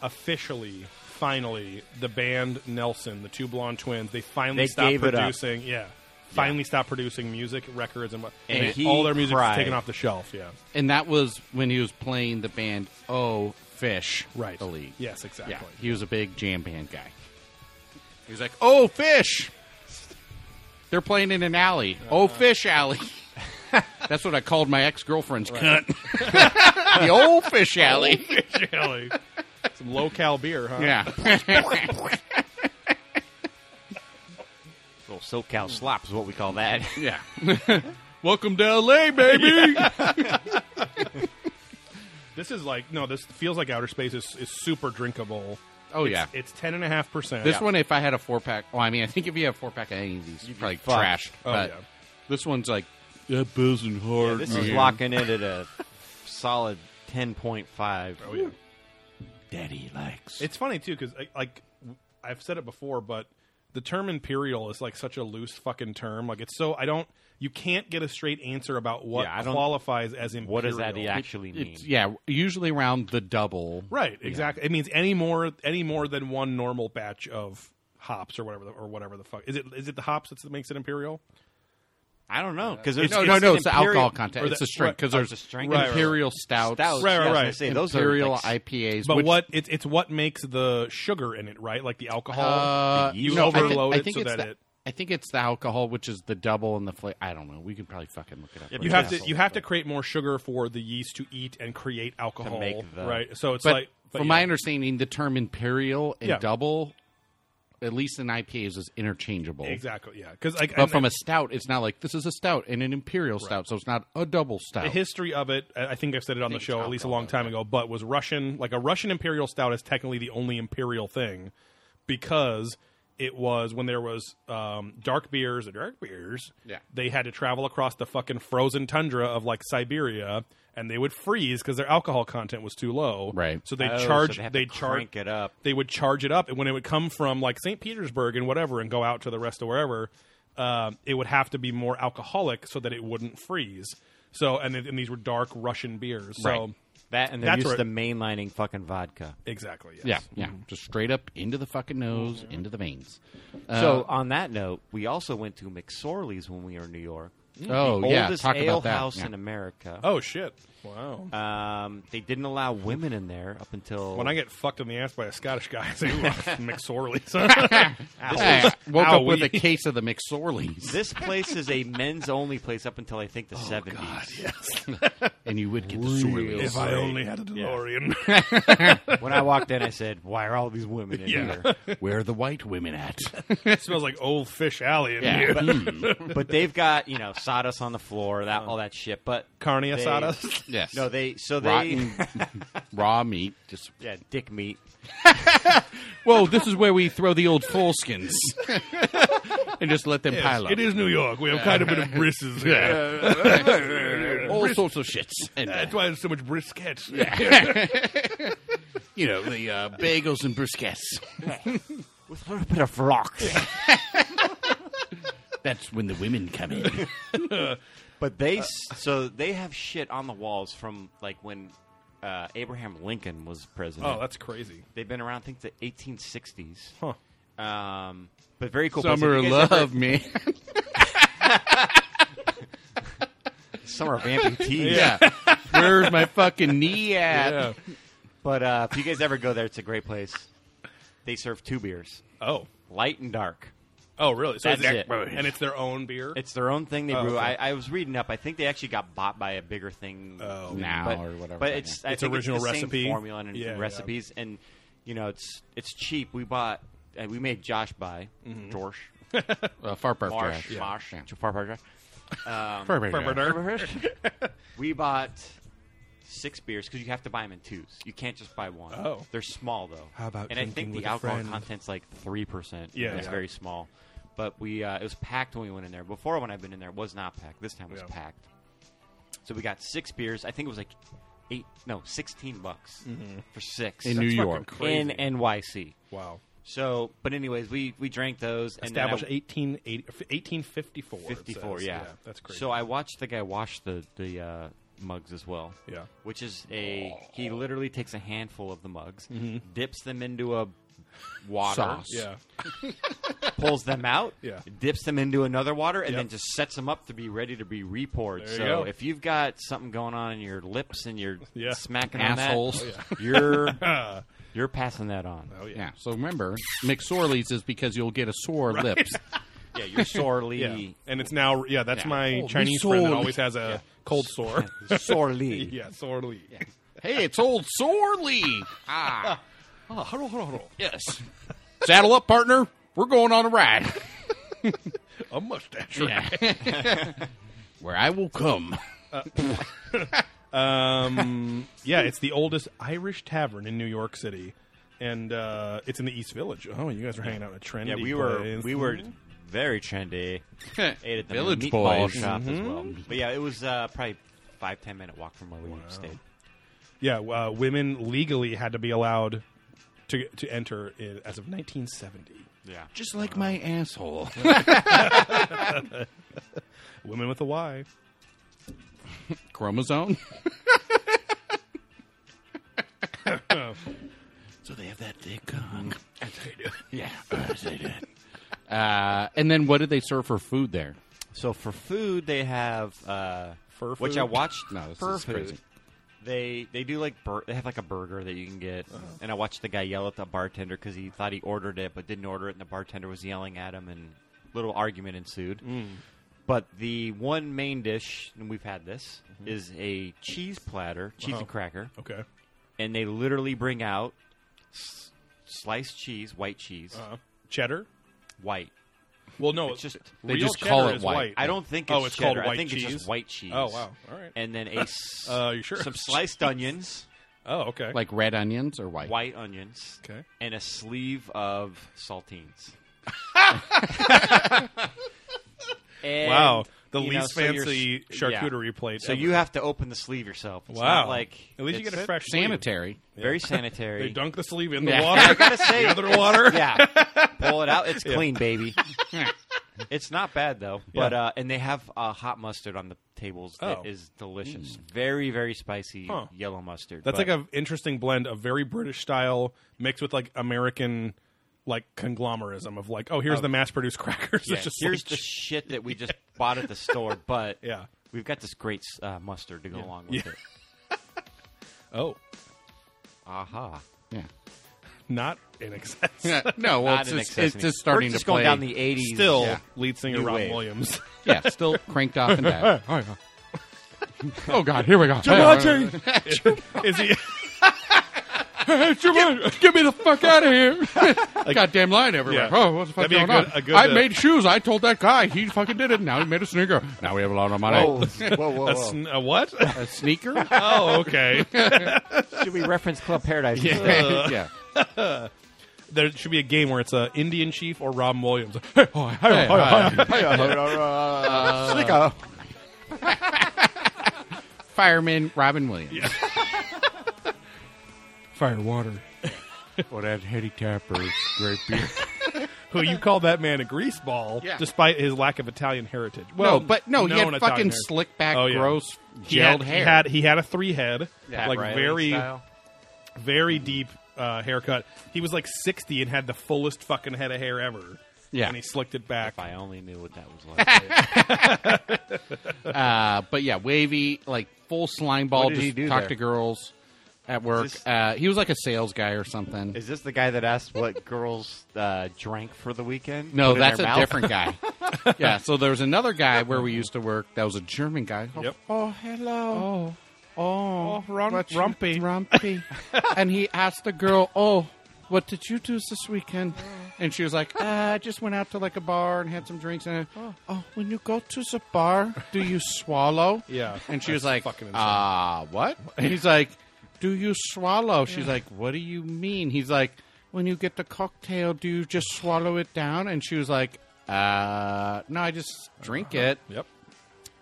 A: officially, finally, the band Nelson, the two blonde twins, they finally
C: They
A: stopped
C: gave it up.
A: producing. Yeah. Finally stopped producing music, records, and what.
C: And
A: they-
C: he
A: all their music was
C: cried.
A: taken off the shelf. Yeah.
B: and that was when he was playing the band Oh Fish,
A: Right.
B: The league.
A: Yes,
B: Yeah,
A: exactly.
B: he was a big jam band guy. He was like, "Oh Fish," they're playing in an alley. Oh Fish Alley. That's what I called my ex girlfriend's cunt. the old fish alley.
A: Really. Some low-cal beer, huh?
B: Yeah.
C: Little SoCal slop is what we call that.
B: yeah. Welcome to LA, baby.
A: This is like, no, this feels like outer space is, is super drinkable.
B: Oh yeah.
A: It's 10.5%.
B: This one, if I had a four pack, well, I mean, I think if you have a four pack of any of these, you probably
C: fucked.
B: trash.
A: Oh,
B: but
A: yeah.
B: this one's like that buzzing hard.
C: Yeah, this is locking in at a solid ten point five.
A: Oh, yeah.
B: Daddy likes.
A: It's funny too because like w- I've said it before, but the term imperial is like such a loose fucking term. Like it's so I don't you can't get a straight answer about what
C: Yeah, I don't-
A: qualifies as imperial.
C: What does that actually mean?
B: It's, yeah, usually around the double.
A: Right, exactly. It means any more any more than one normal batch of hops or whatever the, or whatever the fuck is it is it the hops that makes it imperial?
C: I don't know because
B: no, no, no. It's the alcohol
A: or
B: content. it's
A: the-
B: the strength because
C: right.
B: there's
C: Oh, it's the strength.
A: Right, right,
B: imperial stouts,
C: Stouts,
A: Right,
C: yeah, I
A: right,
C: was gonna
A: right.
C: say, those
B: imperial
C: are like,
B: IPAs.
A: But
B: which,
A: what it's it's what makes the sugar in it, right? Like the alcohol
B: Uh,
A: you
B: no, I thi-
A: overload
B: I
A: it
B: think
A: so
B: it's
A: that
B: the
A: it
B: I think it's the alcohol, which is the double and the flavor. I don't know. We could probably fucking look it up.
C: Yeah,
B: right
A: You
B: now.
A: have to you have to create more sugar for the yeast to eat and create alcohol,
C: make the-
A: right? So it's
B: But
A: like, but
B: from
A: yeah.
B: my understanding, the term imperial and
A: Yeah.
B: double, at least in IPAs, is interchangeable.
A: exactly, yeah, because like
B: But
A: and-
B: from a stout, it's not like this is a stout and an imperial stout, so it's not a double stout.
A: the history of it, I I think I've said it on the
B: it's
A: show at least a long
B: alcohol,
A: time ago, but was Russian, like a Russian imperial stout is technically the only imperial thing because it was when there was um, dark beers or dark beers,
B: Yeah.
A: they had to travel across the fucking frozen tundra of like Siberia and they would freeze because their alcohol content was too low.
B: Right.
A: So they
C: Oh, so
A: charge,
C: they have to
A: they charge,
C: crank it up.
A: they would charge it up, and when it would come from like St. Petersburg and whatever, and go out to the rest of wherever, uh, it would have to be more alcoholic so that it wouldn't freeze. So, and, it- and these were dark Russian beers. So,
B: Right.
C: That and they're
A: That's right.
C: used to mainlining fucking vodka.
A: exactly. Yes.
B: yeah, yeah, just straight up into the fucking nose,
A: Mm-hmm.
B: into the veins.
C: so on that note, we also went to McSorley's when we were in New York.
A: Mm-hmm.
B: Oh
C: the
B: yeah,
C: oldest
B: talk
C: ale
B: about that.
C: house
B: yeah.
C: in America.
A: Oh shit! Wow.
C: Um, they didn't allow women in there up until
A: when I get fucked in the ass by a Scottish guy, I say "Ooh, McSorley's.
B: Hey, I woke up with a
A: Owie.
B: case of the McSorleys,
C: this place is a men's only place up until I think the
A: Oh,
C: seventies.
B: and you would get the Sorleys.
A: if I only had a DeLorean.
C: When I walked in, I said, "Why are all these women in
A: Yeah.
C: here?"
B: Where are the white women at?
A: it smells like old fish alley in
B: Yeah,
A: here.
B: mm,
C: But they've got you know sawdust on the floor,
A: Oh.
C: that all that shit. But
A: Carne
C: they-
A: asadas.
B: yes.
C: No, they so they
B: rotten raw meat. Just
C: yeah dick meat.
B: whoa, this is where we throw the old foreskins and just let them pile up.
A: It is New York. We have kind of a bit of bristles here.
B: all sorts of shits. And, uh,
A: That's why there's so much brisket.
B: you know, the uh, bagels and briskets.
C: With a little bit of rocks.
B: That's when the women come in.
C: But they s so they have shit on the walls from like when uh, Abraham Lincoln was president.
A: Oh, that's crazy.
C: They've been around I think the 1860s.
A: Huh.
C: Um, but very cool. place. Have
B: Summer
C: you
B: of
C: guys
B: love,
C: ever-
B: man.
C: summer of amputees.
B: Yeah. Where's my fucking knee at?
A: Yeah.
C: But uh, if you guys ever go there, it's a great place. They serve two beers,
A: Oh.
C: light and dark.
A: Oh, really? So
C: That's
A: it's-
C: it.
A: And it's their own beer.
C: It's their own thing they
A: Oh,
C: brew.
A: okay.
C: I, I was reading up. I think they actually got bought by a bigger thing
A: Oh.
B: Now
C: but,
B: or whatever.
C: But it's I
A: It's
C: think
A: original
C: it's the same
A: recipe.
C: formula and, and
A: Yeah, yeah.
C: recipes, and you know it's it's cheap. We bought uh, we made Josh buy Dorsh
B: uh, far part
C: Marsh
B: yeah.
C: Marsh
B: Yeah.
C: Far Far Drive.
B: Far part
A: Far
B: drive.
A: part
C: We bought six beers because you have to buy them in twos. You can't just buy one.
A: Oh.
C: they're small though.
A: How about
C: and I think
A: drinking
C: the
A: with a
C: alcohol
A: friend?
C: content's like three percent.
A: Yeah.
C: it's
A: Yeah.
C: very small. But we uh, it was packed when we went in there. Before when I've been in there, it was not packed. This time it was
A: Yeah.
C: packed. So we got six beers. I think it was like eight, no, sixteen bucks
A: Mm-hmm.
C: for six
B: In New York.
C: in NYC.
A: Wow.
C: So, but anyways, we we drank those and then I-
A: Established 1880 1854. it
C: 54,
A: says.
C: yeah.
A: That's crazy.
C: So I watched the guy wash the the uh, mugs as well.
A: Yeah.
C: Which is a he literally takes a handful of the mugs,
A: Mm-hmm.
C: dips them into a water,
B: Sauce.
A: yeah.
C: pulls them out,
A: Yeah.
C: dips them into another water, and
A: Yep.
C: then just sets them up to be ready to be repoured.
A: There you
C: so
A: go.
C: if you've got something going on in your lips and you're
A: Yeah.
C: smacking
B: Assholes.
C: on that, you're you're passing that on.
A: Oh, yeah.
B: Yeah. So remember, McSorley's is because you'll get a sore lips.
C: Yeah, you're sorely.
A: Yeah. And it's now, yeah, that's
B: Yeah.
A: my
B: Oh,
A: Chinese
B: we
A: friend that
B: sold-
A: always has a cold sore.
C: Sorely.
A: yeah, sorely.
B: hey, it's old Sorley. Ah,
A: Oh, huddle, huddle, huddle.
B: yes. Saddle up, partner. We're going on a ride.
A: A mustache.
B: Where I will come.
A: Um, yeah, it's the oldest Irish tavern in New York City. And uh, it's in the East Village. Oh, you guys are hanging out at Trendy.
C: Yeah, we were
A: place. Mm-hmm.
C: we were very trendy. Ate at the
B: Village
C: meatball
B: boys. Mm-hmm.
C: shop as well. But yeah, it was uh, probably five ten minute walk from where we stayed.
A: Yeah, uh, women legally had to be allowed to to enter in, as of 1970.
C: Yeah,
B: Just like my asshole.
A: Women with a Y.
B: Chromosome. so they have that thick tongue. As they do. Yeah, as they do. Uh, and then what did they serve for food there?
C: So for food, they have uh,
A: Fur
C: which
A: food?
C: I watched.
B: No, this
C: fur
B: is
C: food.
B: crazy.
C: They they do like bur- they have like a burger that you can get,
A: Uh-huh.
C: and I watched the guy yell at the bartender because he thought he ordered it but didn't order it, and the bartender was yelling at him and little argument ensued.
A: Mm.
C: But the one main dish, and we've had this,
A: Mm-hmm.
C: is a cheese platter, cheese and cracker,
A: Okay.
C: and they literally bring out s- sliced cheese, white cheese,
A: Uh, cheddar?
C: white.
A: Well, no,
C: It's just-
B: They
A: real
B: just call
A: cheddar
B: it
A: is
B: white.
C: I don't think it's,
A: oh, it's
C: cheddar.
A: called white
C: I think
A: cheese.
C: it's just white cheese.
A: Oh wow! All right.
C: And then a s-
A: Uh, you sure?
C: some sliced onions,
A: oh okay.
B: Like red onions or white?
C: white onions,
A: Okay.
C: and a sleeve of saltines. And,
A: wow, the
C: you know,
A: least
C: so you're s-
A: fancy
C: yeah.
A: charcuterie plate.
C: So
A: ever.
C: you have to open the sleeve yourself. It's
A: wow.
C: not like
A: at least you
C: it's
A: get a fresh sleeve.
B: Sanitary.
C: very
A: They
C: sanitary.
A: dunk the sleeve in the
B: Yeah.
C: I
A: water.
C: gotta say,
A: the other water.
C: yeah, pull it out. It's clean, baby. it's not bad though. But
A: Yeah.
C: uh, and they have uh, hot mustard on the tables
A: Oh.
C: that is delicious.
B: Mm.
C: Very very spicy
A: Huh.
C: yellow mustard.
A: That's
C: but-
A: like an interesting blend of very British style mixed with like American like conglomerism of like, oh, here's the mass produced crackers.
C: Yeah,
A: It's just
C: here's
A: like,
C: the shit that we just bought at the store, but
A: Yeah.
C: we've got this great uh, mustard to go along with
A: Yeah.
C: it.
A: oh,
C: Aha!
B: Yeah.
A: not in excess.
B: Yeah, no, well,
C: Not
B: it's
C: in
B: just,
C: excess
B: it's
C: anymore.
B: just starting
C: We're just
B: to play.
C: going down the '80s.
A: Still,
B: Yeah.
A: lead singer
C: New
A: Rob
C: wave.
A: Williams.
B: yeah, still cranked off and back. oh God, here we go.
A: Is he?
B: Jumanji, get me the fuck out of here! Goddamn line everywhere.
A: Yeah.
B: Oh, what the fuck
A: That'd be a
B: going on?
A: good- a good,
B: I
A: uh,
B: made shoes. I told that guy. He fucking did it. Now he made a sneaker. Now we have a lot of money.
C: Whoa, whoa, whoa!
A: A, sn- a what?
B: Oh, A sneaker?
A: oh, okay.
C: Should we reference Club Paradise?
B: yeah.
A: there should be a game where it's a Indian chief or Rob Williams.
B: Hey, hi.
F: Sneaker.
B: Fireman Robin Williams.
A: Fire water.
B: Well, that Hetty Tapper, great beer.
A: Who you call that man a greaseball,
B: Yeah.
A: despite his lack of Italian heritage?
B: Well, but no, he
A: known
B: had
A: Italian
B: fucking
A: heritage.
B: slick back,
A: Oh, yeah.
B: gross, gelled
A: He had,
B: hair.
A: He had, he had a three head,
C: Pat
A: like
C: Riley
A: very,
C: style.
A: very deep uh, haircut. He was like sixty and had the fullest fucking head of hair ever.
B: Yeah.
A: and he slicked it back.
C: If I only knew what that was like.
B: Uh, but yeah, wavy, like full slime ball.
C: What did he
B: Just
C: do
B: talk
C: there?
B: to girls at work.
C: this-
B: Uh, he was like a sales guy or something.
C: Is this the guy that asked what girls uh, drank for the weekend?
B: no,
C: Put in
B: that's a
C: their mouth?
B: different guy. yeah, so there was another guy where we used to work. That was a German guy.
A: Yep.
B: Oh, hello. Oh, oh,
A: rum-
B: what you-
A: rumpy.
B: rumpy. and he asked the girl, "Oh, what did you do this weekend?" And she was like, uh, "I just went out to like a bar and had some drinks." And I, oh, when you go to the bar, do you swallow?
A: Yeah,
B: And she
A: that's
B: was like,
A: fucking insane.
B: "Ah, what?" And he's like, "Do you swallow?" She's like, "What do you mean?" He's like, "When you get the cocktail, do you just swallow it down?" And she was like, "Uh, no, I just drink it."
A: Uh-huh. Yep,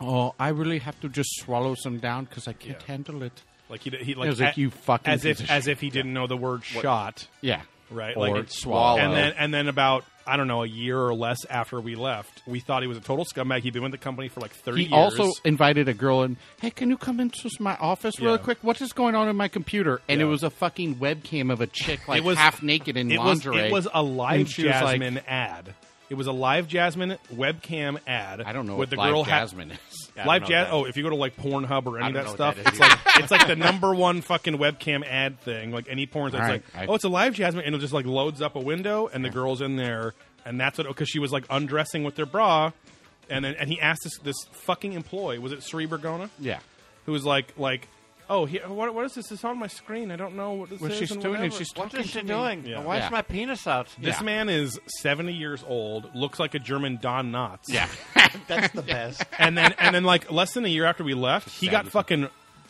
B: Oh, I really have to just swallow some down because I can't
A: Yeah.
B: handle it.
A: like he, he like,
B: It was like,
A: a-
B: "You fucking
A: as if
B: piece of
A: as if he didn't know the word shot,
B: Yeah.
A: right?
B: Or
A: like
B: swallow.
A: And then and then about I don't know a year or less after we left, we thought he was a total scumbag. He'd been with the company for like thirty
B: He
A: years.
B: also invited a girl in. Hey, can you come into my office real
A: Yeah.
B: quick? What is going on in my computer? And
A: Yeah.
B: it was a fucking webcam of a chick, like
A: was-
B: half naked in
A: it was
B: lingerie.
A: it was a live
B: And she was like-
A: Jasmine ad. It was a live Jasmine webcam ad.
B: I don't know
A: with
B: what
A: the
B: live
A: girl ha-
B: Jasmine is.
C: Yeah, I
A: live
C: don't know
A: jazz.
C: what that
A: Oh, if you go to like Pornhub or any of that
C: don't know what
A: stuff,
C: that
A: it's
C: is
A: like it's like the number one fucking webcam ad thing. Like any porn, that's
B: All
A: like,
B: right, I-
A: oh, it's a live Jasmine, and it just like loads up a window, and the girl's in there, and that's what because she was like undressing with their bra, and then and he asked this this fucking employee, was it Sri Bergona?
B: Yeah.
A: who was like like. Oh, he, what, what is this? It's on my screen. I don't know what this
B: What
A: is.
B: she's
A: and
B: doing, and
A: whatever."
B: she's
C: What
B: Talking
C: is she
B: to me.
C: doing?
A: Yeah.
C: Why
B: Yeah.
C: is my penis out?
A: This
B: Yeah.
A: man is 70 years old, looks like a German Don Knotts.
B: Yeah.
C: That's the best.
A: And then and then like less than a year after we left, he got
B: Sad.
A: fucking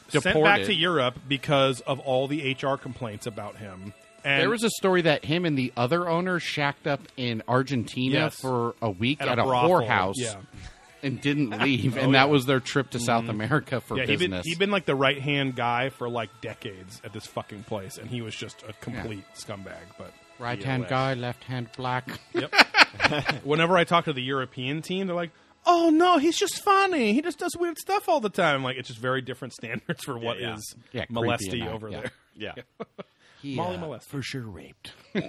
A: sent back
B: Deported.
A: to Europe because of all the HR complaints about him. And
B: There was a story that him and the other owner shacked up in Argentina
A: Yes.
B: for a week
A: At
B: at,
A: a
B: a,
A: brothel,
B: whorehouse
A: yeah. Oh, Mm-hmm.
B: and didn't leave. and that was their trip to South America for
A: yeah, he'd been,
B: business.
A: he'd been like the right hand guy for like decades at this fucking place, and he was just a complete scumbag. But
B: right hand guy, left hand black.
A: whenever I talk to the European team, they're like, "Oh no, he's just funny. He just does weird stuff all the time." Like it's just very different standards for what is
C: yeah.
B: Yeah, creepy and
A: molesty
B: that,
A: over
B: yeah.
A: there.
C: Yeah.
B: He,
A: Molly
B: uh,
A: molested.
B: For sure raped.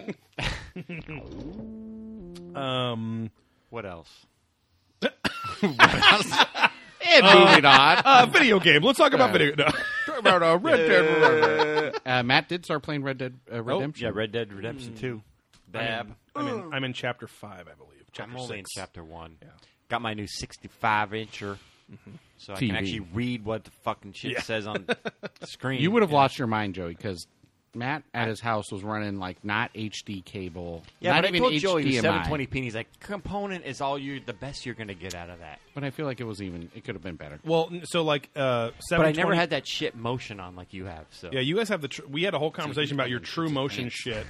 C: What else?
B: And moving on.
A: Uh, video game. Let's talk about video. No.
B: Uh, Matt did start
A: Oh,
C: Oh,
B: playing Red Dead uh, Redemption.
C: Hmm. Yeah, Red Dead Redemption Two. Bab.
A: I'm in, I'm in chapter five, I believe. Chapter
C: I'm only
A: six.
C: in chapter one. Got my new 65 incher, so I
B: TV.
C: can actually read what the fucking shit says on the screen.
B: You would have lost your mind, Joey, because Matt at his house was running like not HD cable,
C: Yeah,
B: not
C: but
B: even
C: I told Joey
B: HDMI.
C: 720p. And he's like, component is all you, the best you're going to get out of that.
B: But I feel like it was even. It could have been better.
A: Well, n- so like uh,
C: But I never
A: 720
C: had that shit motion on like you have. So
A: Yeah, you guys have the. Tr- we had a whole conversation about your True Motion shit.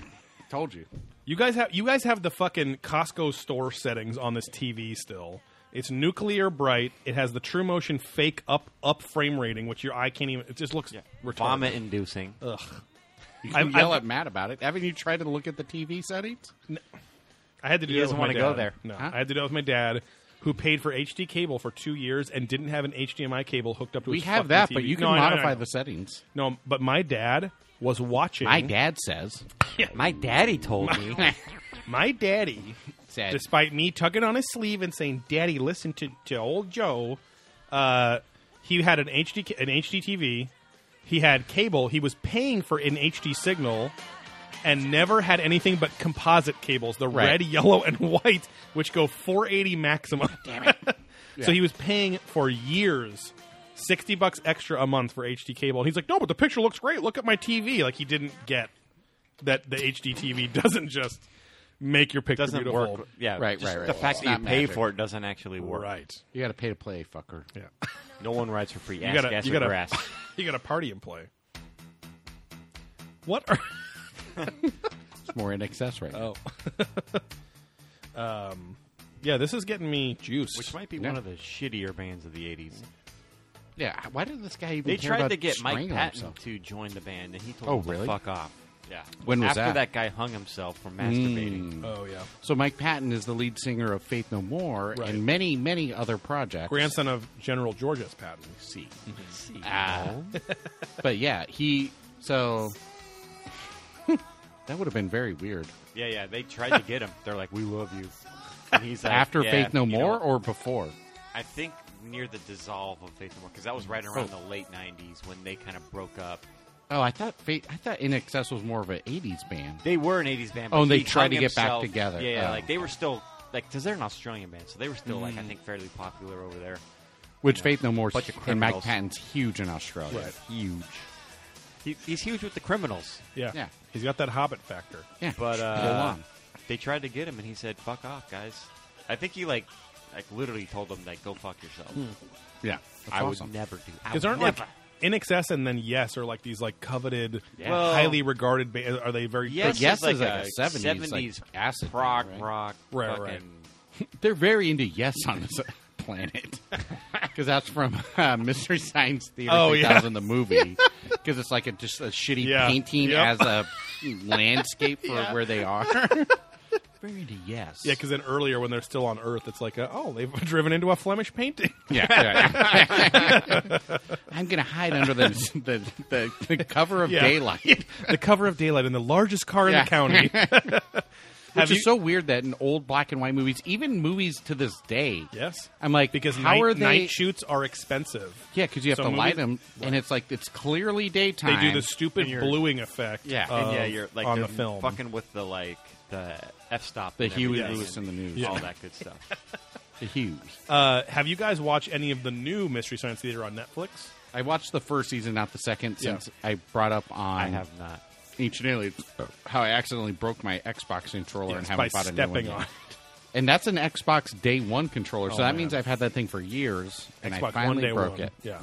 B: Told you.
A: You guys have you guys have the fucking Costco store settings on this TV still. It's nuclear bright. It has the True Motion fake up up frame rating, which your eye can't even. It just looks retarded.
C: vomit inducing.
B: You
A: I've-
B: can yell
A: I've-
B: at Matt about it. Haven't you tried to look at the TV settings?
A: I had to do
C: He
A: that
C: doesn't
A: with my
C: wanna go
A: dad.
C: there.
A: No,
B: Huh?
A: I had to do that with my dad, who paid for HD cable for two years and didn't have an HDMI cable hooked up to.
B: We
A: his
B: have
A: fucking
B: that,
A: TV.
B: but you can
A: No, I know, I
B: modify
A: know.
B: the settings.
A: No, but my dad was watching.
B: My dad says.
C: My daddy told me.
A: my daddy
B: Said.
A: despite me tugging on his sleeve and saying, "Daddy, listen to, to old Joe." Uh, he had an HD ca- an HD TV. He had cable. He was paying for an HD signal, and never had anything but composite cables, the
B: Right.
A: red, yellow, and white, which go 480 maximum. So he was paying for years. 60 bucks extra a month for HD cable. And he's like, "No, but the picture looks great. Look at my TV." Like he didn't get that the HD TV doesn't just make your picture
C: doesn't
A: beautiful.
C: work. Yeah,
B: Right,
C: just
B: right, right.
C: The fact
B: It's
C: that you
B: not
C: pay
B: magic.
C: for it doesn't actually work.
A: Right.
B: You got to pay to play, fucker.
A: Yeah.
C: No one rides for free. Ass,
A: gotta-
C: gas,
A: you
C: or
A: gotta-
C: grass.
A: you got a party in play. What are
B: It's more in excess right now.
A: Um, Yeah, this is getting me juiced.
C: Which might be
B: Yeah.
C: one of the shittier bands of the 80s.
B: Yeah. Why did this guy even?
C: They
B: care
C: tried
B: about
C: to get Mike
B: strangling
C: Patton
B: himself?
C: to join the band, and he told
B: Oh,
C: them to
B: really?
C: fuck off. Yeah.
B: When was
C: After
B: that? Hmm.
C: that? guy hung himself for masturbating.
A: Oh yeah.
B: So Mike Patton is the lead singer of Faith No More
A: Right.
B: and many, many other projects.
A: Grandson of General George S. Patton.
B: See. Ah. but yeah, he. So. that would have been very weird.
C: Yeah, yeah. They tried to get him. They're like, "We love you." And he's like,
B: After
C: "Yeah,
B: Faith No
C: you know
B: More
C: what?"
B: or before?
C: I think near the dissolve of Faith No More, because that was right around the late '90s when they kind of broke up.
B: Oh, I thought Faith. I thought In Excess was more of an '80s band.
C: They were an '80s band.
B: Oh,
C: but
B: and they
C: he
B: tried
C: hung
B: to get back
C: himself-
B: together.
C: Yeah, yeah,
B: Oh, Hmm.
C: like they were still like because they're an Australian band, so they were still like I think fairly popular over there.
B: Which Faith No More
C: Bunch of
B: and Mike
C: criminals.
B: Patton's huge in Australia.
A: Right.
B: Huge.
C: He, he's huge with the criminals,
A: Yeah.
B: Yeah.
A: He's got that Hobbit factor.
B: Yeah.
C: but
B: Go
C: uh,
B: on.
C: they tried to get him, and he said, "Fuck off, guys." I think he like like literally told them like, "Go fuck yourself."
A: Hmm,
B: yeah, that's
C: I
B: awesome.
C: would never do. I
A: Because
C: would
A: aren't
C: never.
A: like in excess and then yes are like these like coveted,
C: Yeah. Well-
A: highly regarded. Ba- are they very?
C: Yes,
B: Yes
C: is like
B: is like
C: a
B: a 70s, like,
C: 70s
B: acid
C: prog
B: band, right?
C: rock,
A: Right,
C: fucking
A: right.
B: They're very into yes on this planet because that's from uh, Mystery Science Theater
A: Oh, yeah.
B: 3000, the movie. Because it's like a, just a shitty
A: Yeah.
B: painting
A: Yep.
B: as a landscape for where they are. very into yes.
A: Yeah, because then earlier when they're still on Earth, it's like a, oh they've driven into a Flemish painting.
B: Yeah, yeah. I'm gonna hide under the the, the, the cover of
A: Yeah.
B: daylight,
A: the cover of daylight in the largest car in
B: Yeah.
A: the county.
B: which
A: Have
B: is
A: you-
B: so weird that in old black and white movies, even movies to this day,
A: yes,
B: I'm like,
A: because
B: how
A: night,
B: are they?
A: night shoots are expensive.
B: yeah, because you have
A: So
B: to light
A: movies-
B: them, and it's like it's clearly
A: They
B: daytime.
A: do the stupid
B: and you're-
A: bluing effect.
B: Yeah.
A: of-
C: and yeah, you're like
A: on the
C: they're
A: film.
C: fucking with the like the f stop,
B: The Huey
A: Lewis
B: and the News.
C: all
A: Yeah.
C: that good stuff.
B: the hues.
A: Uh, have you guys watched any of the new Mystery Science Theater on Netflix?
B: I watched the first season, not the second,
A: Yeah.
B: since I brought up on
C: I have not.
B: Ancient Aliens how I accidentally broke my Xbox controller and
A: Yes,
B: haven't
A: by
B: bought a new one
A: stepping
B: yet.
A: on.
B: And that's an Xbox Day One controller,
A: Oh,
B: so that
A: man.
B: means I've had that thing for years, and I
A: Xbox
B: finally
A: One Day
B: broke
A: One.
B: it.
A: Yeah.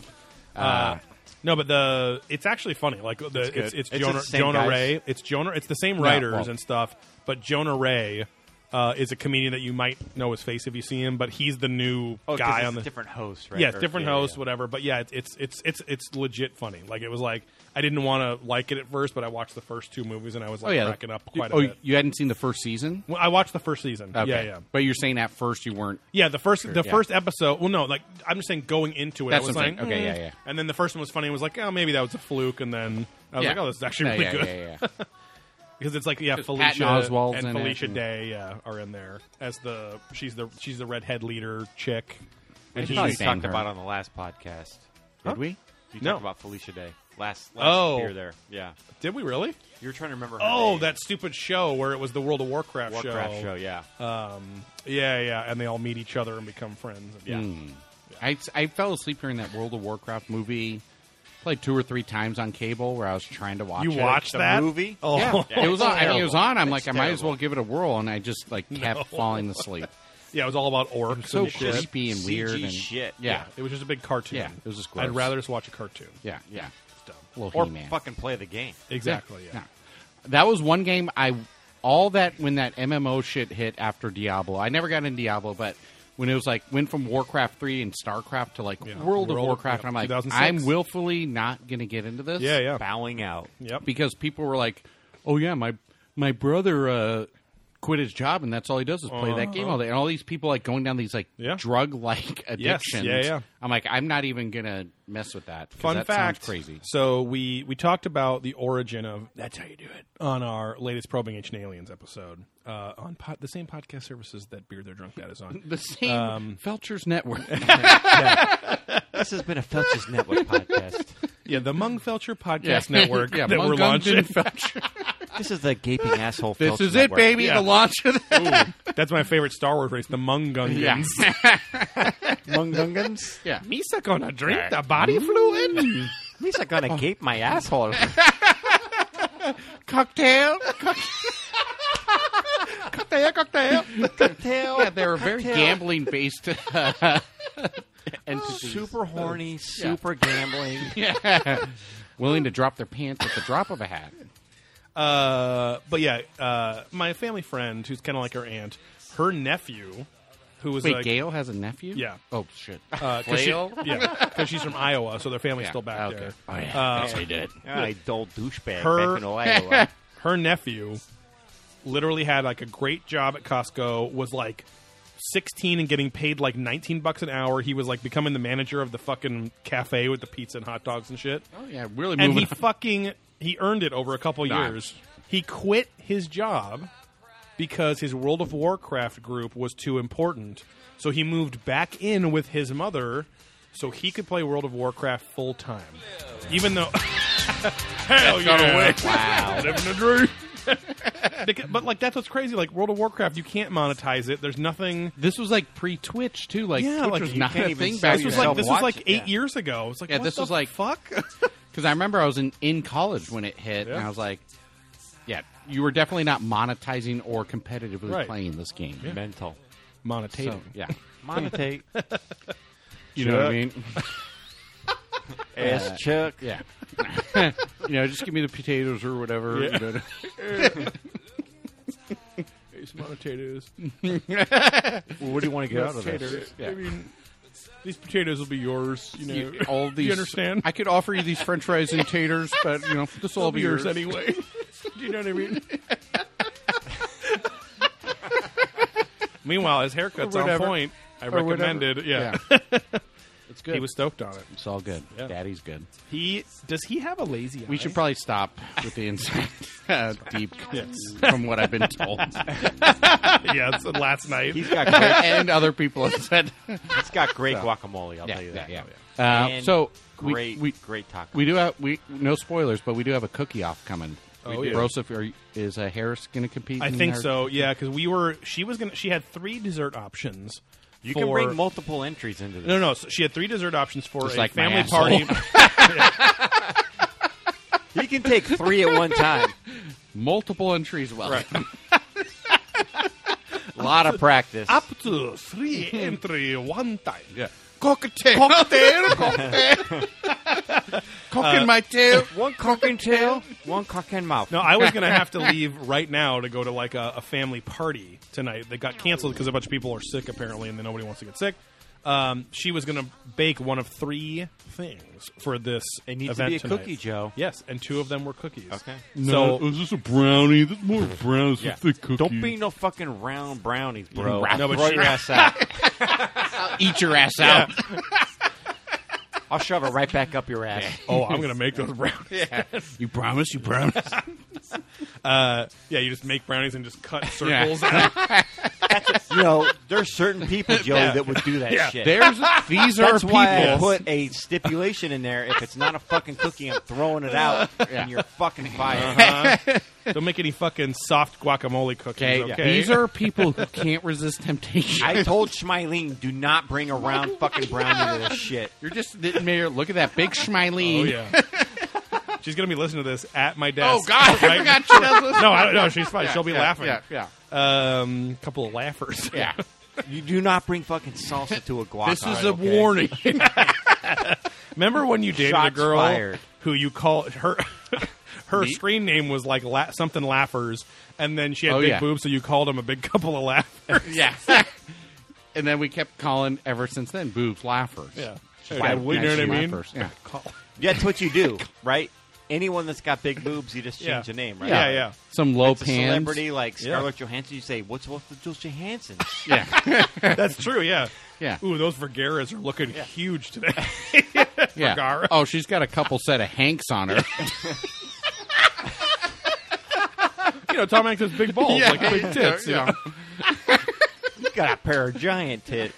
A: Uh, no, but the it's actually funny. Like the it's it's,
C: It's the
A: Jonah,
C: same
A: Jonah
C: guys.
A: Ray. It's Jonah. It's the same
B: Yeah,
A: writers
B: well-
A: and stuff. But Jonah Ray uh, is a comedian that you might know his face if you see him. But he's the new
C: Oh, 'cause
A: guy
C: it's
A: on the
C: different host, right?
A: Yes,
C: Or-
A: different
C: yeah,
A: host,
C: yeah.
A: whatever. But yeah, it's it's it's it's it's legit funny. Like it was like I didn't want to like it at first, but I watched the first two movies and I was
B: Oh
A: like
B: yeah,
A: cracking up quite
B: oh,
A: a bit.
B: you hadn't seen the first season?
A: Well, I watched the first season. Yeah, yeah.
B: But you're saying at first you weren't.
A: Yeah, the first the
B: yeah.
A: first episode. Well, no, like I'm just saying going into it,
B: That's
A: I was
B: what I'm
A: like,
B: saying. Okay,
A: "Mm."
B: yeah, yeah.
A: And then the first one was funny. I was like, oh, maybe that was a fluke. And then I was
B: yeah.
A: like, oh, this is actually
B: No,
A: really
B: yeah,
A: good
B: Yeah, yeah, yeah.
A: because it's like yeah,
B: 'Cause
A: Felicia
B: Patton Oswald's
A: and
B: in it
A: Felicia
B: and-
A: Day yeah, are in there as the she's the she's the redhead leader chick.
C: Which
B: probably
C: we
B: sang
C: talked
B: her.
C: about on the last podcast.
B: Did we?
C: You
A: No.
C: talked about Felicia Day. Last, last
A: Oh.
C: beer there. Yeah.
A: Did we really?
C: You're trying to remember. her
A: Oh,
C: name.
A: that stupid show where it was the World of Warcraft,
C: Warcraft show. Yeah.
A: Um, yeah, yeah, and they all meet each other and become friends. Mm.
C: yeah.
B: I, I fell asleep during that World of Warcraft movie, like two or three times on cable where I was trying to watch.
A: You
B: it.
A: watched
C: the
A: that
C: movie?
A: Oh,
B: Yeah,
C: Yeah,
B: it was
C: it's
B: on. I mean, it was
C: terrible.
B: on. I'm like,
C: It's
B: I might as
C: terrible.
B: well give it a whirl, and I just like kept falling asleep.
A: yeah, it was all about orcs.
B: So
A: and shit.
B: creepy and
C: CG
B: weird. and,
C: shit.
B: Yeah,
A: It was just a big cartoon.
B: Yeah, it was just gross.
A: I'd rather just watch a cartoon.
B: yeah, yeah.
A: It's dumb.
B: Little
C: Or
B: He-Man.
C: fucking play the game.
A: Exactly. Yeah.
B: No. That was one game I all that when that MMO shit hit after Diablo. I never got into Diablo, but when it was like went from Warcraft 3 and StarCraft to like
A: Yeah.
B: World, of
A: World of-
B: Warcraft,
A: yeah,
B: I'm like
A: 2006.
B: I'm willfully not going to get into this.
A: Yeah. Yeah.
C: Bowing out.
A: Yep.
B: Because people were like, "Oh yeah, my my brother uh quit his job and that's all he does is play that game all day." And all these people like going down these like
A: Uh-huh. Yeah.
B: drug like addictions.
A: Yeah, yeah.
B: I'm like I'm not even going to mess with that. 'cause
A: Fun
B: that sounds
A: fact.
B: crazy.
A: So we we talked about the origin of that's how you do it on our latest probing ancient aliens episode uh, on pod, the same podcast services that Beard Their Drunk Dad is on.
B: The same
A: Um,
B: Felcher's network.
C: This has been a Felch's Network podcast.
A: yeah, the Mung Felcher
B: Yeah.
A: Podcast Network
B: Yeah,
A: that we're
B: Mungundon
A: launching.
B: Felcher.
C: This is the gaping asshole.
B: This
C: Felch
B: is it,
C: Network.
B: baby.
A: Yeah.
B: The launch of the
A: that's my favorite Star Wars race, the Mung Gungans.
B: yeah.
C: Mungungans.
B: yeah.
A: Misa gonna drink the body fluid.
C: These are gonna gape my asshole.
B: Cocktail. Cock- cocktail, cocktail.
C: yeah,
B: They were very gambling based uh, entities.
C: super horny, super gambling.
B: Yeah. Willing to drop their pants at the drop of a hat.
A: Uh, but yeah, uh, my family friend, who's kind of like her aunt, her nephew, who was
B: Wait,
A: like,
B: Gail has a nephew?
A: Yeah.
B: Oh, shit.
A: uh, 'cause she-
B: Gail?
A: yeah, because she's from Iowa, so their family's
B: Yeah,
A: still back
B: okay.
A: there.
B: Oh, yeah.
A: Uh,
B: yes, I did.
C: Oh, I dull douchebag
A: Her-
C: back in Iowa.
A: her nephew literally had like a great job at Costco, was like 16 and getting paid like 19 bucks an hour. He was like becoming the manager of the fucking cafe with the pizza and hot dogs and shit.
B: Oh, yeah. Really
A: And
B: moving
A: he fucking he earned it over a couple
B: Nah.
A: years. He quit his job because his World of Warcraft group was too important. So he moved back in with his mother so he could play World of Warcraft full time. Even though Hell yeah.
C: wow.
A: Living the dream. Because- but like that's what's crazy. Like World of Warcraft, you can't monetize it. There's nothing.
B: This was like pre Twitch too. Like
A: Yeah,
B: Twitch
A: like,
B: was
A: you
B: not
C: can't
B: a
C: even
B: thing
C: sell
B: back
A: This was
C: yourself.
A: like
B: then.
A: this
C: watch
A: was like
C: it,
A: eight
C: yeah.
A: years ago. It's like
B: Yeah,
A: what
B: this
A: the
B: was like
A: fuck.
B: because I remember I was in in college when it hit, and
A: Yeah.
B: I was like, yeah, you were definitely not monetizing or competitively
A: Right.
B: playing this game.
C: Mental.
A: Monetating.
B: So, yeah.
C: Monotate.
B: You know what I mean?
C: Ass Chuck.
B: Yeah. you know, just give me the potatoes or whatever.
A: Yeah.
B: you know.
A: Ace potatoes.
C: What do you want to get out of this?
A: potatoes.
B: Yeah.
A: I mean, these potatoes will be yours. You know,
B: You- all
A: Do
B: these,
A: you understand?
B: I could offer you these French fries and taters, but you know, this will all
A: They'll
B: be yours.
A: anyway. Do you know what I mean? Meanwhile, his haircut's
B: Or
A: on
B: whatever.
A: point. I
B: Or whatever.
A: recommended. Yeah,
B: it's good.
A: he was stoked on it.
B: it's all good.
A: Yeah.
B: Daddy's good.
A: He does he have a lazy?
B: We
A: eye?
B: should probably stop with the inside uh, deep cuts from what I've been told.
A: yeah, it's last night.
C: He's got great,
B: and other people have said.
C: he's got great guacamole. I'll
B: Yeah,
C: tell you
B: yeah,
C: that. Oh,
B: yeah. Uh,
C: And
B: so
C: great,
B: we, we
C: great taco.
B: we do have we no spoilers, but we do have a cookie off coming.
A: Oh,
B: We do.
A: yeah.
B: Broseph, are, you- is uh, Harris going to compete?
A: I
B: in
A: think
B: her-
A: so. Yeah, because we were. She was gonna. She had three dessert options.
C: you
A: for,
C: can bring multiple entries into this.
A: No, no. So she had three dessert options for
B: Just
A: a
B: like
A: family
B: my
A: party.
B: asshole.
C: He can take three at one time.
B: Multiple entries, well,
A: Right.
C: A lot of practice.
A: Up to three entry one time. Yeah.
B: cocktail, cocktail, cocktail, cocking my tail.
C: One cock and tail, one cock and mouth.
A: No, I was gonna have to leave right now to go to like a, a family party tonight. That got canceled because a bunch of people are sick apparently, and then nobody wants to get sick. Um, she was gonna bake one of three things for this.
C: It needs to
A: event
C: be a
A: tonight.
C: cookie, Joe.
A: Yes, and two of them were cookies.
C: Okay.
A: So
F: is this a brownie? This is more brown. This
C: Yeah.
F: is thick cookie.
C: Don't be no fucking round brownies, bro.
B: Round-
A: No, but
C: Throw
A: she-
C: your ass out.
B: Eat your ass out.
C: I'll shove it right back up your ass.
A: Oh, I'm gonna make those brownies. Yeah.
B: You promise? You promise?
A: Uh, yeah, you just make brownies and just cut circles.
C: Oh, you know, there's certain people, Joey, that would do that shit.
B: There's these are
C: That's
B: people.
C: why I put a stipulation in there. If it's not a fucking cookie, I'm throwing it out, and you're fucking fired.
A: Don't make any fucking soft guacamole cookies.
B: okay,
A: Okay,
B: these are people who can't resist temptation.
C: I told Schmeiling, do not bring around fucking Brown into this shit.
B: You're just sitting there. Look at that big schmiling.
A: Oh yeah. She's gonna be listening to this at my desk.
B: Oh, God, I
A: right?
B: forgot she does listen.
A: No, I, no, she's fine. She'll be
B: yeah,
A: laughing.
B: Yeah, yeah,
A: Um, couple of laughers.
B: yeah.
C: You do not bring fucking salsa to a guac.
B: This is
C: alright,
B: a
C: okay?
B: warning.
A: Remember when you dated a
C: Shots
A: girl
C: fired.
A: who you called her her screen name was like la- something laughers, and then she had
B: Oh,
A: big
B: yeah.
A: boobs, so you called them a big couple of laughers.
B: yeah. and then we kept calling ever since then boobs laughers.
A: yeah.
B: She's got
A: you know
B: nice
A: what I mean?
B: laughers. Yeah.
C: That's what you do, right? Anyone that's got big boobs, you just change
A: Yeah.
C: the name, right?
A: Yeah, yeah.
B: Some low
C: It's a
B: pants.
C: celebrity like
A: Yeah.
C: Scarlett Johansson, you say, "What's with the Jules Johansson?"
B: Yeah,
A: That's true. Yeah.
B: yeah,
A: Ooh, those Vergaras are looking huge today.
B: yeah.
A: Vergara.
B: Oh, she's got a couple set of Hanks on her.
A: you know, Tom Hanks has big balls,
B: Yeah.
A: like big tits. you know.
B: yeah.
C: You got a pair of giant tits.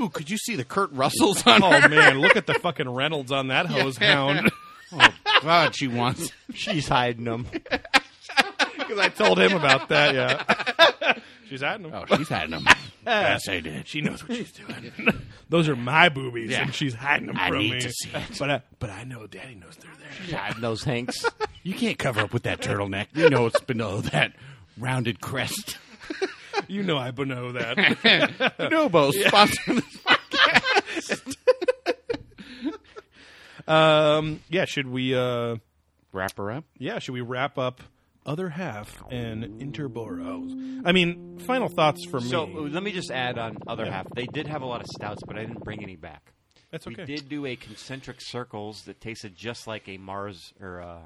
B: Ooh, could you see the Kurt Russells on her?
A: Oh man, look at the fucking Reynolds on that hose hound.
B: Oh, God, she wants.
C: She's hiding them.
A: Because I told him about that. Yeah, she's at him.
B: Oh, she's had them. yes, I did.
A: She knows what she's doing. Those are my boobies,
B: Yeah.
A: and she's hiding them
B: I
A: from
B: need
A: me.
B: to see it.
A: But I, but I know Daddy knows they're there.
C: Hiding those hanks.
B: You can't cover up with that turtleneck. You know it's below that rounded crest.
A: You know I know that.
B: Nobo sponsoring this
A: um, yeah. Should we? Uh,
B: Wrap her up.
A: yeah. Should we wrap up other half and Interboros? I mean, final thoughts for me.
C: So uh, let me just add on other half. They did have a lot of stouts, but I didn't bring any back.
A: That's okay.
C: We did do a concentric circles that tasted just like a Mars or uh,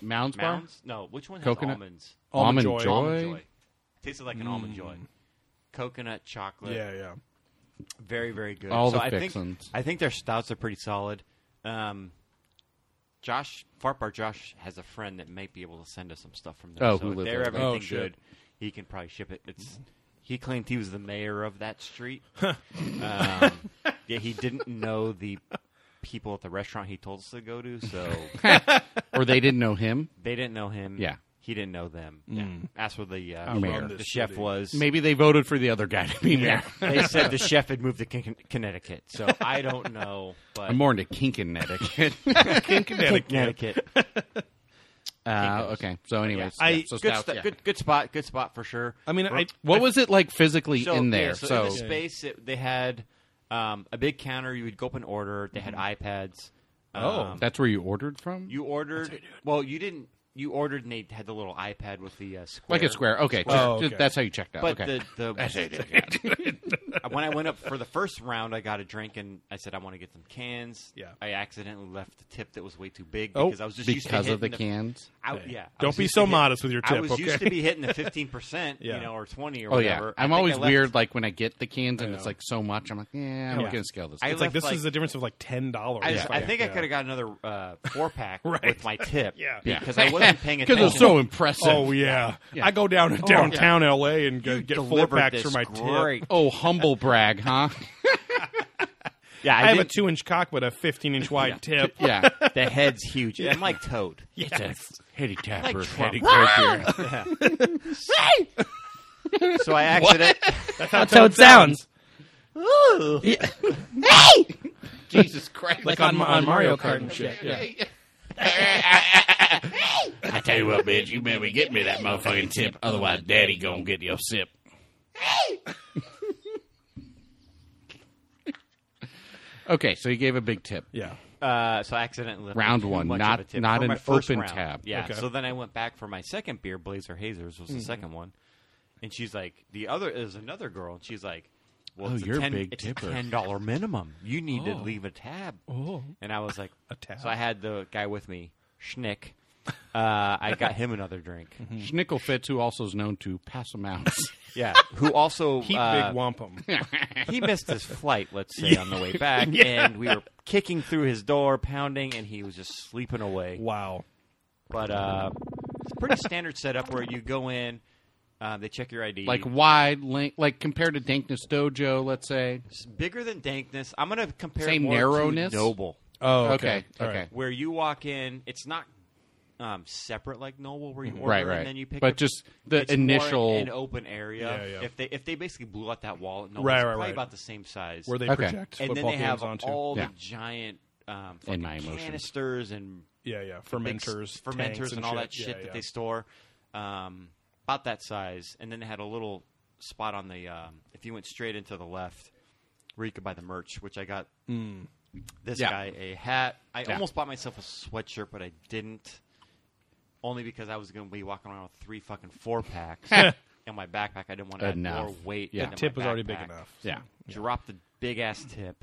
B: Mounds,
C: mounds. No, which one has
B: Coconut?
C: almonds?
B: bar.
A: Almond joy.
C: Almond joy. Tasted like an almond joy. Coconut chocolate.
A: yeah, yeah.
C: Very, very good.
B: All
C: so
B: the
C: I think
B: fixins.
C: I think their stouts are pretty solid. Um, Josh Fartbar Josh has a friend that might be able to send us some stuff from there.
B: Oh,
C: so
B: who
C: if
B: lives
C: they're
B: over there.
C: everything
A: Oh, shit.
C: good, he can probably ship it. It's he claimed he was the mayor of that street. um, yeah, he didn't know the people at the restaurant he told us to go to, so
B: Or they didn't know him.
C: they didn't know him.
B: Yeah.
C: He didn't know them. Yeah. That's where the uh,
B: love Mayor.
C: the
A: this
C: chef
A: city.
C: was.
B: Maybe they voted for the other guy to be mayor.
C: they said the chef had moved to Kin- Connecticut, so I don't know. But
B: I'm more into kinkin etiquette.
C: Connecticut,
B: uh, okay. So, anyways,
A: I-
B: yeah, so
C: good,
B: stouts,
C: stu-
B: yeah.
C: good, good spot, good spot for sure.
A: I mean, I,
B: What was it like physically
C: So,
B: in
C: yeah,
B: there?
C: so, in the space, it, they had um, a big counter. You would go up and order. They had
A: Oh.
C: iPads. Um,
B: Mm-hmm. that's where you ordered from.
C: you ordered. Well, you didn't. You ordered, and they had the little iPad with the uh, square.
B: like a square. Okay,
A: Oh,
B: just- just-
A: okay.
B: that's how you checked out.
C: But
B: okay.
C: the, the when I went up for the first round, I got a drink and I said I want to get some cans.
A: Yeah.
C: I accidentally left the tip that was way too big
A: Oh,
C: because I was just used to
B: because of the
C: hitting
B: cans.
C: I, yeah. I
A: Don't
C: was
A: be
C: used
A: so
C: to hit-
A: modest with your
C: I
A: tip,
C: was
A: okay?
C: used to be hitting the fifteen percent,
A: Yeah.
C: you know, or twenty or
B: Oh
C: whatever.
B: yeah,
C: I
B: I'm
C: think
B: always
C: I left-
B: weird. Like when I get the cans and
A: Yeah.
B: it's like so much, I'm like, yeah, I'm
A: Yeah.
B: gonna scale this.
C: I
B: It's
A: It's like this
C: left,
A: is
C: like-
A: the difference of like ten dollars.
C: I, I think I could have got another uh, four pack
A: Right.
C: with my tip,
A: Yeah.
B: Yeah.
C: because I wasn't paying
B: Because
C: attention.
B: it's so impressive.
A: Oh yeah.
B: Yeah.
A: I go down to downtown L.A. and go, get four
C: Oh, Delivered
A: packs
C: this
A: for my
C: great.
A: tip.
B: Oh, humble brag, huh?
A: I,
C: Yeah, I,
A: have a
C: didn't-
A: two-inch cock but a fifteen-inch wide tip.
B: yeah.
C: the head's huge. I'm like Toad.
B: Heady tapper,
C: Trump. heady
B: tapper.
C: So I accident.
E: That's how it sounds. Hey!
B: Jesus Christ! Like,
A: on- on Mario Kart and shit,
G: I tell you what, bitch, you better be getting me that motherfucking tip, otherwise daddy gonna get your sip.
B: Okay, so you gave a big tip.
A: Yeah.
C: Uh, so I accidentally left
B: Round
C: too
B: one,
C: much
B: not-
C: of a tip
B: not
C: for
B: an
C: my first
B: open
C: round.
B: tab.
C: Yeah.
A: Okay. Mm-hmm.
C: So then I went back for my second beer. Blazer Hazers was the second one, and she's like, the other is another girl, and she's like, well,
B: Oh,
C: it's a
B: you're a
C: 10,
B: big
C: it's
B: tipper.
C: a ten dollar minimum. You need to leave a tab. Oh. And I was like,
A: A tab.
C: So I had the guy with me, Schnick. Uh, I got him another drink.
A: Mm-hmm.
B: Schnickel Fitz, who also is known to pass them out.
C: Yeah, who also
A: Heat
C: uh,
A: big wampum.
C: he missed his flight, let's say, on the way back, and we were kicking through his door, pounding, and he was just sleeping away.
A: Wow.
C: But uh, it's a pretty standard setup where you go in, Um, they check your ID.
B: Like wide length, like compared to Dankness Dojo, let's say.
C: It's bigger than dankness. I'm gonna compare
B: Say
C: it more
B: narrowness?
C: to noble,
A: Oh,
B: okay,
A: All
B: okay.
A: right.
C: where you walk in. It's not um, separate like noble, where you order
B: Mm-hmm. Right, right.
C: and then you pick.
B: but
C: up-
B: just the
C: it's more
B: initial.
C: an open area.
A: Yeah, yeah.
C: If they if they basically blew out that wall, at Noble,
A: Right,
C: it's
A: right,
C: probably
A: right.
C: about the same size.
A: Where they
B: Okay.
A: project
C: and then
A: football
C: they
A: games
C: have
A: onto.
C: all
B: Yeah.
C: the giant um,
B: And
C: fucking
B: my emotions.
C: canisters and
A: yeah, yeah.
C: big s-
A: Fermenters,
C: fermenters,
A: tanks
C: and, all that shit
A: Yeah,
C: that
A: yeah.
C: they store, um, about that size. And then they had a little spot on the um, if you went straight into the left, where you could buy the merch, which I got.
A: Mm.
C: This
B: Yeah.
C: guy a hat. I
B: Yeah.
C: almost bought myself a sweatshirt, but I didn't, only because I was going to be walking around with three fucking four packs in my backpack. I didn't want to add
B: Enough.
C: more weight.
B: Yeah.
C: into my
A: Tip was already big
C: backpack.
A: enough.
B: yeah.
C: Drop the big ass tip.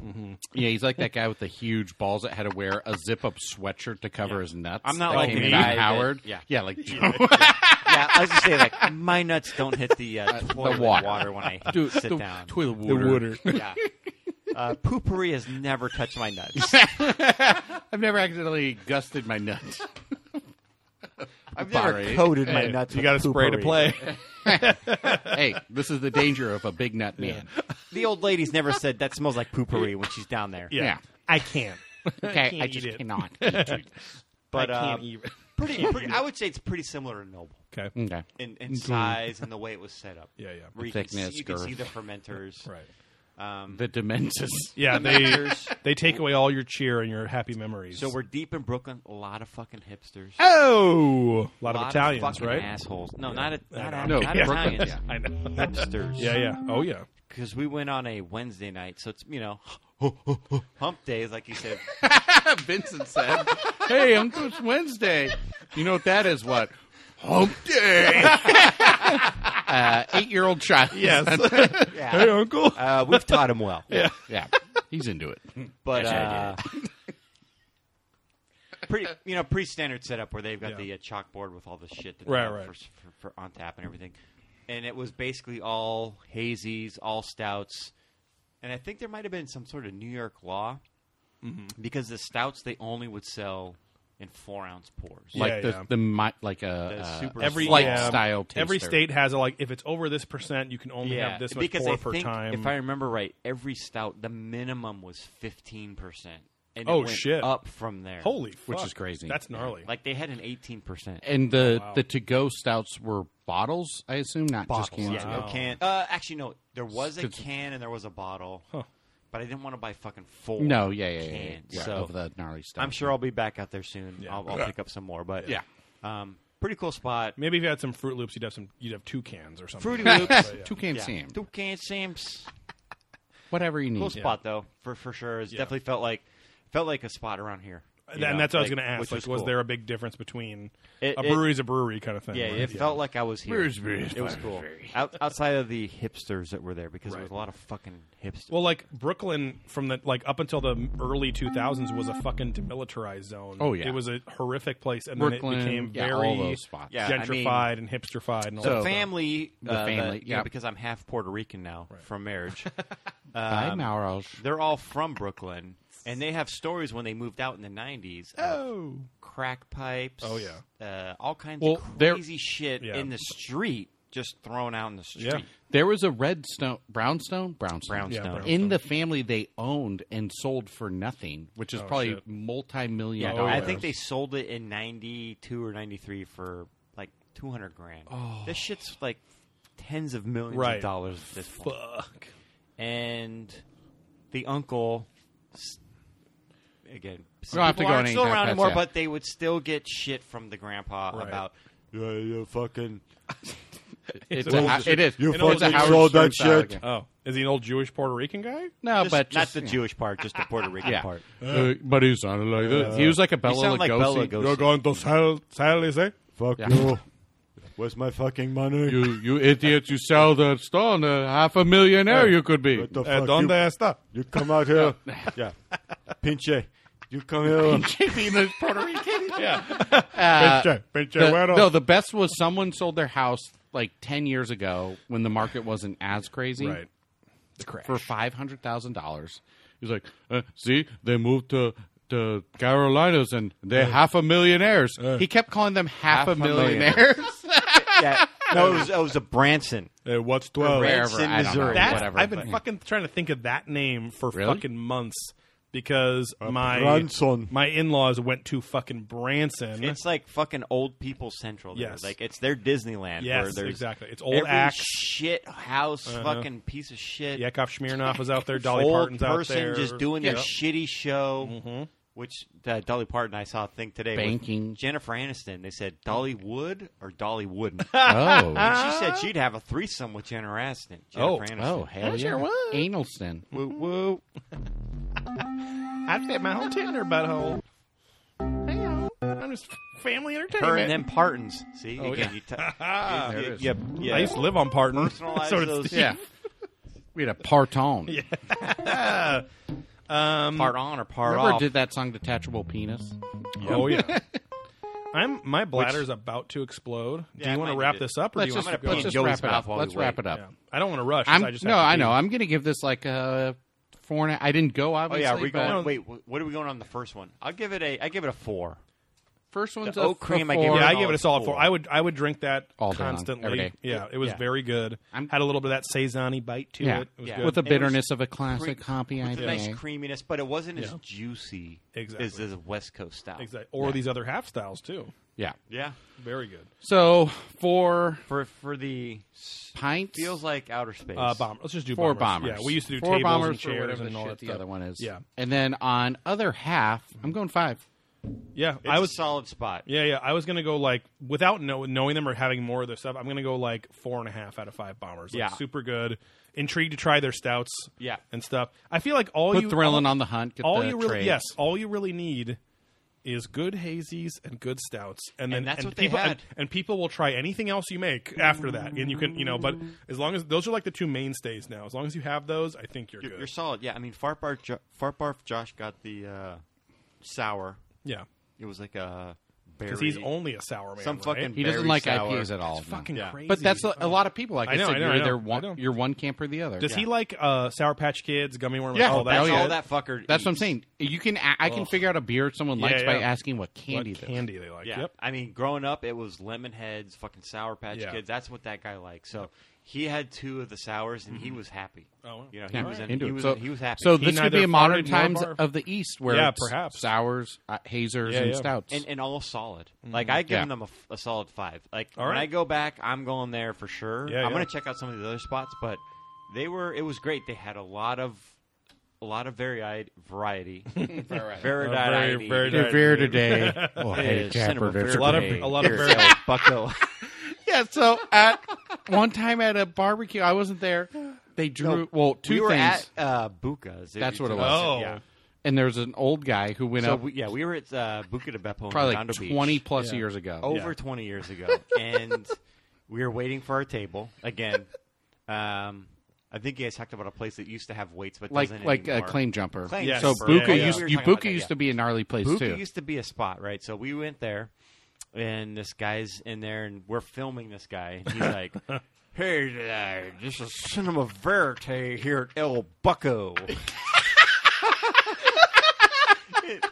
B: Yeah, he's like that guy with the huge balls that had to wear a zip up sweatshirt to cover his nuts.
C: I'm not
B: that
C: like
B: came
C: the
B: in
C: guy
B: from
C: that-
B: Howard.
C: yeah.
B: yeah, like
C: yeah, I was just saying, like my nuts don't hit the uh, toilet
B: water.
C: water. when I
B: Dude,
C: sit
B: the
C: down.
B: toilet
A: The
B: water.
A: wooder.
C: yeah. Uh, poopery has never touched my nuts.
B: I've never accidentally gusted my nuts.
C: I've
B: Barry.
C: never coated my nuts.
A: you got to spray to play.
B: hey, this is the danger of a big nut man.
C: The old lady's never said that smells like poopery when she's down there.
B: Yeah.
A: I can't.
B: Okay, I,
A: eat
B: just
A: it.
B: cannot. eat it.
C: but
A: I
C: uh,
A: can't even.
C: pretty,
A: Mm-hmm.
C: pretty. I would say it's pretty similar to Noble
A: Okay.
B: Okay.
C: in, in size and the way it was set up.
A: Mm-hmm. Yeah, yeah.
C: Where you can
B: Thickness,
C: see, you can
B: girth.
C: see the fermenters.
A: Right.
C: Um,
B: The Dementis.
A: Yeah, they
C: fermenters.
A: they take away all your cheer and your happy memories.
C: so we're deep in Brooklyn. A lot of fucking hipsters.
A: oh, a lot,
C: a
A: of
C: lot of
A: Italians,
C: fucking
A: right?
C: Assholes. No, not a, not, a,
B: No,
C: not
B: Brooklyn,
C: Italians.
B: yeah.
A: I know.
C: Hipsters.
A: Yeah, yeah. Oh, yeah.
C: because we went on a Wednesday night, so it's you know hump days, like you said.
B: Vincent said, "Hey, I'm it's Wednesday. You know what that is? What hump day? uh, Eight-year-old child.
A: Yes. hey, Uncle.
C: uh, we've taught him well,
A: yeah.
B: yeah. He's into it.
C: but uh,
B: Yes,
C: pretty you know pretty standard setup where they've got
A: Yeah.
C: the uh, chalkboard with all the shit that
A: Right,
C: they
A: right.
C: have For, for, for on tap and everything, and it was basically all hazies, all stouts, and I think there might have been some sort of New York law
A: Mm-hmm.
C: because the stouts they only would sell in four ounce pours.
B: Like
A: Yeah,
B: the
A: yeah.
B: the mi- like a,
C: The
B: uh,
C: super
A: Every
B: flight
A: yeah,
B: style. Taster.
A: Every state has a like if it's over this percent, you can only have this much
C: because
A: pour
C: I
A: per
C: think,
A: time.
C: If I remember right, every stout the minimum was fifteen percent, and
A: Oh,
C: it went
A: shit.
C: up from there.
A: Holy,
B: Which
A: fuck.
B: is crazy.
A: That's gnarly.
C: like they had an eighteen percent.
B: And
A: Oh,
B: the the to go stouts were bottles, I assume, not just cans.
C: Yeah, no
A: Oh.
C: can. Uh, actually, no. There was a
B: It's-
C: can and there was a bottle, but I didn't want to buy fucking four.
B: No, yeah, yeah, yeah, yeah,
C: cans.
B: yeah,
C: So
B: of the gnarly stuff.
C: I'm sure I'll be back out there soon. I'll, I'll pick up some more, but
B: Yeah.
C: um, pretty cool spot.
A: Maybe if you had some Fruit Loops, you'd have some. You'd have two cans or something.
C: Fruity Loops,
B: two cans
C: yeah.
B: Sam. Mm.
C: two cans, Sam's.
B: whatever you need.
C: Cool spot though, for for sure. It's definitely felt like felt like a spot around here. you
A: and
C: know,
A: that's what I was
C: like,
A: going to ask.
C: which
A: Like, was,
C: was cool.
A: there a big difference between
C: It-
A: a
C: it-
A: brewery's a brewery kind of thing?
C: Yeah,
A: right?
C: it felt like I was here.
G: Beersbury is
C: It was
G: fine.
C: cool. Out, outside of the hipsters that were there, because there was a lot of fucking hipsters.
A: Well, like Brooklyn from the like up until the early 2000s was a fucking demilitarized zone.
B: Oh, yeah.
A: it was a horrific place, and
B: Brooklyn,
A: then it became
B: yeah,
A: very
B: all those spots.
C: Yeah, I mean-
A: gentrified and hipsterified and all
B: So-
A: that. stuff.
C: family,
B: The
C: uh,
B: family,
C: you know,
B: yeah.
C: because I'm half Puerto Rican now from marriage.
B: Hi,
C: Um,
B: Mauro.
C: They're all from Brooklyn, and they have stories when they moved out in the '90s. of
A: Oh,
C: crack pipes.
A: Oh, yeah.
C: uh, all kinds
B: Well,
C: of
B: they're-
C: crazy shit
A: Yeah.
C: in the street, just thrown out in the street.
A: yeah,
B: There was a Redstone brownstone brownstone
C: Brownstone.
A: Yeah, brown-
B: in the family they owned and sold for nothing, which is probably
A: Oh, shit.
B: multi-million.
A: Oh,
B: dollars.
C: I think they sold it in '92 or '93 for like 200 grand.
B: Oh.
C: This shit's like tens of millions
A: Right.
C: of dollars at this point.
A: fuck.
C: And the uncle, s- again, some
B: don't have to
C: people
B: go
C: aren't
B: any
C: still
B: time
C: around
B: past,
C: anymore,
B: yeah.
C: but they would still get shit from the grandpa
A: Right.
C: about. Yeah, you fucking.
B: it's
A: an
B: a,
A: old
B: ho- it is.
A: You
B: It's a
A: fucking
B: Howard
A: sold
B: Stern
A: that
B: style
G: shit.
B: again.
A: Oh, is he an old Jewish Puerto Rican guy?
B: No,
C: Just,
B: but
C: not
B: just,
C: the Jewish part, just the Puerto Rican
B: Yeah.
C: part.
F: Uh, but he sounded like this.
A: Uh,
B: He was like a Bella
C: sound like
B: Lugosi.
C: Bela Lugosi.
F: You're going to sell, sell is it?
G: Fuck
B: Yeah.
G: you. Where's my fucking money?
F: You, you idiots, you sell that store and a half a millionaire you could be.
G: What the
A: Eh,
F: Uh,
G: fuck,
F: donde
G: you-
F: está?
G: You come out here. yeah. Pinche. You come here.
B: Being the Puerto Rican.
F: Pinche, pinche
B: Uh, The-
F: güero.
B: no, the best was someone sold their house like ten years ago when the market wasn't as crazy
A: Right. The crash.
B: for five hundred thousand dollars.
F: He's like, uh, see, they moved to, to Carolinas and they're half a millionaires.
B: He kept calling them half, a millionaire.
C: yeah, no, it was, it was a Branson.
A: Uh, what's 12?
C: Rare.
B: wherever
C: in
B: I don't know,
C: Missouri.
A: That,
B: whatever.
A: I've been
B: but-
A: fucking trying to think of that name for
B: Really?
A: fucking months because my
C: Branson.
A: my in-laws went to fucking Branson.
B: Uh-huh.
C: It's like fucking old people central. There.
A: Yes.
C: like it's their Disneyland. where
A: yes,
C: there's
A: exactly. It's old
C: every
A: axe.
C: shit house, fucking piece of shit.
A: Yakov Smirnoff was out there. Dolly
C: old
A: Parton's out
C: person
A: there. Mm-hmm.
C: just doing their
A: Yep.
C: shitty show. Which uh, Dolly Parton, I saw a thing today. with
B: Banking.
C: Jennifer Aniston. They said Dolly would or Dolly wouldn't.
B: oh,
C: And she said she'd have a threesome with Jennifer Aniston. Jennifer
A: Oh.
C: Aniston.
B: oh, hell yeah, Analston.
A: Woo woo. I fit my whole tit in her butthole. Hey, I'm just family entertainment.
C: her and them Partons. See
A: Oh,
C: again,
A: Ah,
C: you,
B: There it
C: t-
B: is.
C: you, you, you
A: I used to live on Parton.
C: personalize
A: so did
C: those
A: Steve.
B: Yeah, we had a parton.
A: Um,
C: part on or part
B: Remember
C: off.
B: did that song "Detachable Penis"?
A: Oh yeah. I'm my bladder's about to explode. Do
C: Yeah,
A: you
C: I
A: want to
C: might
A: wrap
C: do.
A: this up or
B: Let's
A: do you
B: just,
A: want
C: gonna
A: me to go?
B: let's
C: in
B: just
C: Joey's
B: wrap it
C: mouth
B: up.
C: while
B: Let's
C: we
B: wrap
C: wait.
B: it up.
A: Yeah. I don't want to rush.
B: I'm,
A: I just
B: no,
A: have to
B: I
A: pee.
B: know. I'm going to give this like a four and a, I didn't go
C: Oh
B: obviously.
C: yeah, are we
B: but
C: going? Wait, wh- what are we going on the first one? I'll give it a. I give it a four.
B: first one's
C: the
B: a
C: oat cream I
B: four.
C: gave you-
A: Yeah, I
C: Or
A: gave it a solid four.
C: four.
A: I would I would drink that
B: All day long,
A: constantly.
B: every day.
A: Yeah, it was
C: Yeah.
A: very good.
B: I'm-
A: Had a little bit of that saison bite to
B: Yeah.
A: it. It was
C: Yeah.
A: good.
B: with the
C: It was
B: bitterness of a classic
C: cre-
B: hoppy
C: It's a nice
B: IPA.
C: creaminess, but it wasn't as
A: Yeah.
C: juicy as
A: Exactly.
C: as a West Coast style.
A: Exactly. Or these other half styles too.
B: yeah.
C: Yeah.
A: Very good.
B: So four
C: For for the s-
B: pints.
C: feels like outer space.
A: Uh, bomb. Let's just do
B: four
A: bombers.
B: bombers.
A: Yeah, we used to do
B: four
A: tables
B: bombers
A: and
B: or
A: chairs
B: whatever
A: and
B: the
A: all
B: shit
A: that
B: the
A: stuff.
B: other one is.
A: Yeah,
B: And then on other half, I'm going five.
A: yeah.
C: It's
A: I
C: a
A: was.
C: solid spot.
A: Yeah, yeah. I was gonna go like without know, knowing them or having more of their stuff. I'm gonna go like four and a half out of five bombers. Like,
C: Yeah.
A: super good. Intrigued to try their stouts.
C: Yeah.
A: and stuff. I feel like all
B: Put
A: you
B: thrilling
A: all,
B: on the hunt. Get
A: all
B: the
A: you really
B: trades.
A: yes, all you really need is good hazies and good stouts, and then
C: that's what they
A: people And,
C: had.
A: and people will try anything else you make after that, and you can you know. But as long as those are like the two mainstays now, as long as you have those, I think you're,
C: You're,
A: good.
C: you're solid. Yeah, I mean Fartbarf, jo- Fartbarf Josh got the uh, sour.
A: yeah,
C: It was like a berry.
A: because he's only a sour man.
C: some
A: right?
C: fucking.
B: He doesn't
C: berry
B: like
C: sour.
B: IPAs at all.
A: It's
B: no.
A: fucking
C: Yeah.
A: crazy.
B: But that's a, a
A: Oh.
B: lot of people. Like I,
A: I know,
B: said,
A: I know,
B: you're
A: I know,
B: either
A: I know.
B: one, you're one camp or the other.
A: Does he like uh, Sour Patch Kids, gummy worm?
B: Yeah.
A: all that.
C: That's
B: Oh, yeah.
C: all that fucker.
B: That's what I'm
C: eats.
B: saying. You can. I I can figure out a beer someone
A: Yeah,
B: likes by
A: yeah.
B: asking what
A: What
B: candy. they're-
A: candy they like?
C: Yeah,
A: Yep.
C: I mean, growing up, it was Lemon Heads, fucking Sour Patch
A: Yeah.
C: Kids. That's what that guy liked. So he had two of the sours, and he was happy.
A: Oh, wow.
C: You know, he
B: Yeah,
C: was in,
B: into
C: he
B: it.
C: was,
B: so,
C: he was happy.
B: So
A: He
B: this could
A: neither
B: be a modern
A: farted nor
B: times
A: barfed.
B: of the East, where
A: Yeah,
B: it's
A: perhaps.
B: sours, uh, hazers,
A: Yeah,
B: and
A: yeah.
B: stouts.
C: and, and all solid. Like I give
B: Yeah.
C: them a, f- a solid five. Like
A: Mm-hmm. All
C: when
A: right.
C: I go back, I'm going there for sure.
A: Yeah,
C: I'm
A: yeah.
C: gonna check out some of the other spots, but they were it was great. They had a lot of a lot of varied variety, varied
A: very, very
B: They're
A: Right.
B: beer today. oh,
C: Hey, Jennifer,
A: A lot of
C: Hey,
A: a lot of
C: here's
A: very
C: El Bucko.
B: Yeah. So at one time at a barbecue, I wasn't there. They drew well two
C: we were
B: things,
C: at uh, Buca's. If
B: That's
C: you
B: what it
C: do-
B: was.
A: Oh.
C: yeah.
B: and there was an old guy who went
C: So
B: up
C: we, yeah, we were at uh, Buca de Beppo, in
B: probably like
C: Redondo Beach. Oh,
B: twenty plus years ago.
C: over 20 years ago, and we were waiting for our table again. Um, I think you guys talked about a place that used to have weights, but
B: like
C: doesn't
B: like uh, a
C: anymore.
B: claim jumper.
C: Claim
A: Yes.
B: So
A: jumper,
B: Buka
A: yeah, yeah.
B: used
C: We were
B: you
C: talking about
B: Buka
C: that,
B: used
C: yeah.
B: to be a gnarly place
C: Buca
B: too.
C: used to be a spot, right? So we went there, and this guy's in there, and we're filming this guy. And he's like, "Hey there, this is Cinema Verite here at El Bucko,"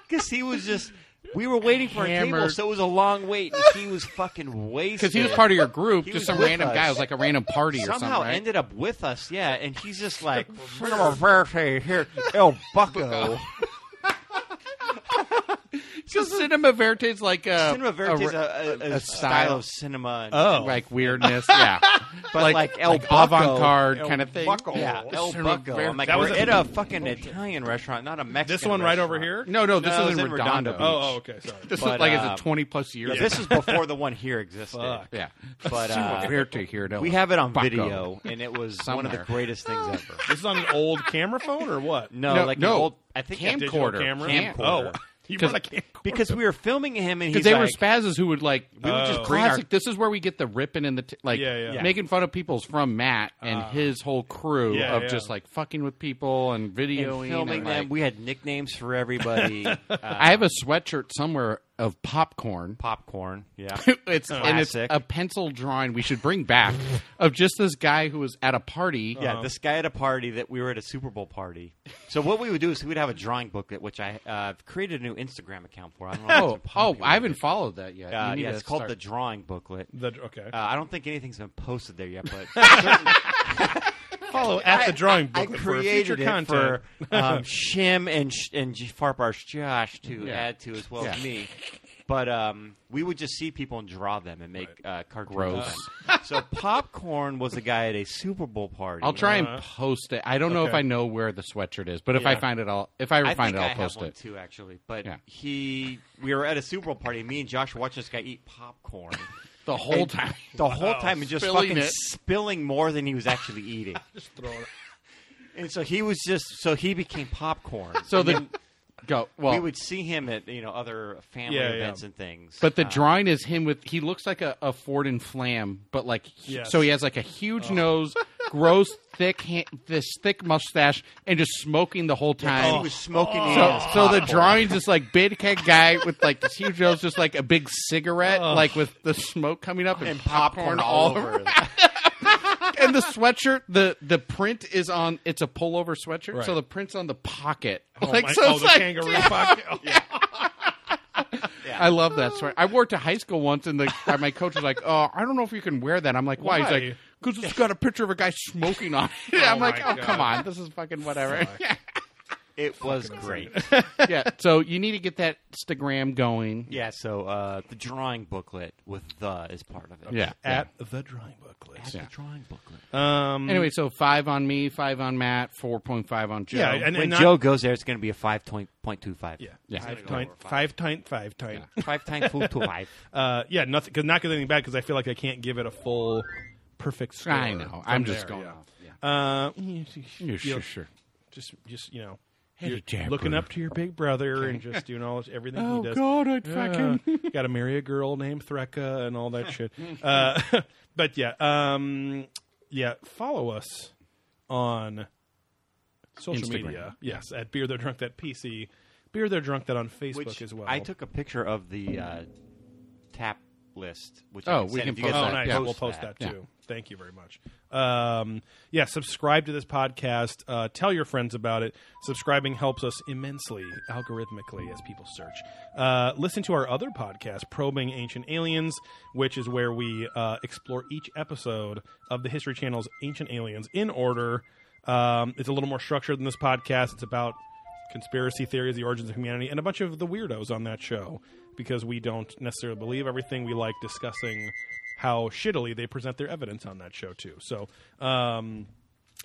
C: because he was just. We were waiting for a table,
B: Hammered.
C: so it was a long wait, and he was fucking wasted.
B: because he was part of your group,
C: He
B: just
C: was
B: some
C: with
B: random
C: us.
B: guy. It was like a random party or something,
C: somehow
B: right?
C: ended up with us, yeah. And he's just like, "Cinema Verde here, El Bucko."
B: Because cinema verite is like a
C: cinema Verde is a, a, a,
B: a
C: style
B: style. Oh.
C: of cinema,
B: like weirdness, yeah,
C: Oh. but like, El Bucko,
B: avant-garde kind of thing.
C: Yeah, El
B: Cinema
C: Bucco.
B: Verde.
C: I'm like,
A: Oh, That
C: we're
A: was a-
C: at a fucking Italian restaurant, not a Mexican.
A: This one right over
C: restaurant.
A: here.
B: No, no, this
C: No,
B: is
C: it's
B: in
C: in
B: Redondo.
C: Redondo Beach.
A: Oh, oh, okay. Sorry.
B: This
C: But,
B: is like it's
C: um,
B: a twenty plus years.
C: Yeah, This is before the one here existed.
A: Fuck.
B: yeah,
C: But,
B: Cinema
C: uh,
B: Verde here. no.
C: We have it on
B: Bucco.
C: video, and it was one of the
B: Somewhere.
C: greatest things ever.
A: This is on an old camera phone or what?
C: No,
B: No,
C: like
B: no.
C: the old, I think that
B: Camcorder.
A: Digital
B: Camcorder.
A: camera.
B: Camcorder.
A: Oh, you brought a camcorder.
C: because we were filming him, and he's
B: because they were
C: like,
B: spazzes who would like we
A: would
B: would
A: just
B: just
A: Oh.
C: bring our-
B: classic. This is where we get the ripping and the t- like
A: Yeah, yeah.
B: making fun of people's from Matt and
C: Uh.
B: his whole crew
A: Yeah,
B: of
A: yeah.
B: just like fucking with people and videoing
C: and filming
B: and,
C: them.
B: like-
C: We had nicknames for everybody. Uh,
B: I have a sweatshirt somewhere of popcorn.
C: popcorn. Yeah,
B: it's and it's
C: Classic.
B: a pencil drawing we should bring back of just this guy who was at a party.
C: yeah. This guy at a party that we were at a Super Bowl party. So what we would do is we'd have a drawing booklet, which I uh, I've created a new Instagram account for. I don't know. if
B: Oh,
C: it's been
B: oh,
C: popular
B: I haven't
C: yet.
B: followed that yet.
C: Uh,
B: You need
C: yeah,
B: to
C: it's called
B: start.
C: the drawing booklet.
A: The, okay.
C: Uh, I don't think anything's been posted there yet, but certain-
A: Follow at the drawing
C: I
A: book for future
C: created it
A: content.
C: for um, Shim and Sh- and J- Farbar's Josh to add to as well as me. But um, we would just see people and draw them and make uh, cartoons.
B: Gross.
C: of them. so popcorn was a guy at a Super Bowl party.
B: I'll try and
A: Uh-huh.
B: post it. I don't know if
A: Okay.
B: I know where the sweatshirt is, but if I
A: Yeah.
B: find it, I'll if I ever
C: I
B: find
C: think
B: it,
C: I
B: I'll
C: have
B: post
C: one
B: it.
C: too, actually. But
B: Yeah.
C: he, we were at a Super Bowl party. and Me and Josh were watching this guy eat popcorn
B: The whole time,
C: the whole time and just
B: Spilling
C: fucking
B: it.
C: spilling more than he was actually eating. just throwing. And so he was just so he became popcorn.
B: so the go well.
C: we would see him at you know other family
A: Yeah, yeah.
C: events and things. Uh,
B: But the drawing is him with he looks like a, a Ford and Flam, but like he-
A: Yes.
B: so he has like a huge
C: Oh.
B: nose, gross thick ha- this thick mustache, and just smoking the whole
C: he
B: time.
C: was smoking.
B: So,
C: his
B: so the
C: popcorn.
B: drawing's just like big head guy with like this huge nose, just like a big cigarette, like with the smoke coming up and,
C: and popcorn all over.
B: And the sweatshirt, the the print is on. It's a pullover sweatshirt,
A: Right.
B: so the print's on the pocket.
A: Oh,
B: like
A: my-
B: so,
A: oh,
B: it's
A: the
B: like,
A: kangaroo pocket. Oh,
B: I love that sweater. I wore it to high school once, and the, uh, my coach was like, "Oh, I don't know if you can wear that." I'm like, "Why?" He's
A: Why?
B: like, "Because it's got a picture of a guy smoking on it." I'm
A: Oh
B: like,
A: my
B: "Oh, come
A: God.
B: on, this is fucking whatever." yeah.
C: It was great.
B: So you need to get that Instagram going.
C: Yeah. So uh, the drawing booklet with the is part of it.
B: Yeah.
A: At the drawing booklet.
C: That's
B: Yeah.
C: the drawing booklet.
A: Um,
B: Anyway, so five on me, five on Matt, four point five on Joe.
A: yeah, and,
C: when
A: and not,
C: Joe goes there, it's going to be a five point point two five.
A: yeah,
B: Yeah.
A: five tint, five tint, five tint.
C: Five times four to five.
A: Uh, yeah, nothing. Cause not 'cause anything bad. Because I feel like I can't give it a full, perfect score.
B: I know. I'm
A: from
B: just
A: there,
B: going
A: yeah.
B: off.
A: Uh,
B: Yeah,
A: you
B: sure, sure.
A: Just, just you know,
B: Hey,
A: you're
B: Jack
A: looking
B: Bruno.
A: up to your big brother and just doing all this, everything
B: Oh,
A: he does.
B: God, I'd fucking-
A: got to marry a girl named Threka and all that shit. Uh, but yeah, um, yeah. Follow us on social
B: Instagram.
A: media. Yes, at beer they're drunk that PC. Beer they're drunk that on Facebook
C: Which
A: as well.
C: I took a picture of the uh, tap list. Which
B: Oh,
C: I can
B: we
C: send
B: can
C: if you
B: post
C: guys
A: Oh,
B: that.
C: wanna
A: nice.
B: Yeah.
A: we'll post that,
B: Yeah.
A: too. Thank you very much. Um, yeah, subscribe to this podcast. Uh, tell your friends about it. Subscribing helps us immensely algorithmically as people search. Uh, listen to our other podcast, Probing Ancient Aliens, which is where we uh, explore each episode of the History Channel's Ancient Aliens in order. Um, it's a little more structured than this podcast. It's about conspiracy theories, the origins of humanity, and a bunch of the weirdos on that show because we don't necessarily believe everything. We like discussing how shittily they present their evidence on that show too. So, um,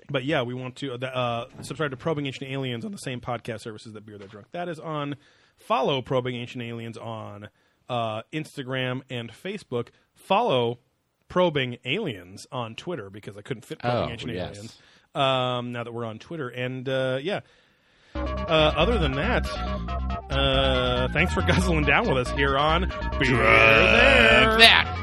A: but yeah, we want to uh, th- uh, subscribe to Probing Ancient Aliens on the same podcast services that Beer That Drunk that is on. Follow Probing Ancient Aliens on uh, Instagram and Facebook. Follow Probing Aliens on Twitter because I couldn't fit Probing
B: Oh,
A: Ancient
B: yes.
A: Aliens. Um, now that we're on Twitter, and uh, yeah, uh, other than that, uh, thanks for guzzling down with us here on Beer There.
B: That.